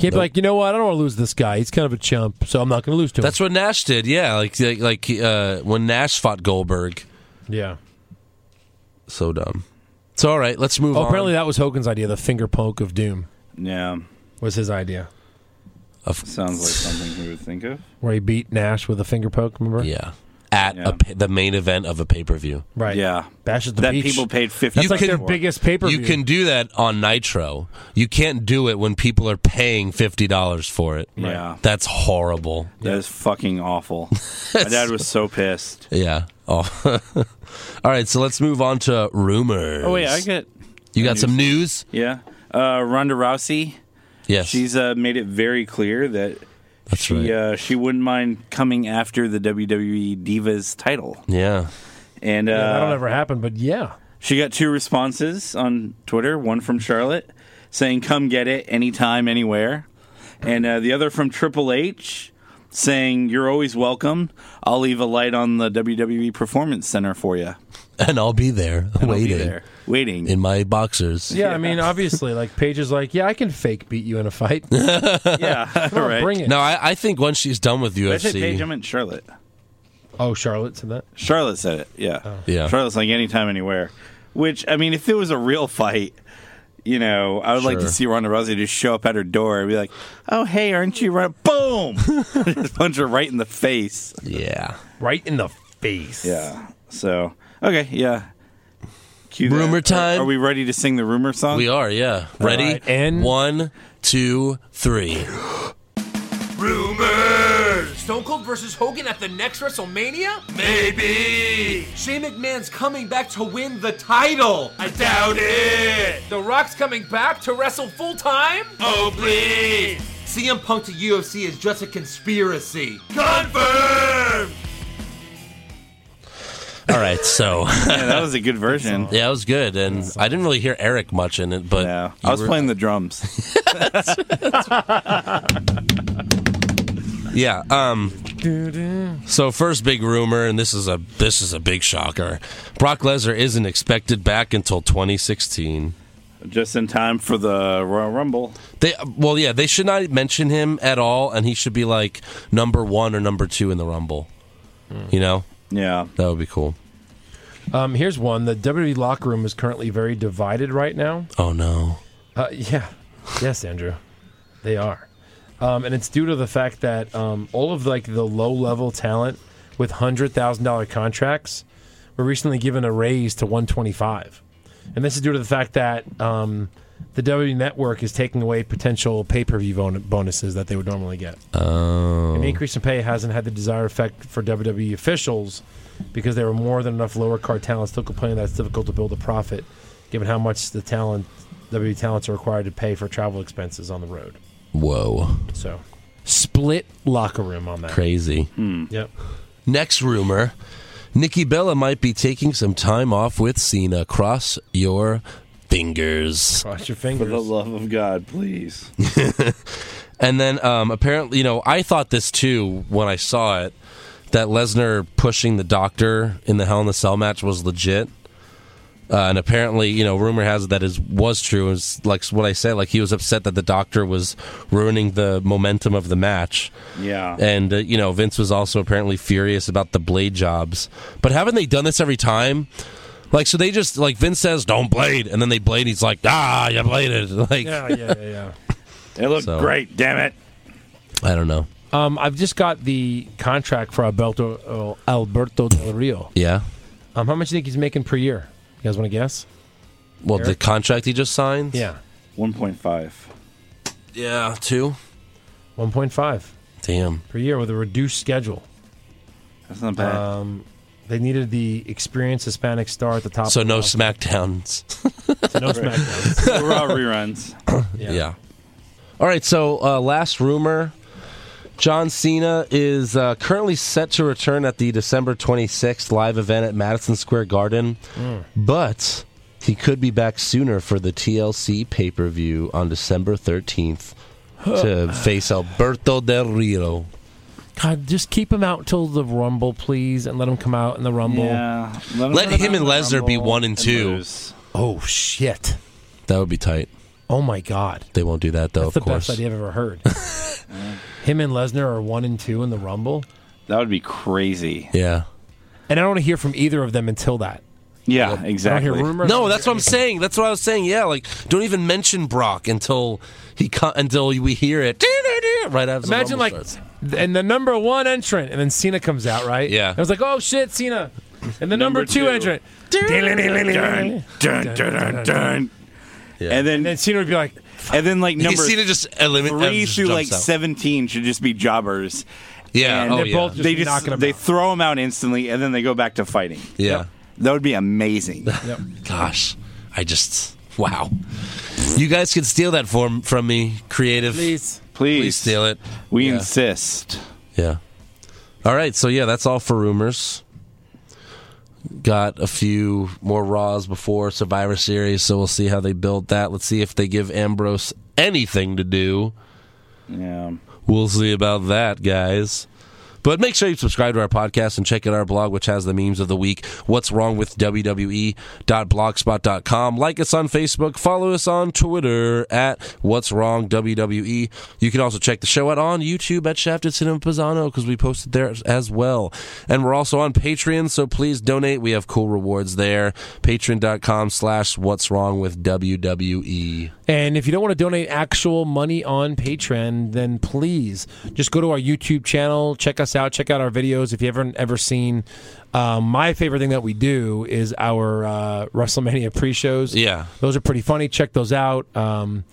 Speaker 5: can't be like, you know what? I don't want to lose this guy. He's kind of a chump, so I'm not going to lose to him.
Speaker 4: That's what Nash did. Yeah. Like like, like uh, when Nash fought Goldberg.
Speaker 5: yeah.
Speaker 4: So dumb. It's all right. Let's move
Speaker 5: Oh,
Speaker 4: on.
Speaker 5: apparently that was Hogan's idea. The finger poke of doom
Speaker 6: Yeah.
Speaker 5: was his idea,
Speaker 6: Sounds like something we would think of.
Speaker 5: where he beat Nash with a finger poke. Remember?
Speaker 4: yeah. At
Speaker 6: Yeah.
Speaker 4: a pa the main event of a pay per view.
Speaker 5: Right.
Speaker 6: Yeah.
Speaker 5: Bashes the
Speaker 6: that
Speaker 5: beach.
Speaker 6: people paid fifty.
Speaker 5: That's like
Speaker 4: can-
Speaker 5: their biggest paper.
Speaker 4: You can do that on Nitro. You can't do it when people are paying fifty dollars for it.
Speaker 6: Yeah.
Speaker 4: that's horrible.
Speaker 6: That is fucking awful. My dad was so pissed.
Speaker 4: Yeah. Oh. All right. So let's move on to rumors.
Speaker 6: Oh wait, I get.
Speaker 4: you got some news.
Speaker 6: Yeah. Uh, Ronda Rousey.
Speaker 4: Yes.
Speaker 6: She's uh, made it very clear that
Speaker 4: That's
Speaker 6: she
Speaker 4: right.
Speaker 6: uh, she wouldn't mind coming after the WWE Divas title.
Speaker 4: yeah.
Speaker 6: And uh,
Speaker 5: That'll never happen. But yeah,
Speaker 6: She got two responses on Twitter, one from Charlotte saying, Come get it anytime, anywhere. And uh, the other from Triple H saying, You're always welcome. I'll leave a light on the WWE Performance Center for you.
Speaker 4: And I'll be there waiting
Speaker 6: there. Waiting.
Speaker 4: in my boxers.
Speaker 5: Yeah, I mean, obviously, like Paige is like, yeah, I can fake beat you in a fight.
Speaker 6: yeah. All right.
Speaker 5: Bring it.
Speaker 4: No, I, I think once she's done with
Speaker 6: I said Paige, I
Speaker 4: UFC,
Speaker 6: meant Charlotte.
Speaker 5: Oh, Charlotte said that.
Speaker 6: Charlotte said it. Yeah.
Speaker 4: Yeah.
Speaker 6: Charlotte's like anytime, anywhere. Which, I mean, if it was a real fight, you know, I would like to
Speaker 4: Sure.
Speaker 6: see Ronda Rousey just show up at her door and be like, oh, hey, aren't you Ronda? Boom! just punch her right in the face.
Speaker 4: yeah.
Speaker 5: Right in the face.
Speaker 6: Yeah. So, okay, yeah. Cue
Speaker 4: Rumor time.
Speaker 6: Are, are we ready to sing the rumor song?
Speaker 4: We are, yeah. Ready?
Speaker 5: right, and-
Speaker 4: one, two, three.
Speaker 1: Stone Cold versus Hogan at the next WrestleMania? Maybe. Shane McMahon's coming back to win the title. I doubt it. The Rock's coming back to wrestle full time? Oh, please. CM Punk to UFC is just a conspiracy.
Speaker 4: All right, so
Speaker 6: Yeah, that was a good version.
Speaker 4: yeah, it was good, and I didn't really hear Eric much in it, but
Speaker 6: Yeah,
Speaker 4: you
Speaker 6: I was
Speaker 4: were-
Speaker 6: playing the drums.
Speaker 4: Yeah. Um. So first big rumor, and this is a this is a big shocker. Brock Lesnar isn't expected back until 2016.
Speaker 6: Just in time for the Royal Rumble.
Speaker 4: They well, yeah, they should not mention him at all, and he should be like number one or number two in the Rumble. You know,
Speaker 6: Yeah.
Speaker 4: that would be cool.
Speaker 5: Um, here's one. The WWE locker room is currently very divided right now.
Speaker 4: Oh no.
Speaker 5: Uh, yeah. Yes, Andrew. They are. Um, and it's due to the fact that um, all of like the low level talent with hundred thousand dollar contracts were recently given a raise to one twenty five, and this is due to the fact that um, the W Network is taking away potential pay per view bon- bonuses that they would normally get.
Speaker 4: Oh.
Speaker 5: An increase in pay hasn't had the desired effect for WWE officials because there were more than enough lower card talent still complaining that it's difficult to build a profit given how much the talent WWE talents are required to pay for travel expenses on the road.
Speaker 4: Whoa.
Speaker 5: So split locker room on that.
Speaker 4: Crazy.
Speaker 5: Yep.
Speaker 4: Next rumor. Nikki Bella might be taking some time off with Cena. Cross your fingers.
Speaker 5: Cross your
Speaker 6: For the
Speaker 5: fingers.
Speaker 6: love of God, please.
Speaker 4: And then um, apparently, you know, I thought this too when I saw it that Lesnar pushing the doctor in the Hell in the Cell match was legit. Uh, and apparently, you know, rumor has it that is was true. Is like what I said. Like he was upset that the doctor was ruining the momentum of the match,
Speaker 6: Yeah.
Speaker 4: and uh, you know Vince was also apparently furious about the blade jobs. But haven't they done this every time? Like, so they just like Vince says, "Don't blade," and then they blade. He's like, "Ah, you bladed." Like,
Speaker 5: Yeah, yeah, yeah, yeah.
Speaker 6: It looked
Speaker 4: So-
Speaker 6: great, damn it.
Speaker 4: I don't know.
Speaker 5: Um, I've just got the contract for Alberto uh, Alberto Del Rio.
Speaker 4: Yeah.
Speaker 5: Um, how much do you think he's making per year? You guys want to guess?
Speaker 4: Well, the
Speaker 5: Eric?
Speaker 4: contract he just signed.
Speaker 5: Yeah,
Speaker 6: 1.5.
Speaker 4: Yeah, two.
Speaker 5: one point five
Speaker 4: Damn.
Speaker 5: per year with a reduced schedule.
Speaker 6: That's not bad.
Speaker 5: Um, They needed the experienced Hispanic star at the top.
Speaker 4: So
Speaker 5: of
Speaker 4: no
Speaker 5: the
Speaker 4: Smackdowns.
Speaker 5: so no SmackDown.
Speaker 6: The Raw reruns.
Speaker 4: Yeah. All right. So uh, last rumor: John Cena is uh, currently set to return at the December 26th live event at Madison Square Garden,
Speaker 5: Mm.
Speaker 4: but he could be back sooner for the TLC pay per view on December 13th to face Alberto Del Rio.
Speaker 5: God, just keep him out till the Rumble, please, and let him come out in the Rumble.
Speaker 6: Yeah.
Speaker 4: Let him
Speaker 6: go down
Speaker 4: and
Speaker 6: the
Speaker 4: Lesnar be
Speaker 6: Rumble
Speaker 4: one and two.
Speaker 6: lose.
Speaker 5: Oh shit!
Speaker 4: That would be tight.
Speaker 5: Oh my God,
Speaker 4: They won't do that though.
Speaker 5: that's the
Speaker 4: of course.
Speaker 5: best idea I've ever heard. him and Lesnar are one and two in the Rumble,
Speaker 6: That would be crazy.
Speaker 4: Yeah.
Speaker 5: and I don't want to hear from either of them until that.
Speaker 6: Yeah,
Speaker 5: I don't
Speaker 6: exactly.
Speaker 5: hear rumors.
Speaker 4: No, that's what I'm saying. That's what I was saying. Yeah, like don't even mention Brock until he co- until we hear it. Doo-doo-doo, Right after the
Speaker 5: Imagine
Speaker 4: Rumble
Speaker 5: like,
Speaker 4: starts.
Speaker 5: th- and the number one entrant, and then Cena comes out, right?
Speaker 4: Yeah.
Speaker 5: I was like, oh shit, Cena, and the number, two,
Speaker 6: two.
Speaker 5: entrant,
Speaker 6: Dun, dun, dun, dun, dun. And then,
Speaker 5: and Cena would be like,
Speaker 6: and then like number
Speaker 4: Cena just eliminates
Speaker 6: three through like seventeen should just be jobbers.
Speaker 4: Yeah,
Speaker 6: and
Speaker 4: oh
Speaker 5: they're
Speaker 4: yeah,
Speaker 5: both- Just
Speaker 6: they
Speaker 5: knocking
Speaker 6: just
Speaker 5: 'em
Speaker 6: they
Speaker 5: out.
Speaker 6: throw them out instantly, and then they go back to fighting.
Speaker 4: yeah.
Speaker 6: That would be amazing.
Speaker 4: Gosh, I just wow. You guys can steal that form from me, creative.
Speaker 5: please.
Speaker 6: Please,
Speaker 4: Please steal it.
Speaker 6: We
Speaker 4: Yeah.
Speaker 6: insist.
Speaker 4: Yeah. All right, so yeah, that's all for rumors. Got a few more Raws before Survivor Series, so we'll see how they build that. Let's see if they give Ambrose anything to do.
Speaker 6: Yeah.
Speaker 4: We'll see about that, guys. But make sure you subscribe to our podcast and check out our blog, which has the memes of the week. What's wrong with E WWE.blogspot.com? Like us on Facebook. Follow us on Twitter at What's Wrong WWE. You can also check the show out on YouTube at Shafted Cinema Pisano because we posted there as well. And we're also on Patreon, so please donate. We have cool rewards there. Patreon.com slash What's Wrong with E. WWE.
Speaker 5: And if you don't want to donate actual money on Patreon, then please just go to our YouTube channel, check us out, check out our videos. If you haven't ever seen, um, my favorite thing that we do is our uh, WrestleMania pre-shows.
Speaker 4: Yeah.
Speaker 5: those are pretty funny. Check those out. Um,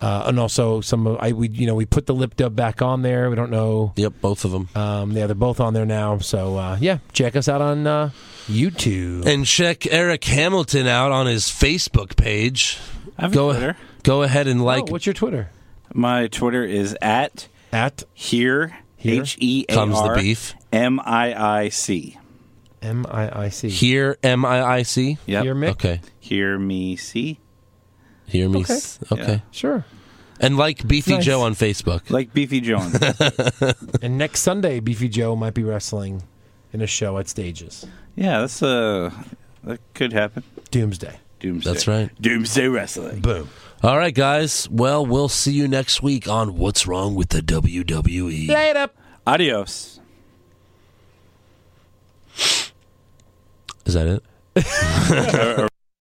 Speaker 5: uh, and also some of I we you know we put the lip dub back on there. We don't know.
Speaker 4: Yep, both of them.
Speaker 5: Um, yeah, they're both on there now. So uh, yeah, check us out on uh, YouTube.
Speaker 4: And check Eric Hamilton out on his Facebook page.
Speaker 6: I have
Speaker 4: Go,
Speaker 6: Twitter.
Speaker 4: go ahead and like
Speaker 5: oh, what's your Twitter?
Speaker 6: My Twitter is at
Speaker 5: At
Speaker 6: here,
Speaker 5: Here?
Speaker 6: H E A
Speaker 4: Comes the
Speaker 6: R
Speaker 4: beef.
Speaker 6: M I I C.
Speaker 5: M I I C.
Speaker 4: Hear M I I C.
Speaker 6: Yep.
Speaker 5: Hear me?
Speaker 4: Okay.
Speaker 6: Hear me see.
Speaker 4: Hear me.
Speaker 5: Okay.
Speaker 4: s- Okay.
Speaker 5: Sure.
Speaker 4: And like Beefy
Speaker 5: Nice.
Speaker 4: Joe on Facebook.
Speaker 6: Like Beefy Jones.
Speaker 5: And next Sunday, Beefy Joe might be wrestling in a show at Stages.
Speaker 6: yeah, that's uh that could happen.
Speaker 5: Doomsday.
Speaker 6: Doomsday.
Speaker 4: That's right.
Speaker 6: Doomsday Wrestling.
Speaker 5: Boom.
Speaker 4: All right, guys. Well, we'll see you next week on What's Wrong with the E. WWE.
Speaker 5: Later.
Speaker 6: Adios.
Speaker 4: Is that it?